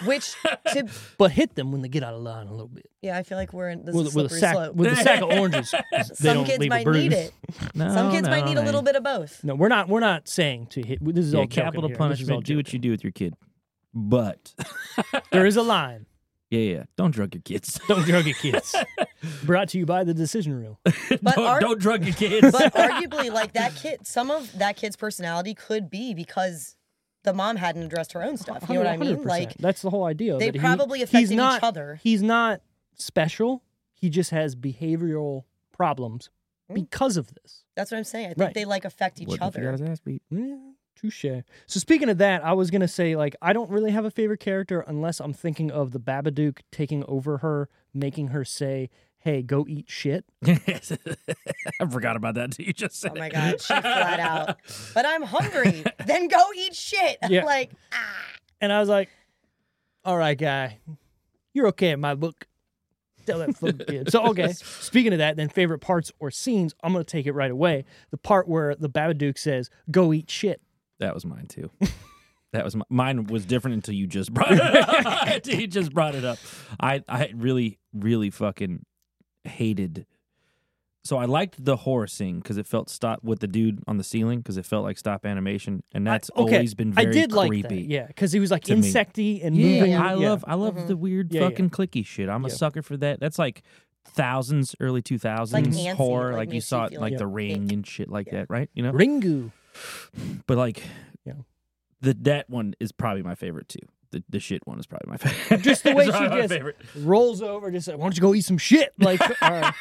[SPEAKER 4] which to
[SPEAKER 2] but hit them when they get out of line a little bit
[SPEAKER 4] yeah, I feel like we're in this
[SPEAKER 2] with,
[SPEAKER 4] is a
[SPEAKER 2] with a
[SPEAKER 4] slippery
[SPEAKER 2] sack
[SPEAKER 4] slope.
[SPEAKER 2] with a sack of oranges. 'cause they
[SPEAKER 4] Some
[SPEAKER 2] don't
[SPEAKER 4] kids
[SPEAKER 2] leave a
[SPEAKER 4] might
[SPEAKER 2] bruise.
[SPEAKER 4] need it.
[SPEAKER 3] No,
[SPEAKER 4] Some kids
[SPEAKER 3] no,
[SPEAKER 4] might need a
[SPEAKER 3] no.
[SPEAKER 4] little bit of both.
[SPEAKER 2] No, we're not. We're not saying to hit. This is
[SPEAKER 3] Yeah,
[SPEAKER 2] all joking
[SPEAKER 3] capital
[SPEAKER 2] here. This is all
[SPEAKER 3] punishment. Do what you
[SPEAKER 2] joking.
[SPEAKER 3] do with your kid, but
[SPEAKER 2] There is a line.
[SPEAKER 3] yeah, yeah. Don't drug your kids.
[SPEAKER 2] Don't drug your kids. Brought to you by the decision reel.
[SPEAKER 4] But
[SPEAKER 3] don't,
[SPEAKER 4] our-
[SPEAKER 3] don't drug your kids.
[SPEAKER 4] but arguably, like that kid, some of that kid's personality could be because the mom hadn't addressed her own stuff. You know what I mean?
[SPEAKER 2] 100%.
[SPEAKER 4] Like
[SPEAKER 2] that's the whole idea. of
[SPEAKER 4] they
[SPEAKER 2] it. He-
[SPEAKER 4] probably
[SPEAKER 2] he's
[SPEAKER 4] affected each
[SPEAKER 2] not,
[SPEAKER 4] other.
[SPEAKER 2] He's not special. He just has behavioral problems
[SPEAKER 4] Hmm.
[SPEAKER 2] because of this.
[SPEAKER 4] that's what I'm saying. I think
[SPEAKER 2] Right.
[SPEAKER 4] they like affect each
[SPEAKER 3] What if he got his
[SPEAKER 4] other.
[SPEAKER 3] ass beat?
[SPEAKER 2] Yeah, touche. So speaking of that, I was gonna say like I don't really have a favorite character unless I'm thinking of the Babadook taking over her, making her say, "Hey, go eat shit."
[SPEAKER 3] I forgot about that until you just said.
[SPEAKER 4] Oh
[SPEAKER 3] it.
[SPEAKER 4] my god, she flat out. But I'm hungry. then go eat shit.
[SPEAKER 2] Yeah.
[SPEAKER 4] like
[SPEAKER 2] And I was like, "All right, guy, you're okay in my book." Tell that fucking kid. So okay. Speaking of that, then favorite parts or scenes, I'm gonna take it right away. The part where the Babadook says, "Go eat shit."
[SPEAKER 3] That was mine too. That was my, mine was different until you just brought it up. until you just brought it up. I I really really fucking hated. So I liked the horror scene because it felt stop with the dude on the ceiling because it felt like stop animation, and that's
[SPEAKER 2] okay.
[SPEAKER 3] always been very
[SPEAKER 2] I did
[SPEAKER 3] creepy.
[SPEAKER 2] like that. Yeah, because he was like
[SPEAKER 3] to me.
[SPEAKER 2] insecty and
[SPEAKER 3] Yeah,
[SPEAKER 2] moving.
[SPEAKER 3] I love I
[SPEAKER 4] Mm-hmm.
[SPEAKER 3] love the weird
[SPEAKER 2] Yeah, yeah.
[SPEAKER 3] fucking clicky shit. I'm a
[SPEAKER 2] Yeah.
[SPEAKER 3] sucker for that. That's like thousands, early two thousands
[SPEAKER 4] Like Nancy,
[SPEAKER 3] horror.
[SPEAKER 4] like
[SPEAKER 3] Like, you
[SPEAKER 4] makes
[SPEAKER 3] saw
[SPEAKER 4] you
[SPEAKER 3] it
[SPEAKER 4] feel
[SPEAKER 3] like
[SPEAKER 4] like
[SPEAKER 3] the
[SPEAKER 4] a
[SPEAKER 3] ring
[SPEAKER 4] dick.
[SPEAKER 3] and shit like
[SPEAKER 4] Yeah.
[SPEAKER 3] that, right? You know?
[SPEAKER 2] Ringu.
[SPEAKER 3] But like
[SPEAKER 2] Yeah.
[SPEAKER 3] the that one is probably my favorite too. The the shit one is probably my favorite.
[SPEAKER 2] Just the way
[SPEAKER 3] It's
[SPEAKER 2] she
[SPEAKER 3] probably my
[SPEAKER 2] just
[SPEAKER 3] favorite.
[SPEAKER 2] rolls over, just like, why don't you go eat some shit? Like, all right.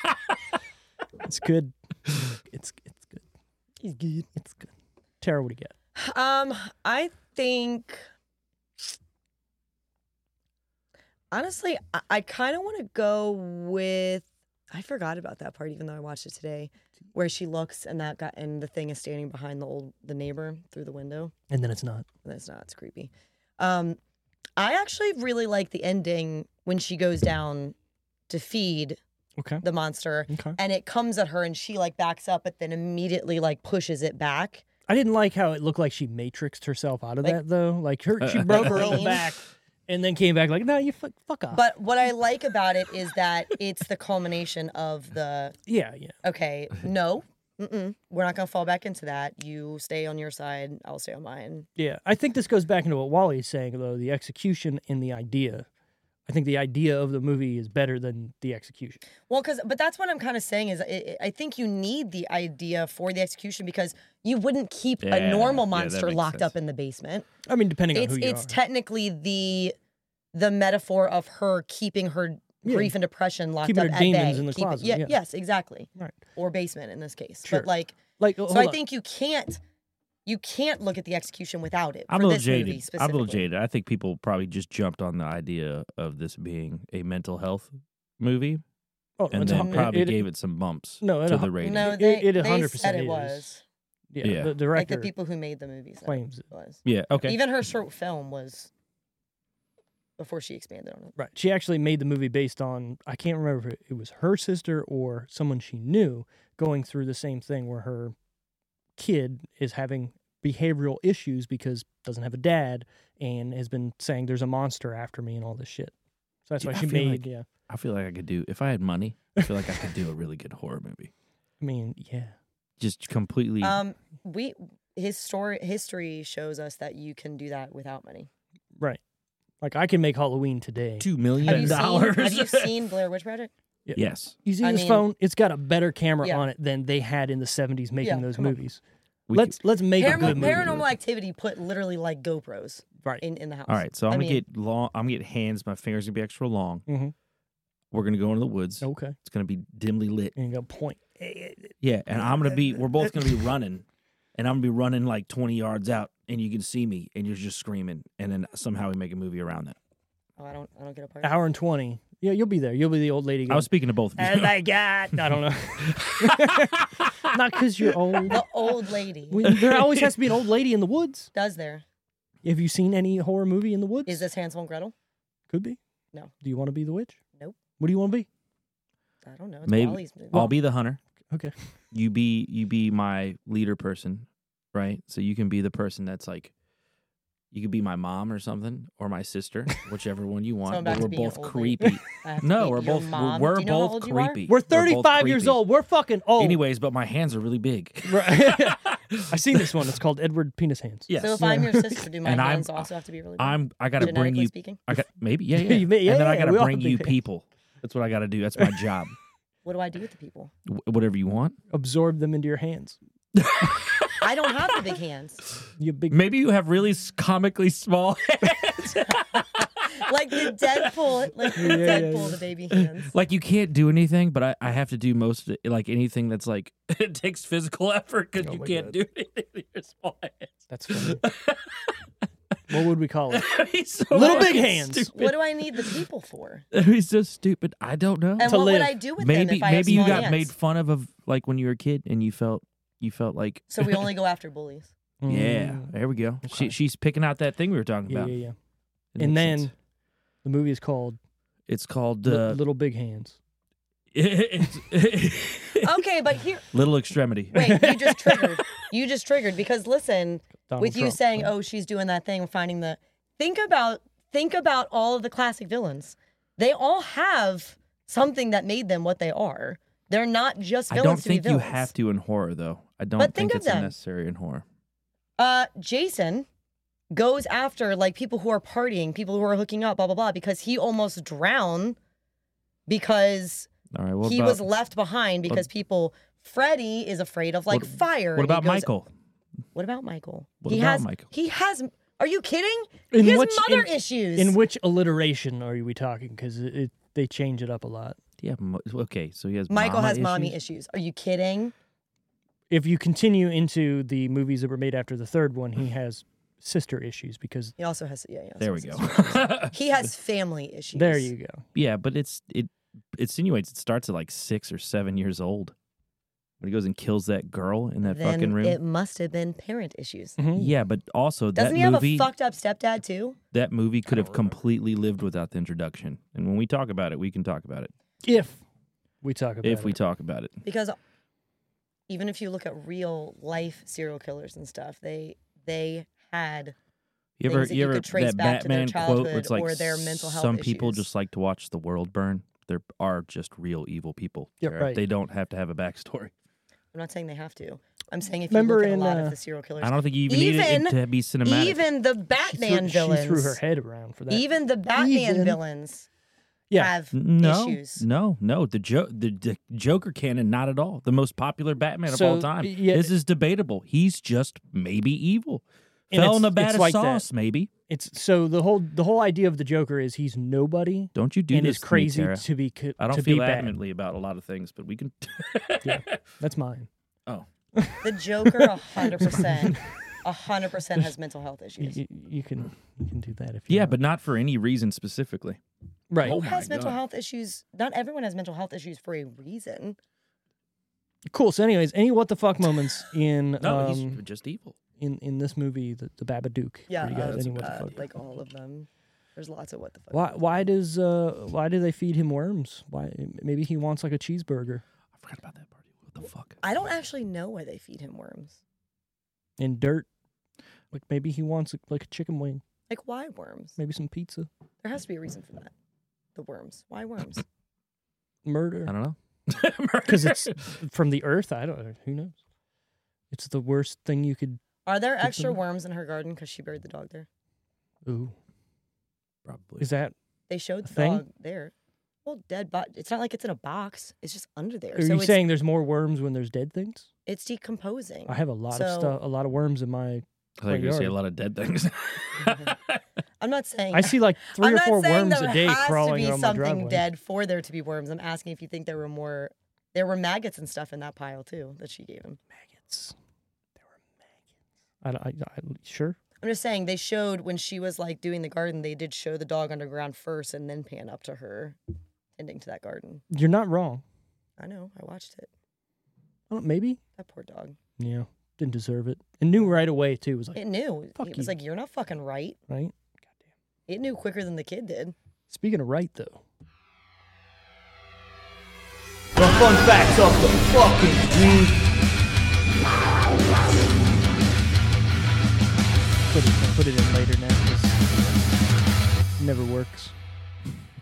[SPEAKER 2] it's good. It's it's good. It's good. It's good. Tara, what do you get?
[SPEAKER 4] um I think honestly, I, I kinda wanna go with I forgot about that part, even though I watched it today, where she looks and that guy and the thing is standing behind the old the neighbor through the window.
[SPEAKER 2] and then it's not.
[SPEAKER 4] And That's not. It's creepy. Um, I actually really like the ending when she goes down to feed
[SPEAKER 2] Okay.
[SPEAKER 4] the monster,
[SPEAKER 2] Okay.
[SPEAKER 4] and it comes at her, and she like backs up, but then immediately like pushes it back.
[SPEAKER 2] I didn't like how it looked like she matrixed herself out of
[SPEAKER 4] Like-
[SPEAKER 2] that though. Like her,
[SPEAKER 3] Uh,
[SPEAKER 2] she broke her own
[SPEAKER 4] Pain.
[SPEAKER 2] back, and then came back like, "No, you fuck, fuck off."
[SPEAKER 4] But what I like about it is that it's the culmination of the
[SPEAKER 2] yeah, yeah.
[SPEAKER 4] okay, no, mm-mm, we're not gonna fall back into that. You stay on your side, I'll stay on mine.
[SPEAKER 2] Yeah, I think this goes back into what Wally is saying, though the execution and the idea. I think the idea of the movie is better than the execution.
[SPEAKER 4] Well, because but that's what I'm kind of saying is I, I I think you need the idea for the execution because you wouldn't keep
[SPEAKER 3] Yeah,
[SPEAKER 4] a normal
[SPEAKER 3] yeah, that
[SPEAKER 4] monster
[SPEAKER 3] makes
[SPEAKER 4] locked
[SPEAKER 3] sense.
[SPEAKER 4] up in the basement.
[SPEAKER 2] I mean, depending
[SPEAKER 4] It's
[SPEAKER 2] on who you
[SPEAKER 4] it's
[SPEAKER 2] are.
[SPEAKER 4] technically the the metaphor of her keeping her
[SPEAKER 2] Yeah.
[SPEAKER 4] grief and depression locked
[SPEAKER 2] Keeping
[SPEAKER 4] up
[SPEAKER 2] her
[SPEAKER 4] at
[SPEAKER 2] demons
[SPEAKER 4] bay.
[SPEAKER 2] in the
[SPEAKER 4] Keep it-
[SPEAKER 2] closet,
[SPEAKER 4] yeah,
[SPEAKER 2] yeah.
[SPEAKER 4] Yes, exactly.
[SPEAKER 2] Right.
[SPEAKER 4] Or basement in this case.
[SPEAKER 2] Sure.
[SPEAKER 4] But like
[SPEAKER 2] like,
[SPEAKER 4] so I think you can't you can't look at the execution without it.
[SPEAKER 3] I'm
[SPEAKER 4] for
[SPEAKER 3] a little
[SPEAKER 4] this movie
[SPEAKER 3] jaded. I'm a little
[SPEAKER 4] specifically.
[SPEAKER 3] jaded. I think people probably just jumped on the idea of this being a mental health movie,
[SPEAKER 2] oh,
[SPEAKER 3] and
[SPEAKER 2] it's a
[SPEAKER 3] then
[SPEAKER 2] hun-
[SPEAKER 3] probably
[SPEAKER 2] it-
[SPEAKER 3] gave it some bumps
[SPEAKER 2] No, it-
[SPEAKER 3] to the rating.
[SPEAKER 4] No,
[SPEAKER 2] It-
[SPEAKER 4] they,
[SPEAKER 2] it
[SPEAKER 4] they
[SPEAKER 2] 100%
[SPEAKER 4] said it
[SPEAKER 2] is.
[SPEAKER 4] was.
[SPEAKER 2] Yeah,
[SPEAKER 3] yeah.
[SPEAKER 2] the
[SPEAKER 4] Like the
[SPEAKER 2] director
[SPEAKER 4] people who made the movies
[SPEAKER 2] claims it.
[SPEAKER 4] was.
[SPEAKER 3] Yeah. Oh, Okay.
[SPEAKER 4] Even her short film was before she expanded on it.
[SPEAKER 2] Right. She actually made the movie based on I can't remember if it was her sister or someone she knew going through the same thing where her kid is having behavioral issues because doesn't have a dad and has been saying there's a monster after me and all this shit. So that's
[SPEAKER 3] Dude,
[SPEAKER 2] why
[SPEAKER 3] I
[SPEAKER 2] she
[SPEAKER 3] feel
[SPEAKER 2] made
[SPEAKER 3] like-
[SPEAKER 2] yeah.
[SPEAKER 3] I feel like I could do if I had money. I feel like I could do a really good horror movie.
[SPEAKER 2] I mean, yeah.
[SPEAKER 3] Just completely.
[SPEAKER 4] Um, we his story history shows us that you can do that without money.
[SPEAKER 2] Right. Like I can make Halloween today.
[SPEAKER 3] two
[SPEAKER 4] Have
[SPEAKER 3] million
[SPEAKER 4] you
[SPEAKER 3] dollars.
[SPEAKER 4] seen? Have you seen Blair Witch Project?
[SPEAKER 3] yes,
[SPEAKER 2] You see
[SPEAKER 4] I
[SPEAKER 2] this
[SPEAKER 4] mean-
[SPEAKER 2] phone? It's got a better camera
[SPEAKER 4] Yeah.
[SPEAKER 2] on it than they had in the 70s making
[SPEAKER 4] Yeah,
[SPEAKER 2] those
[SPEAKER 4] come on.
[SPEAKER 2] movies.
[SPEAKER 3] we
[SPEAKER 2] let's let's make a
[SPEAKER 4] Paranormal,
[SPEAKER 2] good movie.
[SPEAKER 4] paranormal Activity put literally like GoPros
[SPEAKER 2] Right.
[SPEAKER 4] in, in the house.
[SPEAKER 3] All right, so
[SPEAKER 4] I
[SPEAKER 3] I'm gonna
[SPEAKER 4] mean- Mm-hmm.
[SPEAKER 3] get long. I'm gonna get hands. My fingers gonna be extra long.
[SPEAKER 2] Mhm.
[SPEAKER 3] We're gonna go into the woods.
[SPEAKER 2] Okay.
[SPEAKER 3] It's gonna be dimly lit.
[SPEAKER 2] And you got point.
[SPEAKER 3] Yeah, and I'm gonna be. We're both gonna be running, and I'm gonna be running like 20 yards out, and you can see me, and you're just screaming, and then somehow we make a movie around that.
[SPEAKER 4] Oh, I don't. I don't get a part.
[SPEAKER 2] hour and 20. Yeah, you'll be there. You'll be the old lady.
[SPEAKER 3] I
[SPEAKER 2] Going,
[SPEAKER 3] was speaking to both of you.
[SPEAKER 2] oh my God. I don't know. Not because you're old.
[SPEAKER 4] The old lady
[SPEAKER 2] We- There always has to be an old lady in the woods.
[SPEAKER 4] does there.
[SPEAKER 2] Have you seen any horror movie in the woods?
[SPEAKER 4] Is this Hansel and Gretel?
[SPEAKER 2] Could be.
[SPEAKER 4] No.
[SPEAKER 2] Do you want to be the witch?
[SPEAKER 4] Nope.
[SPEAKER 2] What do you want to be?
[SPEAKER 4] I don't know. It's
[SPEAKER 3] Maybe
[SPEAKER 4] Wally's movie.
[SPEAKER 3] I'll be the hunter.
[SPEAKER 2] Okay.
[SPEAKER 3] You be you be my leader person, right? So you can be the person that's like, you could be my mom or something, or my sister, whichever one you want.
[SPEAKER 4] I'm
[SPEAKER 3] but
[SPEAKER 4] back to
[SPEAKER 3] we're
[SPEAKER 4] being an
[SPEAKER 3] both
[SPEAKER 4] old lady.
[SPEAKER 3] creepy.
[SPEAKER 4] I have to
[SPEAKER 3] No,
[SPEAKER 4] be
[SPEAKER 3] we're
[SPEAKER 4] your
[SPEAKER 3] both we're,
[SPEAKER 4] mom.
[SPEAKER 3] we're
[SPEAKER 4] Do you know how
[SPEAKER 3] both
[SPEAKER 4] old you are?
[SPEAKER 3] creepy.
[SPEAKER 2] We're
[SPEAKER 3] both
[SPEAKER 2] 35 years
[SPEAKER 3] creepy.
[SPEAKER 2] old. We're fucking old.
[SPEAKER 3] Anyways, but my hands are really big.
[SPEAKER 2] Right. I've seen this one. It's called Edward Penis Hands.
[SPEAKER 3] Yes.
[SPEAKER 4] So if I'm your sister, do my
[SPEAKER 3] And I'm- uh,
[SPEAKER 4] hands also have to be really? big?
[SPEAKER 3] I'm I gotta bring
[SPEAKER 4] Genetically
[SPEAKER 3] you
[SPEAKER 4] speaking,
[SPEAKER 3] I got maybe yeah, yeah.
[SPEAKER 2] You may- yeah,
[SPEAKER 3] and then I
[SPEAKER 2] yeah,
[SPEAKER 3] gotta
[SPEAKER 2] we all
[SPEAKER 3] bring
[SPEAKER 2] have big
[SPEAKER 3] you
[SPEAKER 2] hands.
[SPEAKER 3] people. That's what I gotta do. That's my job.
[SPEAKER 4] what do I do with the people?
[SPEAKER 3] Wh- Whatever you want.
[SPEAKER 2] Absorb them into your hands.
[SPEAKER 4] I don't have the big hands.
[SPEAKER 2] You big.
[SPEAKER 3] Maybe you have really s- comically small,
[SPEAKER 4] Like the Deadpool, like the
[SPEAKER 2] Yeah, yeah,
[SPEAKER 4] Deadpool,
[SPEAKER 2] yeah.
[SPEAKER 4] the baby hands.
[SPEAKER 3] like you can't do anything. But I, I have to do most of it, like anything that's like it takes physical effort because
[SPEAKER 2] Oh
[SPEAKER 3] you
[SPEAKER 2] my
[SPEAKER 3] can't
[SPEAKER 2] God.
[SPEAKER 3] do anything with your small hands.
[SPEAKER 2] That's funny. what would we call it?
[SPEAKER 3] That'd be so
[SPEAKER 2] Little big
[SPEAKER 3] fucking
[SPEAKER 2] hands.
[SPEAKER 3] Stupid.
[SPEAKER 4] What do I need the people for?
[SPEAKER 3] That'd be so stupid. I don't know.
[SPEAKER 4] And
[SPEAKER 2] To
[SPEAKER 4] what
[SPEAKER 2] live.
[SPEAKER 4] would I do with them
[SPEAKER 3] maybe
[SPEAKER 4] if I have
[SPEAKER 3] maybe you
[SPEAKER 4] small
[SPEAKER 3] got
[SPEAKER 4] hands?
[SPEAKER 3] made fun of, of like when you were a kid and you felt you felt like
[SPEAKER 4] So we only go after bullies.
[SPEAKER 3] yeah
[SPEAKER 2] Mm,
[SPEAKER 3] there we go
[SPEAKER 2] okay.
[SPEAKER 3] she, she's picking out that thing we were talking
[SPEAKER 2] Yeah,
[SPEAKER 3] about
[SPEAKER 2] yeah, yeah.
[SPEAKER 3] It
[SPEAKER 2] And
[SPEAKER 3] makes
[SPEAKER 2] then-
[SPEAKER 3] sense.
[SPEAKER 2] The movie is called
[SPEAKER 3] it's called
[SPEAKER 2] Li-
[SPEAKER 3] uh,
[SPEAKER 2] Little Big Hands.
[SPEAKER 3] it's-
[SPEAKER 4] Okay, but here,
[SPEAKER 3] little extremity
[SPEAKER 4] wait, you just triggered. You just triggered because listen,
[SPEAKER 2] Donald
[SPEAKER 4] with you
[SPEAKER 2] Trump.
[SPEAKER 4] saying, "Oh, she's doing that thing," finding the think about think about all of the classic villains. They all have something that made them what they are. They're not just
[SPEAKER 3] I
[SPEAKER 4] villains
[SPEAKER 3] don't
[SPEAKER 4] to be
[SPEAKER 3] think you
[SPEAKER 4] villains.
[SPEAKER 3] have to in horror though I don't
[SPEAKER 4] But
[SPEAKER 3] think,
[SPEAKER 4] think of
[SPEAKER 3] it's
[SPEAKER 4] them.
[SPEAKER 3] necessary in horror
[SPEAKER 4] uh, Jason goes after like people who are partying, people who are hooking up, blah blah blah, because he almost drowned because
[SPEAKER 3] all right what
[SPEAKER 4] he
[SPEAKER 3] about
[SPEAKER 4] was left behind because people. Freddy is afraid of like
[SPEAKER 3] what-
[SPEAKER 4] fire.
[SPEAKER 3] what
[SPEAKER 4] and he
[SPEAKER 3] about
[SPEAKER 4] goes-
[SPEAKER 3] Michael
[SPEAKER 4] What about Michael?
[SPEAKER 3] What
[SPEAKER 4] he
[SPEAKER 3] about
[SPEAKER 4] has.
[SPEAKER 3] Michael?
[SPEAKER 4] He has. Are you kidding?
[SPEAKER 2] In
[SPEAKER 4] he has
[SPEAKER 2] which-
[SPEAKER 4] mother
[SPEAKER 2] in-
[SPEAKER 4] issues.
[SPEAKER 2] In which alliteration are we talking? Because it, it, they change it up a lot.
[SPEAKER 3] yeah mo- okay so he has
[SPEAKER 4] Michael
[SPEAKER 3] mama
[SPEAKER 4] has mommy issues. Are you kidding?
[SPEAKER 2] If you continue into the movies that were made after the third one, he has sister issues because
[SPEAKER 4] He also has. Yeah. yeah
[SPEAKER 3] there we go
[SPEAKER 4] He has family issues.
[SPEAKER 2] there you go.
[SPEAKER 3] yeah but it's it insinuates it starts at like six or seven years old when he goes and kills that girl in that
[SPEAKER 4] then
[SPEAKER 3] fucking room.
[SPEAKER 4] it must have been parent issues.
[SPEAKER 3] yeah, but also
[SPEAKER 4] Doesn't
[SPEAKER 3] that
[SPEAKER 4] he have
[SPEAKER 3] movie
[SPEAKER 4] a fucked up stepdad too?
[SPEAKER 3] that movie could
[SPEAKER 2] don't
[SPEAKER 3] have
[SPEAKER 2] remember.
[SPEAKER 3] completely lived without the introduction. And when we talk about it, we can talk about it
[SPEAKER 2] If we talk about
[SPEAKER 3] if we
[SPEAKER 2] it.
[SPEAKER 3] talk about it.
[SPEAKER 4] Because even if you look at real life serial killers and stuff, they they had
[SPEAKER 3] You ever,
[SPEAKER 4] things that
[SPEAKER 3] you
[SPEAKER 4] you
[SPEAKER 3] ever
[SPEAKER 4] could trace
[SPEAKER 3] that
[SPEAKER 4] back to their
[SPEAKER 3] Batman quote? where
[SPEAKER 4] childhood
[SPEAKER 3] It's like
[SPEAKER 4] or their mental health
[SPEAKER 3] some people
[SPEAKER 4] issues.
[SPEAKER 3] just like to watch the world burn. There are just real evil people.
[SPEAKER 2] Yeah,
[SPEAKER 3] Jared.
[SPEAKER 2] right.
[SPEAKER 3] They don't have to have a backstory.
[SPEAKER 4] I'm not saying they have to. I'm saying if
[SPEAKER 2] Remember
[SPEAKER 4] you look at
[SPEAKER 2] in,
[SPEAKER 4] a lot
[SPEAKER 2] uh,
[SPEAKER 4] of the serial killers,
[SPEAKER 3] I don't think you even, need
[SPEAKER 4] Even-
[SPEAKER 3] it to be cinematic.
[SPEAKER 4] even the
[SPEAKER 2] She
[SPEAKER 4] Batman
[SPEAKER 2] threw,
[SPEAKER 4] villains,
[SPEAKER 2] She threw her head around for that.
[SPEAKER 4] even the Batman
[SPEAKER 2] Even-
[SPEAKER 4] villains
[SPEAKER 2] yeah,
[SPEAKER 4] have
[SPEAKER 3] no,
[SPEAKER 4] issues.
[SPEAKER 3] no, no. The, jo- the the Joker canon, not at all. The most popular Batman
[SPEAKER 2] So,
[SPEAKER 3] of all time.
[SPEAKER 2] yeah,
[SPEAKER 3] this is debatable. He's just maybe evil.
[SPEAKER 2] And
[SPEAKER 3] Fell in a
[SPEAKER 2] it's-
[SPEAKER 3] bat
[SPEAKER 2] it's
[SPEAKER 3] of
[SPEAKER 2] like that.
[SPEAKER 3] sauce, maybe.
[SPEAKER 2] it's so the whole the whole idea of the Joker is he's nobody
[SPEAKER 3] Don't you do
[SPEAKER 2] and
[SPEAKER 3] this
[SPEAKER 2] is
[SPEAKER 3] to me,
[SPEAKER 2] crazy
[SPEAKER 3] Tara.
[SPEAKER 2] to be co-
[SPEAKER 3] I don't
[SPEAKER 2] to
[SPEAKER 3] feel
[SPEAKER 2] be bad.
[SPEAKER 3] adamantly about a lot of things, but we can. Oh,
[SPEAKER 2] That's mine.
[SPEAKER 4] The Joker, hundred percent, hundred percent has mental health
[SPEAKER 2] You,
[SPEAKER 4] issues.
[SPEAKER 2] you, you can you can do that if you
[SPEAKER 3] yeah,
[SPEAKER 2] want.
[SPEAKER 3] but not for any reason specifically.
[SPEAKER 2] right.
[SPEAKER 3] Oh
[SPEAKER 4] Who
[SPEAKER 3] my
[SPEAKER 4] has mental
[SPEAKER 3] God.
[SPEAKER 4] health issues? Not everyone has mental health issues for a reason.
[SPEAKER 2] Cool. So, anyways, any what the fuck moments in
[SPEAKER 3] No,
[SPEAKER 2] um,
[SPEAKER 3] he's just evil.
[SPEAKER 2] in in this movie, the, the Babadook? for
[SPEAKER 4] Yeah,
[SPEAKER 2] you guys?
[SPEAKER 4] uh,
[SPEAKER 2] Any what the
[SPEAKER 4] uh,
[SPEAKER 2] fuck?
[SPEAKER 4] like all of them. There's lots of what the fuck.
[SPEAKER 2] Why why does uh why do they feed him worms? Why maybe he wants like a cheeseburger
[SPEAKER 3] I forgot about that party. What the fuck?
[SPEAKER 4] I don't actually know why they feed him worms.
[SPEAKER 2] and dirt. Like maybe he wants like a chicken wing,
[SPEAKER 4] Like why worms?
[SPEAKER 2] maybe some pizza,
[SPEAKER 4] There has to be a reason for that. The worms. Why worms?
[SPEAKER 2] murder.
[SPEAKER 3] I don't know.
[SPEAKER 2] Because it's from the earth. I don't know. Who knows? It's the worst thing you could.
[SPEAKER 4] Are there extra
[SPEAKER 2] Chicken.
[SPEAKER 4] worms in her garden because she buried the dog there?
[SPEAKER 2] Ooh,
[SPEAKER 3] probably.
[SPEAKER 2] is that?
[SPEAKER 4] They showed
[SPEAKER 2] A
[SPEAKER 4] the
[SPEAKER 2] thing?
[SPEAKER 4] dog there. Well, dead bot. It's not like it's in a box. It's just under there.
[SPEAKER 2] Are
[SPEAKER 4] so
[SPEAKER 2] you
[SPEAKER 4] it's,
[SPEAKER 2] saying there's more worms when there's dead things?
[SPEAKER 4] it's decomposing.
[SPEAKER 2] I have a lot of
[SPEAKER 4] So-
[SPEAKER 2] stuff, a lot of worms in my.
[SPEAKER 3] I thought you were going to say a
[SPEAKER 2] Courtyard.
[SPEAKER 3] lot of dead things.
[SPEAKER 4] I'm not saying.
[SPEAKER 2] I see like 3
[SPEAKER 4] I'm
[SPEAKER 2] or
[SPEAKER 4] not
[SPEAKER 2] four
[SPEAKER 4] saying
[SPEAKER 2] worms
[SPEAKER 4] there
[SPEAKER 2] a day
[SPEAKER 4] has
[SPEAKER 2] crawling
[SPEAKER 4] to be
[SPEAKER 2] on my
[SPEAKER 4] something
[SPEAKER 2] driveway.
[SPEAKER 4] dead for there to be worms. I'm asking if you think there were more. There were maggots and stuff in that pile too that she gave him.
[SPEAKER 2] Maggots. There were maggots. I, I, I sure.
[SPEAKER 4] I'm just saying they showed when she was like doing the garden. They did show the dog underground first and then pan up to her tending to that garden.
[SPEAKER 2] You're not wrong.
[SPEAKER 4] I know. I watched it.
[SPEAKER 2] I don't, maybe.
[SPEAKER 4] That poor dog.
[SPEAKER 2] Yeah. Didn't deserve it. And knew right away too. Was like
[SPEAKER 4] It knew.
[SPEAKER 2] Fuck
[SPEAKER 4] it was
[SPEAKER 2] you.
[SPEAKER 4] like, "You're not fucking right."
[SPEAKER 2] right. Goddamn.
[SPEAKER 4] It knew quicker than the kid did.
[SPEAKER 2] Speaking of right though,
[SPEAKER 5] The fun facts of the fucking week.
[SPEAKER 2] put it put it in later now. 'cause it never works.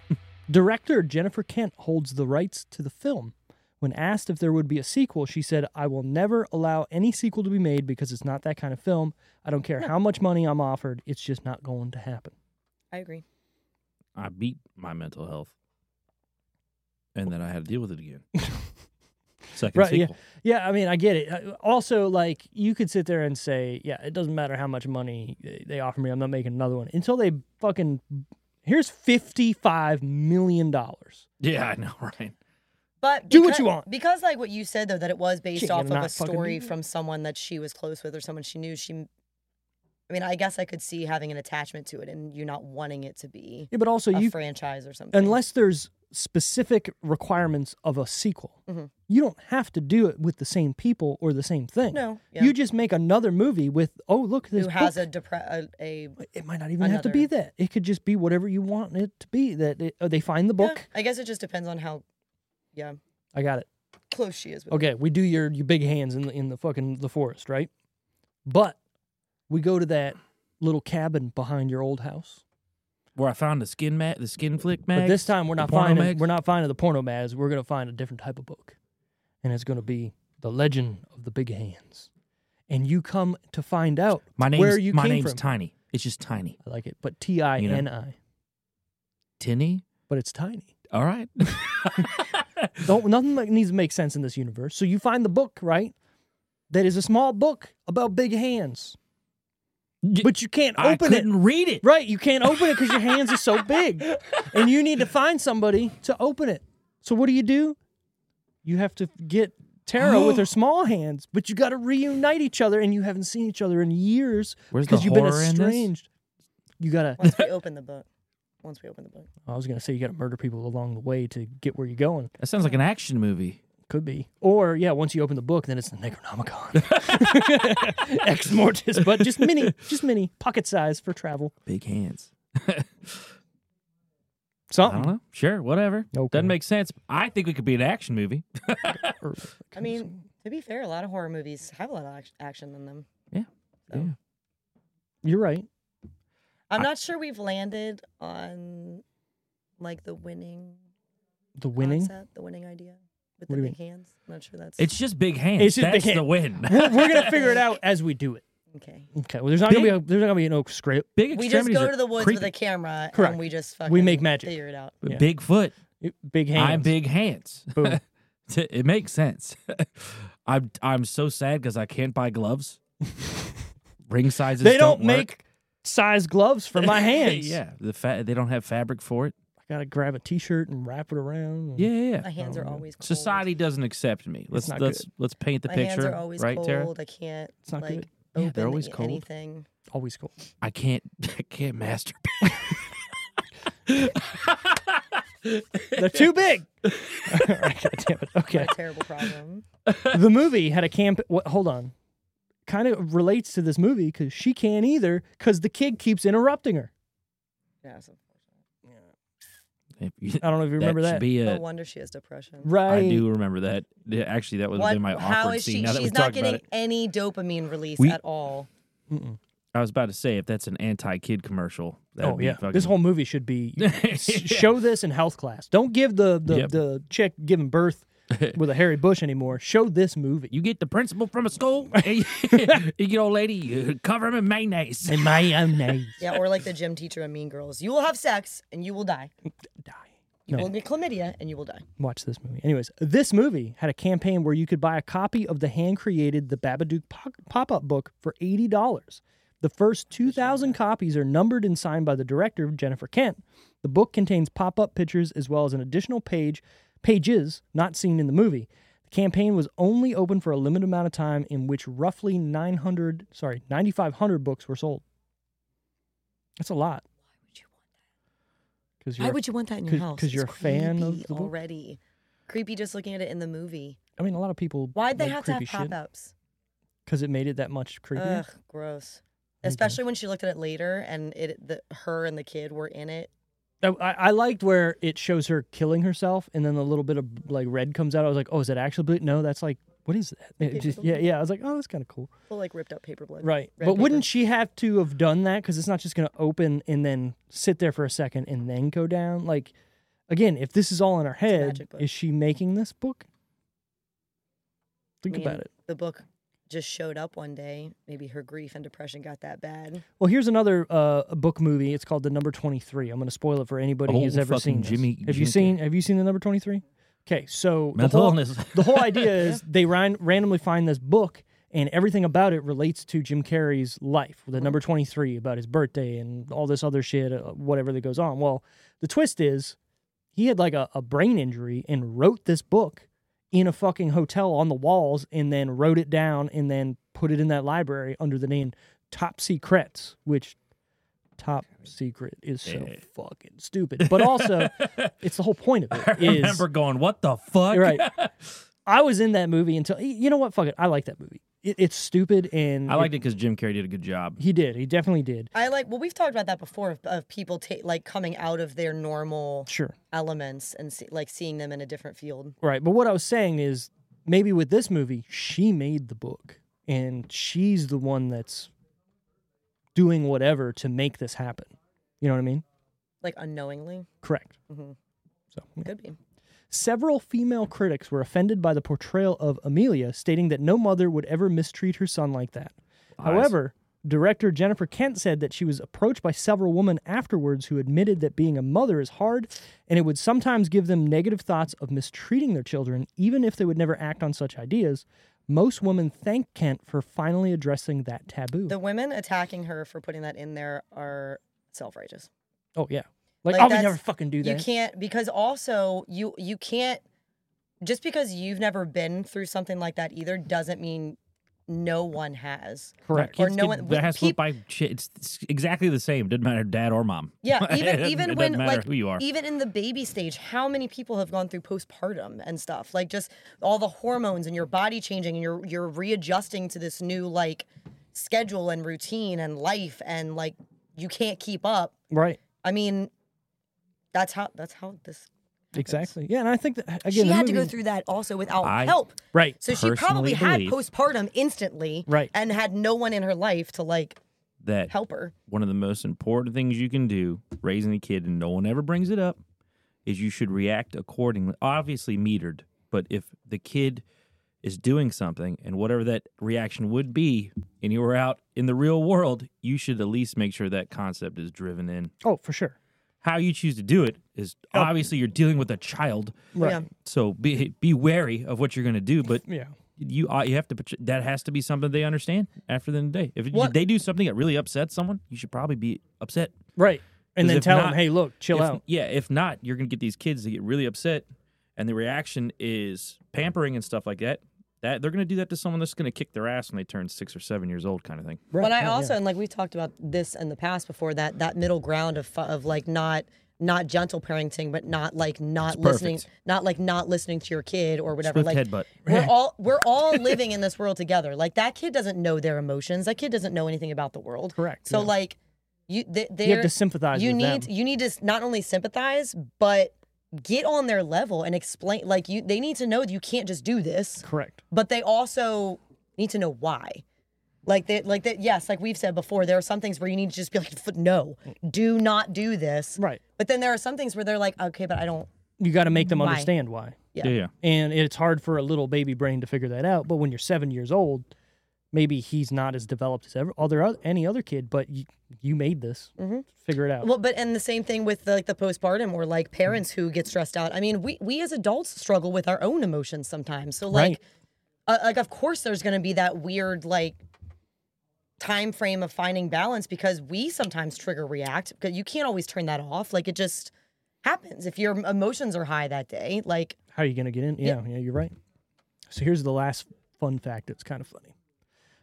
[SPEAKER 2] Director Jennifer Kent holds the rights to the film. When asked if there would be a sequel, she said, "I will never allow any sequel to be made because it's not that kind of film. I don't care how much money I'm offered; it's just not going to happen."
[SPEAKER 4] I agree.
[SPEAKER 3] I beat my mental health, and then I had to deal with it again. Second
[SPEAKER 2] Right, yeah.
[SPEAKER 3] sequel.
[SPEAKER 2] Yeah, I mean, I get it. Uh, Also, like, you could sit there and say, yeah, it doesn't matter how much money they- they offer me, I'm not making another one until they fucking. Here's $55 million.
[SPEAKER 3] Yeah. I know, right?
[SPEAKER 4] But
[SPEAKER 2] Do what
[SPEAKER 4] becau-
[SPEAKER 2] you want.
[SPEAKER 4] Because, like what you said though, that it was based
[SPEAKER 2] Shit,
[SPEAKER 4] off
[SPEAKER 2] you're
[SPEAKER 4] of a
[SPEAKER 2] not fucking
[SPEAKER 4] story
[SPEAKER 2] doing it.
[SPEAKER 4] from someone that she was close with or someone she knew. She, I mean, I guess I could see having an attachment to it and you not wanting it to be
[SPEAKER 2] Yeah, but also,
[SPEAKER 4] a
[SPEAKER 2] you,
[SPEAKER 4] franchise or something.
[SPEAKER 2] unless there's specific requirements of a sequel,
[SPEAKER 4] Mhm.
[SPEAKER 2] you don't have to do it with the same people or the same thing.
[SPEAKER 4] no, yeah.
[SPEAKER 2] You just make another movie with, oh, look, this
[SPEAKER 4] who has
[SPEAKER 2] book.
[SPEAKER 4] a depre- a, a
[SPEAKER 2] It might not even have to be that. It could just be whatever you want it to be. That it, oh, they find the
[SPEAKER 4] yeah,
[SPEAKER 2] book.
[SPEAKER 4] I guess it just depends on how, yeah,
[SPEAKER 2] I got it.
[SPEAKER 4] close she is with. it.
[SPEAKER 2] okay, we do your your big hands in the in the fucking the forest, right? But we go to that little cabin behind your old house.
[SPEAKER 3] Where I found the skin mat, the skin flick mag.
[SPEAKER 2] But this time we're
[SPEAKER 3] The
[SPEAKER 2] not
[SPEAKER 3] porno
[SPEAKER 2] finding
[SPEAKER 3] mags?
[SPEAKER 2] we're not finding the porno mags. We're gonna find a different type of book, and it's gonna be the legend of the big hands. And you come to find out
[SPEAKER 3] my name's
[SPEAKER 2] where you
[SPEAKER 3] my
[SPEAKER 2] came
[SPEAKER 3] name's
[SPEAKER 2] from.
[SPEAKER 3] Tiny. It's just Tiny.
[SPEAKER 2] I like it, but T I N I,
[SPEAKER 3] Tinny.
[SPEAKER 2] but it's tiny.
[SPEAKER 3] All right.
[SPEAKER 2] Don't nothing like needs to make sense in this universe. So you find the book, right? That is a small book about big hands, but you can't
[SPEAKER 3] I
[SPEAKER 2] open it.
[SPEAKER 3] couldn't read it.
[SPEAKER 2] Right, you can't open it because your hands are so big, and you need to find somebody to open it. So what do you do? You have to get Tara with her small hands, but you got to reunite each other, and you haven't seen each other in years
[SPEAKER 3] Where's the
[SPEAKER 2] because you've been
[SPEAKER 3] horror in this?
[SPEAKER 2] estranged. You gotta
[SPEAKER 4] Once we open the book, once we open the book.
[SPEAKER 2] I was gonna say you got to murder people along the way to get where you're going.
[SPEAKER 3] That sounds like an action movie.
[SPEAKER 2] Could be, or yeah, once you open the book, then it's the Necronomicon, ex mortis, but just mini, just mini, pocket size for travel.
[SPEAKER 3] Big hands. I don't
[SPEAKER 2] Something.
[SPEAKER 3] know. Sure, whatever.
[SPEAKER 2] Uh-uh. Okay.
[SPEAKER 3] Doesn't make sense. I think we could be an action movie.
[SPEAKER 2] Or-
[SPEAKER 4] I mean, to be fair, a lot of horror movies have a lot of act- action in them.
[SPEAKER 2] you're right.
[SPEAKER 4] I'm
[SPEAKER 3] I-
[SPEAKER 4] not sure we've landed on like the winning
[SPEAKER 2] The winning.
[SPEAKER 4] concept, the winning idea with
[SPEAKER 2] What
[SPEAKER 4] the
[SPEAKER 2] do you
[SPEAKER 4] big hands. I'm not sure that's
[SPEAKER 3] It's just big hands.
[SPEAKER 2] It's just big
[SPEAKER 3] That's
[SPEAKER 2] hand-
[SPEAKER 3] the win.
[SPEAKER 2] we're, we're gonna figure it out as we do it.
[SPEAKER 4] okay.
[SPEAKER 2] Okay. Well, there's not gonna be a, there's not gonna be an oak script.
[SPEAKER 3] big
[SPEAKER 4] We just
[SPEAKER 3] extremities
[SPEAKER 4] go
[SPEAKER 3] are
[SPEAKER 4] to the woods
[SPEAKER 3] creepy.
[SPEAKER 4] with a camera
[SPEAKER 2] Correct.
[SPEAKER 4] and we just fucking
[SPEAKER 2] We make magic.
[SPEAKER 4] figure it out.
[SPEAKER 3] But
[SPEAKER 2] Yeah.
[SPEAKER 3] Big foot.
[SPEAKER 2] Big hands.
[SPEAKER 3] I'm big hands.
[SPEAKER 2] Boom.
[SPEAKER 3] it makes sense. I'm I'm so sad because I can't buy gloves. Ring sizes.
[SPEAKER 2] They don't,
[SPEAKER 3] don't work.
[SPEAKER 2] make size gloves for my hands.
[SPEAKER 3] yeah, the fa- they don't have fabric for it.
[SPEAKER 2] I gotta grab a t-shirt and wrap it around. and-
[SPEAKER 3] Yeah, yeah. yeah.
[SPEAKER 4] My hands are always cold.
[SPEAKER 3] Society doesn't accept me. Let's
[SPEAKER 2] not
[SPEAKER 3] let's let's paint the
[SPEAKER 4] My
[SPEAKER 3] picture.
[SPEAKER 4] hands are always
[SPEAKER 3] right,
[SPEAKER 4] cold.
[SPEAKER 3] Tara?
[SPEAKER 4] I can't
[SPEAKER 2] It's not
[SPEAKER 4] like
[SPEAKER 2] good.
[SPEAKER 3] Yeah,
[SPEAKER 4] open
[SPEAKER 3] they're always
[SPEAKER 4] any-
[SPEAKER 3] cold.
[SPEAKER 4] anything.
[SPEAKER 2] Always cool.
[SPEAKER 3] I can't I can't masturbate.
[SPEAKER 2] They're too big. All right, God damn it. Okay.
[SPEAKER 4] What a terrible problem.
[SPEAKER 2] The movie had a camp. What, hold on. Kind of relates to this movie because she can't either because the kid keeps interrupting her.
[SPEAKER 4] Yeah, so-
[SPEAKER 3] If you-
[SPEAKER 2] I don't know if Oh, you remember
[SPEAKER 3] should
[SPEAKER 2] that.
[SPEAKER 3] Be
[SPEAKER 4] No
[SPEAKER 3] a,
[SPEAKER 4] wonder she has depression.
[SPEAKER 2] right. Oh,
[SPEAKER 3] I do remember that. Yeah, Actually, that would have
[SPEAKER 4] What?
[SPEAKER 3] been my
[SPEAKER 4] How
[SPEAKER 3] awkward
[SPEAKER 4] is
[SPEAKER 3] scene.
[SPEAKER 4] she?
[SPEAKER 3] now that we
[SPEAKER 4] She's
[SPEAKER 3] talked
[SPEAKER 4] not
[SPEAKER 3] about
[SPEAKER 4] getting
[SPEAKER 3] it,
[SPEAKER 4] any dopamine release
[SPEAKER 3] We-
[SPEAKER 4] at all.
[SPEAKER 2] Mm-mm.
[SPEAKER 3] I was about to say if that's an anti-kid commercial. that'd
[SPEAKER 2] Oh
[SPEAKER 3] be
[SPEAKER 2] yeah.
[SPEAKER 3] fucking-
[SPEAKER 2] This whole movie should be
[SPEAKER 3] Yeah.
[SPEAKER 2] s- show this in health class. Don't give the the,
[SPEAKER 3] Yep.
[SPEAKER 2] the chick giving birth with a hairy bush anymore. Show this movie.
[SPEAKER 3] You get the principal from a school. and you you get old lady. You cover him in mayonnaise.
[SPEAKER 2] In my own name.
[SPEAKER 4] Yeah, or like the gym teacher in Mean Girls. You will have sex and you will die.
[SPEAKER 2] Die.
[SPEAKER 4] You
[SPEAKER 2] No.
[SPEAKER 4] will get chlamydia and you will die.
[SPEAKER 2] Watch this movie. Anyways, this movie had a campaign where you could buy a copy of the hand created The Babadook pop up book for $80. The first 2,000 copies are numbered and signed by the director, Jennifer Kent. The book contains pop up pictures as well as an additional page, pages not seen in the movie. The campaign was only open for a limited amount of time, in which roughly 900, sorry, 9,500 books were sold. That's a lot. Why would you want that? Because
[SPEAKER 4] Why would you want that in your
[SPEAKER 2] 'cause-
[SPEAKER 4] house?
[SPEAKER 2] 'cause
[SPEAKER 4] It's
[SPEAKER 2] you're a fan of
[SPEAKER 4] creepy
[SPEAKER 2] the book?
[SPEAKER 4] already. Creepy just looking at it in the movie.
[SPEAKER 2] I mean, a lot of people.
[SPEAKER 4] Why'd they have to have pop
[SPEAKER 2] up?
[SPEAKER 4] ups?
[SPEAKER 2] Because it made it that much creepier.
[SPEAKER 4] Ugh, gross. Especially when she looked at it later and it the, her and the kid were in it.
[SPEAKER 2] I, I I liked where it shows her killing herself, and then a little bit of like red comes out. I was like, "Oh, is that actually blue? No, that's like, what is that?" It
[SPEAKER 4] Paper
[SPEAKER 2] just-
[SPEAKER 4] blue.
[SPEAKER 2] yeah, yeah. I was like, "Oh, that's kind of cool."
[SPEAKER 4] Well, like ripped up paper blood.
[SPEAKER 2] Right,
[SPEAKER 4] Red
[SPEAKER 2] but
[SPEAKER 4] paper.
[SPEAKER 2] wouldn't she have to have done that? Because it's not just going to open and then sit there for a second and then go down. Like, again, if this is all in her head,
[SPEAKER 4] magic book.
[SPEAKER 2] is she making this book? Think
[SPEAKER 4] I mean,
[SPEAKER 2] about it.
[SPEAKER 4] The book just showed up one day. Maybe her grief and depression got that bad.
[SPEAKER 2] Well, here's another uh, book movie. It's called The Number Twenty Three. I'm going to spoil it for anybody
[SPEAKER 3] Oh,
[SPEAKER 2] who's ever
[SPEAKER 3] fucking
[SPEAKER 2] seen this.
[SPEAKER 3] Jimmy-
[SPEAKER 2] have you
[SPEAKER 3] Jimmy-
[SPEAKER 2] seen Have you seen The Number Twenty Three? Okay, so the
[SPEAKER 3] Mental
[SPEAKER 2] whole-
[SPEAKER 3] illness.
[SPEAKER 2] the whole idea is they ran- randomly find this book and everything about it relates to Jim Carrey's life, the number 23 about his birthday and all this other shit, uh, whatever that goes on. Well, the twist is he had like a, a brain injury and wrote this book in a fucking hotel on the walls and then wrote it down and then put it in that library under the name Top Secrets, which top secret is so
[SPEAKER 3] Yeah.
[SPEAKER 2] fucking stupid. But also, it's the whole point of it is
[SPEAKER 3] Remember going, what the fuck?
[SPEAKER 2] you're right. I was in that movie until y- you know what? Fuck it. I like that movie. It, it's stupid and
[SPEAKER 3] I liked it because Jim Carrey did a good job.
[SPEAKER 2] it- He did. He definitely did.
[SPEAKER 4] I like. Well, we've talked about that before of, of people ta- like coming out of their normal
[SPEAKER 2] Sure.
[SPEAKER 4] elements and see, like seeing them in a different field.
[SPEAKER 2] Right. But what I was saying is maybe with this movie, she made the book and she's the one that's doing whatever to make this happen. You know what I mean?
[SPEAKER 4] like unknowingly.
[SPEAKER 2] Correct.
[SPEAKER 4] Mhm.
[SPEAKER 2] So yeah.
[SPEAKER 4] Could be.
[SPEAKER 2] Several female critics were offended by the portrayal of Amelia, stating that no mother would ever mistreat her son like that. However, director Jennifer Kent said that she was approached by several women afterwards who admitted that being a mother is hard and it would sometimes give them negative thoughts of mistreating their children, even if they would never act on such ideas. Most women thank Kent for finally addressing that taboo.
[SPEAKER 4] The women attacking her for putting that in there are self righteous.
[SPEAKER 2] oh, yeah. Like,
[SPEAKER 4] Like,
[SPEAKER 2] I would
[SPEAKER 4] that's-
[SPEAKER 2] never fucking do
[SPEAKER 4] You
[SPEAKER 2] that.
[SPEAKER 4] can't because also you you can't just because you've never been through something like that either doesn't mean no one has.
[SPEAKER 2] Correct.
[SPEAKER 4] Or
[SPEAKER 3] Kids
[SPEAKER 4] no
[SPEAKER 3] get-
[SPEAKER 4] one-
[SPEAKER 3] that has to
[SPEAKER 4] peop-
[SPEAKER 3] look by shit. It's, it's exactly the same. Didn't matter, dad or mom.
[SPEAKER 4] Yeah, even
[SPEAKER 3] It
[SPEAKER 4] even
[SPEAKER 3] doesn't
[SPEAKER 4] when
[SPEAKER 3] matter
[SPEAKER 4] like
[SPEAKER 3] who you are.
[SPEAKER 4] even in the baby stage, how many people have gone through postpartum and stuff? Like just all the hormones and your body changing and you're you're readjusting to this new like schedule and routine and life and like you can't keep up.
[SPEAKER 2] Right.
[SPEAKER 4] I mean, that's how that's how this
[SPEAKER 2] Exactly. Yeah, and I think that again,
[SPEAKER 4] she
[SPEAKER 2] the
[SPEAKER 4] had to go
[SPEAKER 2] movie-
[SPEAKER 4] through that also without
[SPEAKER 3] I-
[SPEAKER 4] help.
[SPEAKER 2] Right.
[SPEAKER 4] So she
[SPEAKER 3] personally
[SPEAKER 4] probably had
[SPEAKER 3] believe-
[SPEAKER 4] postpartum instantly
[SPEAKER 2] Right.
[SPEAKER 4] and had no one in her life to like
[SPEAKER 3] that
[SPEAKER 4] help her.
[SPEAKER 3] one of the most important things you can do raising a kid, and no one ever brings it up, is you should react accordingly. Obviously metered, but if the kid is doing something and whatever that reaction would be, and you were out in the real world, you should at least make sure that concept is driven in.
[SPEAKER 2] Oh, for sure.
[SPEAKER 3] How you choose to do it is obviously you're dealing with a child,
[SPEAKER 2] Right.
[SPEAKER 4] Yeah.
[SPEAKER 3] so be be wary of what you're going to do. But
[SPEAKER 2] Yeah.
[SPEAKER 3] you ought- you have to put your- that has to be something they understand after the end of the day. If
[SPEAKER 4] What-
[SPEAKER 3] they do something that really upsets someone, you should probably be upset.
[SPEAKER 2] Right. And
[SPEAKER 3] 'Cause
[SPEAKER 2] then
[SPEAKER 3] if
[SPEAKER 2] tell
[SPEAKER 3] not-
[SPEAKER 2] them, hey, look, chill
[SPEAKER 3] If-
[SPEAKER 2] out.
[SPEAKER 3] Yeah, if not, you're gonna get these kids to get really upset, and the reaction is pampering and stuff like that. That they're gonna do that to someone that's gonna kick their ass when they turn six or seven years old, kind of thing.
[SPEAKER 2] Right.
[SPEAKER 4] But I
[SPEAKER 2] yeah, yeah.
[SPEAKER 4] also, and like we talked about this in the past before, that that middle ground of fu- of like not not gentle parenting, but not like not listening,
[SPEAKER 3] perfect.
[SPEAKER 4] not like not listening to your kid or whatever.
[SPEAKER 3] Swift
[SPEAKER 4] like
[SPEAKER 3] headbutt.
[SPEAKER 4] we're all we're all living in this world together. Like that kid doesn't know their emotions. That kid doesn't know anything about the world.
[SPEAKER 2] Correct,
[SPEAKER 4] So
[SPEAKER 2] yeah.
[SPEAKER 4] like you, they,
[SPEAKER 2] you have to sympathize
[SPEAKER 4] you
[SPEAKER 2] with
[SPEAKER 4] need
[SPEAKER 2] them.
[SPEAKER 4] you need to s- not only sympathize, but get on their level and explain. Like you, they need to know that you can't just do this
[SPEAKER 2] Correct.
[SPEAKER 4] but they also need to know why. Like they, like that. Yes, like we've said before, there are some things where you need to just be like, "F- no, do not do this.
[SPEAKER 2] Right.
[SPEAKER 4] But then there are some things where they're like, okay, but I don't.
[SPEAKER 2] You got to make them
[SPEAKER 4] Why?
[SPEAKER 2] understand why.
[SPEAKER 4] Yeah.
[SPEAKER 3] yeah.
[SPEAKER 2] And it's hard for a little baby brain to figure that out. But when you're seven years old, maybe he's not as developed as ever other oth- any other kid. But you, you made this. Figure it out.
[SPEAKER 4] Mm-hmm. Well, but and the same thing with like the postpartum or like parents who get stressed out. I mean, we we as adults struggle with our own emotions sometimes. So like,
[SPEAKER 2] Right.
[SPEAKER 4] uh, like of course there's going to be that weird like time frame of finding balance because we sometimes trigger react because you can't always turn that off. Like it just happens if your emotions are high that day. Like
[SPEAKER 2] How are you going to get in? Yeah, yeah, you're right. So here's the last fun fact that's kind of funny.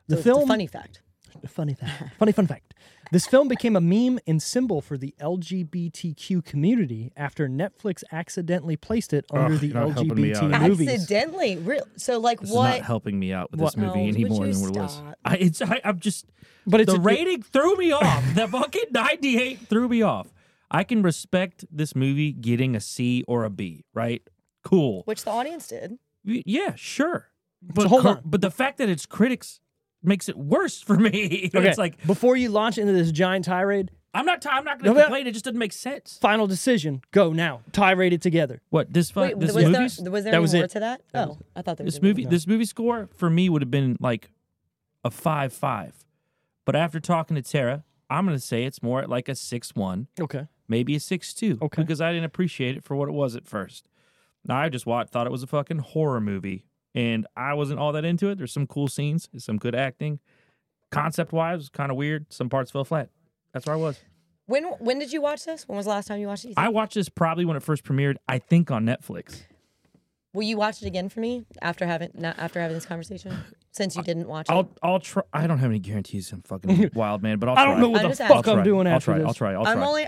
[SPEAKER 2] The
[SPEAKER 4] so it's a
[SPEAKER 2] film
[SPEAKER 4] funny fact.
[SPEAKER 2] funny fact. funny fun fact. This film became a meme and symbol for the LGBTQ community after Netflix accidentally placed it under
[SPEAKER 3] Ugh,
[SPEAKER 2] the
[SPEAKER 3] you're not helping me out.
[SPEAKER 2] LGBT movies.
[SPEAKER 4] Accidentally, real. So like
[SPEAKER 3] This is
[SPEAKER 4] what?
[SPEAKER 3] not helping me out with
[SPEAKER 2] What-
[SPEAKER 3] this movie
[SPEAKER 4] Oh,
[SPEAKER 3] any
[SPEAKER 4] would
[SPEAKER 3] more
[SPEAKER 4] you
[SPEAKER 3] than what it was.
[SPEAKER 4] stop?
[SPEAKER 3] I, it's, I, I'm just.
[SPEAKER 2] But it's
[SPEAKER 3] the
[SPEAKER 2] a-
[SPEAKER 3] rating threw me off. the fucking 98 threw me off. I can respect this movie getting a C or a B, right? Cool.
[SPEAKER 4] which the audience did.
[SPEAKER 3] Y- Yeah, sure. But
[SPEAKER 2] hold
[SPEAKER 3] cur-
[SPEAKER 2] on.
[SPEAKER 3] but the fact that it's critics makes it worse for me.
[SPEAKER 2] Okay,
[SPEAKER 3] It's like
[SPEAKER 2] before you launch into this giant tirade,
[SPEAKER 3] I'm not. i I'm not
[SPEAKER 2] No,
[SPEAKER 3] going to
[SPEAKER 2] but-
[SPEAKER 3] complain. It just doesn't make sense.
[SPEAKER 2] final decision. Go now. Tirade it together.
[SPEAKER 3] What this? fu-
[SPEAKER 4] Wait,
[SPEAKER 3] this
[SPEAKER 4] was
[SPEAKER 3] movie?
[SPEAKER 4] there was there
[SPEAKER 2] that
[SPEAKER 4] any
[SPEAKER 2] was
[SPEAKER 4] more
[SPEAKER 2] it.
[SPEAKER 4] to that? oh, I thought there was.
[SPEAKER 3] this
[SPEAKER 4] a more.
[SPEAKER 3] movie this movie score for me would have been like a five five but after talking to tara i'm gonna say it's more at like a six one
[SPEAKER 2] Okay.
[SPEAKER 3] maybe a six two
[SPEAKER 2] Okay.
[SPEAKER 3] because i didn't appreciate it for what it was at first now i just watched, thought it was a fucking horror movie and i wasn't all that into it there's some cool scenes there's some good acting concept wise kind of weird some parts fell flat that's where i was
[SPEAKER 4] When when did you watch this? When was the last time you watched it? you think?
[SPEAKER 3] i watched this probably when it first premiered i think on netflix
[SPEAKER 4] Will you watch it again for me after having not after having this conversation? Since you didn't watch it,
[SPEAKER 3] I'll I'll try. I don't have any guarantees. I'm fucking wild man, but I'll.
[SPEAKER 2] I don't
[SPEAKER 3] try.
[SPEAKER 2] know what
[SPEAKER 4] I'm
[SPEAKER 2] the
[SPEAKER 4] just
[SPEAKER 2] fuck
[SPEAKER 4] asking.
[SPEAKER 2] I'm
[SPEAKER 3] try.
[SPEAKER 2] doing
[SPEAKER 3] I'll
[SPEAKER 2] after
[SPEAKER 3] try.
[SPEAKER 2] this.
[SPEAKER 3] I'll try. I'll try.
[SPEAKER 4] I'm only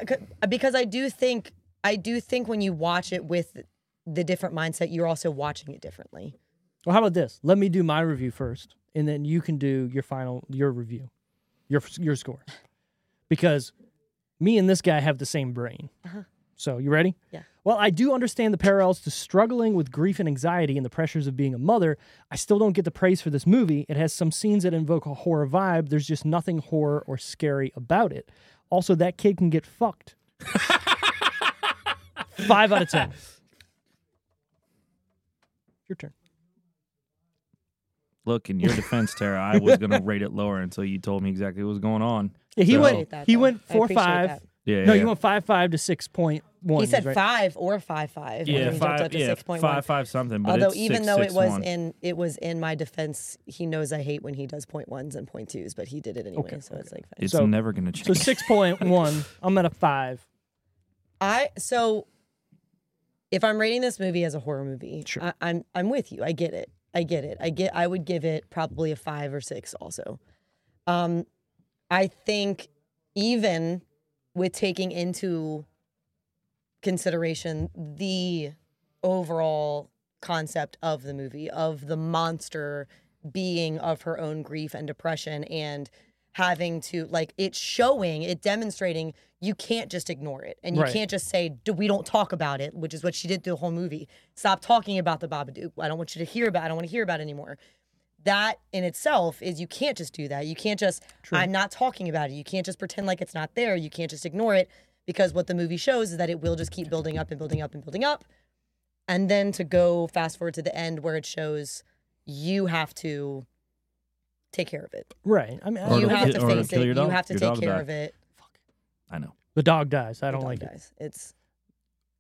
[SPEAKER 4] because I do think I do think when you watch it with the different mindset, you're also watching it differently.
[SPEAKER 2] Well, how about this? Let me do my review first, and then you can do your final your review, your your score, because me and this guy have the same brain. So you ready?
[SPEAKER 4] Yeah.
[SPEAKER 2] Well, I do understand the parallels to struggling with grief and anxiety and the pressures of being a mother. I still don't get the praise for this movie. It has some scenes that invoke a horror vibe. There's just nothing horror or scary about it. Also, that kid can get fucked. Five out of ten. Your turn.
[SPEAKER 3] Look, in your defense, Tara, I was gonna rate it lower until you told me exactly what was going on.
[SPEAKER 2] Yeah, he
[SPEAKER 3] So-
[SPEAKER 2] went.
[SPEAKER 4] that,
[SPEAKER 2] he
[SPEAKER 4] though.
[SPEAKER 2] went
[SPEAKER 4] I
[SPEAKER 2] four
[SPEAKER 4] appreciate
[SPEAKER 2] five.
[SPEAKER 4] that.
[SPEAKER 3] Yeah.
[SPEAKER 2] No,
[SPEAKER 3] yeah.
[SPEAKER 2] you went five five to six point one.
[SPEAKER 4] He said
[SPEAKER 2] right.
[SPEAKER 4] five or five five. and
[SPEAKER 3] Yeah,
[SPEAKER 4] then he jumped up
[SPEAKER 3] five.
[SPEAKER 4] to
[SPEAKER 3] Yeah,
[SPEAKER 4] 6.1.
[SPEAKER 3] five, five something. But
[SPEAKER 4] Although
[SPEAKER 3] it's
[SPEAKER 4] even
[SPEAKER 3] six,
[SPEAKER 4] though
[SPEAKER 3] six,
[SPEAKER 4] it was
[SPEAKER 3] one.
[SPEAKER 4] in it was in my defense, he knows I hate when he does point ones and point twos, but he did it anyway. so it's like fine.
[SPEAKER 3] it's
[SPEAKER 2] so-
[SPEAKER 3] never gonna change.
[SPEAKER 2] So six point one. I'm at a five.
[SPEAKER 4] I so if I'm rating this movie as a horror movie, I, I'm I'm with you. I get it. I I get it. I get. I would give it probably a five or six. Also, um, I think even with taking into consideration the overall concept of the movie of the monster being of her own grief and depression and having to like it's showing it demonstrating you can't just ignore it and you
[SPEAKER 2] Right.
[SPEAKER 4] can't just say "D- we don't talk about it which is what she did through the whole movie stop talking about the babadook i don't want you to hear about i don't want to hear about it anymore that in itself is you can't just do that. You can't just I'm not talking about it. You can't just pretend like it's not there. You can't just ignore it because what the movie shows is that it will just keep building up and building up and building up. And then to go fast forward to the end where it shows you have to take care of it.
[SPEAKER 2] Right. I mean, I
[SPEAKER 3] Or
[SPEAKER 4] you
[SPEAKER 3] to
[SPEAKER 2] don't-
[SPEAKER 4] have
[SPEAKER 3] ki-
[SPEAKER 4] to
[SPEAKER 3] or to
[SPEAKER 4] face
[SPEAKER 3] kill
[SPEAKER 4] it.
[SPEAKER 3] your
[SPEAKER 4] You
[SPEAKER 3] dog-
[SPEAKER 4] have to
[SPEAKER 3] your
[SPEAKER 4] take
[SPEAKER 3] dog
[SPEAKER 4] care
[SPEAKER 3] died.
[SPEAKER 4] of it.
[SPEAKER 3] I know.
[SPEAKER 2] the dog dies. I don't
[SPEAKER 4] Dog
[SPEAKER 2] like it.
[SPEAKER 4] dies. It's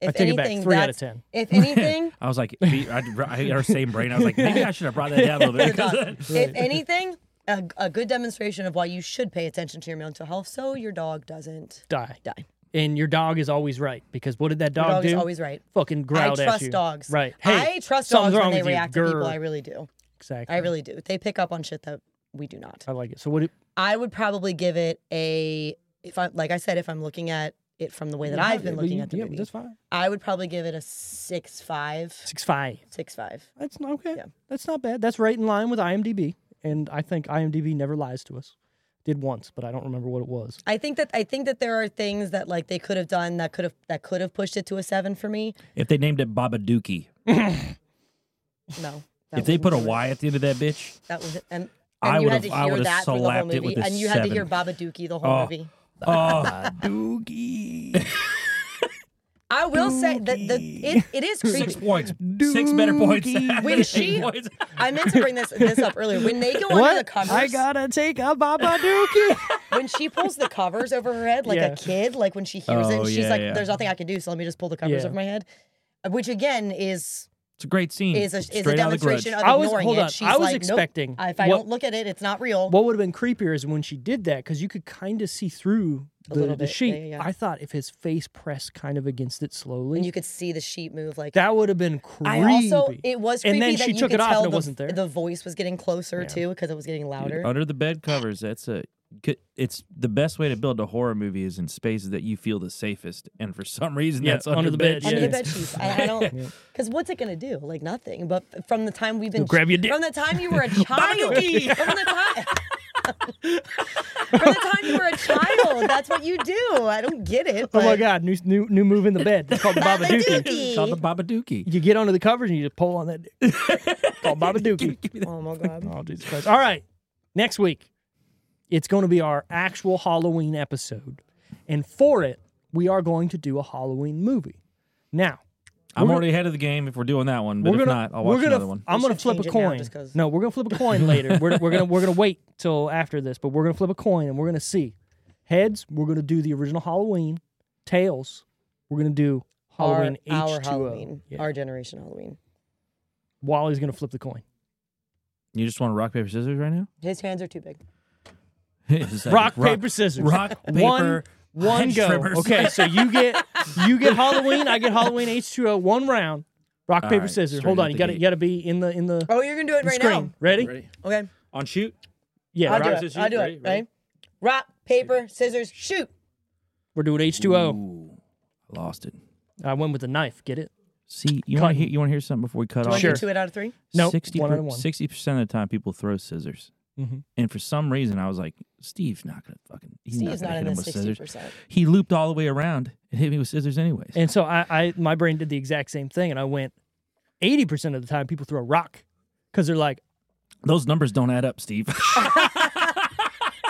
[SPEAKER 2] I
[SPEAKER 4] if
[SPEAKER 2] take it back.
[SPEAKER 4] anything
[SPEAKER 2] Three out of
[SPEAKER 4] that's-
[SPEAKER 2] 10.
[SPEAKER 4] If anything,
[SPEAKER 3] I was like, be- I, I had our same brain. I was like, maybe I should have brought that down a
[SPEAKER 4] They're
[SPEAKER 3] little
[SPEAKER 4] done.
[SPEAKER 3] bit.
[SPEAKER 4] if anything, a, a good demonstration of why you should pay attention to your mental health so your dog doesn't
[SPEAKER 2] Die.
[SPEAKER 4] die.
[SPEAKER 2] And your dog is always right because what did that
[SPEAKER 4] Your
[SPEAKER 2] dog,
[SPEAKER 4] dog
[SPEAKER 2] do?
[SPEAKER 4] is always right.
[SPEAKER 2] Fucking growled
[SPEAKER 4] I
[SPEAKER 2] at
[SPEAKER 4] trust
[SPEAKER 2] you.
[SPEAKER 4] dogs.
[SPEAKER 2] Right. Hey,
[SPEAKER 4] I trust
[SPEAKER 2] something's
[SPEAKER 4] dogs when
[SPEAKER 2] wrong
[SPEAKER 4] they
[SPEAKER 2] with you.
[SPEAKER 4] react to people.
[SPEAKER 2] Grr.
[SPEAKER 4] I really do.
[SPEAKER 2] Exactly.
[SPEAKER 4] I really do. They pick up on shit that we do not.
[SPEAKER 2] I like it. So what? do-
[SPEAKER 4] I would probably give it a if I like I said if I'm looking at it from the way that I've been
[SPEAKER 2] Yeah,
[SPEAKER 4] looking
[SPEAKER 2] you-
[SPEAKER 4] at the
[SPEAKER 2] yeah,
[SPEAKER 4] movie,
[SPEAKER 2] That's fine.
[SPEAKER 4] I would probably give it a six five,
[SPEAKER 2] Six five.
[SPEAKER 4] six five.
[SPEAKER 2] That's not okay.
[SPEAKER 4] Yeah.
[SPEAKER 2] That's not bad. That's right in line with IMDb. And I think IMDb never lies to us. Did once, but I don't remember what it was.
[SPEAKER 4] I think that I think that there are things that like they could have done that could have that could have pushed it to a seven for me.
[SPEAKER 3] If they named it Baba Dookie,
[SPEAKER 4] No. that
[SPEAKER 3] if they
[SPEAKER 4] wouldn't
[SPEAKER 3] put a
[SPEAKER 4] do it.
[SPEAKER 3] Y at the end of that bitch,
[SPEAKER 4] that was it. and.
[SPEAKER 3] I
[SPEAKER 4] And you
[SPEAKER 3] would
[SPEAKER 4] had
[SPEAKER 3] have-
[SPEAKER 4] to
[SPEAKER 3] I
[SPEAKER 4] hear
[SPEAKER 3] would have
[SPEAKER 4] that for the whole
[SPEAKER 3] slapped it
[SPEAKER 4] movie,
[SPEAKER 3] with a
[SPEAKER 4] and you had to hear Baba Dookie the whole
[SPEAKER 3] Oh.
[SPEAKER 4] movie.
[SPEAKER 3] oh, Dookie.
[SPEAKER 4] I will say that the it, it is
[SPEAKER 3] Six
[SPEAKER 4] creepy.
[SPEAKER 3] points. Six better points. than
[SPEAKER 4] When
[SPEAKER 3] eight
[SPEAKER 4] she-
[SPEAKER 3] points.
[SPEAKER 4] I meant to bring this this up earlier. When they go under the covers,
[SPEAKER 2] I gotta take a Babadook.
[SPEAKER 4] when she pulls the covers over her head like
[SPEAKER 2] Yeah.
[SPEAKER 4] a kid, like when she hears it,
[SPEAKER 3] Oh,
[SPEAKER 4] and she's
[SPEAKER 3] yeah,
[SPEAKER 4] like,
[SPEAKER 3] yeah.
[SPEAKER 4] "There's nothing I can do, so let me just pull the covers
[SPEAKER 2] Yeah.
[SPEAKER 4] over my head," which again is
[SPEAKER 3] It's a great scene.
[SPEAKER 4] is a, is a
[SPEAKER 3] Straight out of the Grudge.
[SPEAKER 4] demonstration of,
[SPEAKER 2] I was-
[SPEAKER 4] ignoring
[SPEAKER 2] hold
[SPEAKER 4] it.
[SPEAKER 2] on.
[SPEAKER 4] She's
[SPEAKER 2] I was
[SPEAKER 4] like, nope,
[SPEAKER 2] expecting
[SPEAKER 4] if I
[SPEAKER 2] what-
[SPEAKER 4] don't look at it, it's not real.
[SPEAKER 2] what would have been creepier is when she did that because you could kind of see through
[SPEAKER 4] A
[SPEAKER 2] the,
[SPEAKER 4] little
[SPEAKER 2] the
[SPEAKER 4] bit, yeah,
[SPEAKER 2] sheet.
[SPEAKER 4] yeah, yeah.
[SPEAKER 2] I thought if his face pressed kind of against it slowly,
[SPEAKER 4] and you could see the sheet move like
[SPEAKER 2] that would have been creepy.
[SPEAKER 4] I also it was creepy
[SPEAKER 2] And then
[SPEAKER 4] that
[SPEAKER 2] she
[SPEAKER 4] you
[SPEAKER 2] took
[SPEAKER 4] could
[SPEAKER 2] it off
[SPEAKER 4] tell
[SPEAKER 2] and it
[SPEAKER 4] the,
[SPEAKER 2] wasn't there.
[SPEAKER 4] the voice was getting closer too because it was getting louder.
[SPEAKER 3] Under the bed covers. That's a. good- It's the best way to build a horror movie is in spaces that you feel the safest, and for some reason
[SPEAKER 2] Yeah,
[SPEAKER 3] that's under, the bed.
[SPEAKER 4] Under
[SPEAKER 2] Yeah.
[SPEAKER 4] the bed sheets. I, I don't, because what's it gonna do? Like nothing. But f- from the time we've been
[SPEAKER 2] grab your dick.
[SPEAKER 4] from the time you were a child, from the time. From the time you were a child, that's what you do. I don't get it.
[SPEAKER 2] oh my
[SPEAKER 4] but-
[SPEAKER 2] god, new new new move in the bed. It's called the Babadookie.
[SPEAKER 4] Babadookie.
[SPEAKER 3] It's called the Baba Dookie.
[SPEAKER 2] You get under the covers and you just pull on that. dick. It's called Babadookie.
[SPEAKER 4] Oh my god.
[SPEAKER 2] Oh, Jesus Christ. All right. Next week, it's going to be our actual Halloween episode. And for it, we are going to do a Halloween movie. Now,
[SPEAKER 3] I'm
[SPEAKER 2] We're
[SPEAKER 3] already ahead of the game if we're doing that one, but
[SPEAKER 2] we're
[SPEAKER 3] if
[SPEAKER 2] gonna,
[SPEAKER 3] not, I'll
[SPEAKER 2] we're
[SPEAKER 3] watch
[SPEAKER 2] gonna,
[SPEAKER 3] another one.
[SPEAKER 2] I'm
[SPEAKER 4] We
[SPEAKER 2] gonna
[SPEAKER 4] should
[SPEAKER 2] flip a
[SPEAKER 4] change it now
[SPEAKER 2] coin.
[SPEAKER 4] just 'cause-
[SPEAKER 2] No, we're gonna flip a coin later. We're, we're gonna we're gonna wait till after this, but we're gonna flip a coin and we're gonna see. Heads, we're gonna do the original Halloween. Tails, we're gonna do Halloween
[SPEAKER 4] our, our
[SPEAKER 2] H2O.
[SPEAKER 4] Halloween,
[SPEAKER 2] Yeah.
[SPEAKER 4] our generation Halloween.
[SPEAKER 2] Wally's gonna flip the coin.
[SPEAKER 3] You just want rock paper scissors right now?
[SPEAKER 4] His hands are too big.
[SPEAKER 3] It's just like
[SPEAKER 2] rock, paper scissors.
[SPEAKER 3] Rock paper.
[SPEAKER 2] one one
[SPEAKER 3] hedge
[SPEAKER 2] go.
[SPEAKER 3] trimmers.
[SPEAKER 2] Okay, so you get you get Halloween. I get Halloween H two O. One round. Rock
[SPEAKER 3] All
[SPEAKER 2] paper
[SPEAKER 3] right,
[SPEAKER 2] scissors.
[SPEAKER 3] straight
[SPEAKER 2] Hold
[SPEAKER 3] out
[SPEAKER 2] on, you
[SPEAKER 3] the
[SPEAKER 2] got to
[SPEAKER 3] gate.
[SPEAKER 2] you got to be in the in the
[SPEAKER 4] Oh, you're gonna do it right
[SPEAKER 2] screen. Ready?
[SPEAKER 3] Ready?
[SPEAKER 4] now. Okay,
[SPEAKER 3] On shoot.
[SPEAKER 2] Yeah,
[SPEAKER 4] I'll
[SPEAKER 2] right.
[SPEAKER 3] Rock,
[SPEAKER 4] do it.
[SPEAKER 3] scissors,
[SPEAKER 4] I'll do
[SPEAKER 3] ready,
[SPEAKER 4] it.
[SPEAKER 3] ready?
[SPEAKER 4] Right? Rock, paper, scissors, shoot.
[SPEAKER 2] we're doing H two O.
[SPEAKER 3] Ooh, I lost it.
[SPEAKER 2] I went with the knife. Get it?
[SPEAKER 3] See, you
[SPEAKER 2] Cut.
[SPEAKER 3] want to hear? You want to hear something before we cut
[SPEAKER 4] Do
[SPEAKER 3] off?
[SPEAKER 4] I
[SPEAKER 2] Sure.
[SPEAKER 4] get two it out of three?
[SPEAKER 2] Nope,
[SPEAKER 3] Sixty
[SPEAKER 2] one on one.
[SPEAKER 3] percent of the time, people throw scissors,
[SPEAKER 2] Mhm.
[SPEAKER 3] and for some reason, I was like, Steve's not gonna fucking. He's
[SPEAKER 4] Steve's
[SPEAKER 3] not
[SPEAKER 4] not
[SPEAKER 3] gonna
[SPEAKER 4] in
[SPEAKER 3] hit him
[SPEAKER 4] the
[SPEAKER 3] with
[SPEAKER 4] sixty
[SPEAKER 3] scissors.
[SPEAKER 4] percent.
[SPEAKER 3] He looped all the way around and hit me with scissors anyways.
[SPEAKER 2] And so I, I my brain did the exact same thing, and I went eighty percent of the time people throw a rock because they're like,
[SPEAKER 3] Those numbers don't add up, Steve.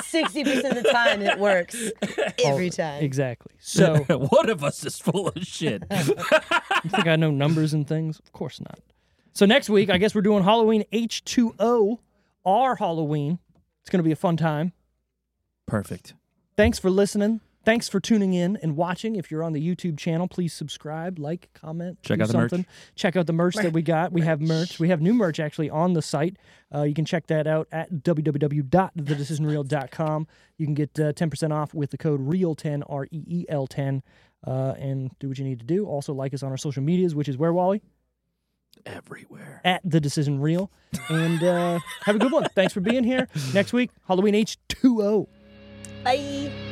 [SPEAKER 4] Sixty percent of the time it works. Every time.
[SPEAKER 2] "Oh, exactly. So
[SPEAKER 3] one of us is full of shit.
[SPEAKER 2] you think I know numbers and things? Of course not. So next week, I guess we're doing Halloween H two O, our Halloween. It's gonna be a fun time.
[SPEAKER 3] Perfect.
[SPEAKER 2] Thanks for listening. Thanks for tuning in and watching. If you're on the YouTube channel, please subscribe, like, comment,
[SPEAKER 3] Check
[SPEAKER 2] do
[SPEAKER 3] out the merch.
[SPEAKER 2] something. Check out the merch that we got. We have merch. We have new merch actually on the site. Uh, you can check that out at www.thedecisionreel.com. You can get uh, 10% off with the code REEL10, R E E L 10, uh, and do what you need to do. Also, like us on our social medias, which is where Wally?
[SPEAKER 3] everywhere.
[SPEAKER 2] at the decision reel. And uh, have a good one. Thanks for being here. Next week, Halloween H2O.
[SPEAKER 4] Bye.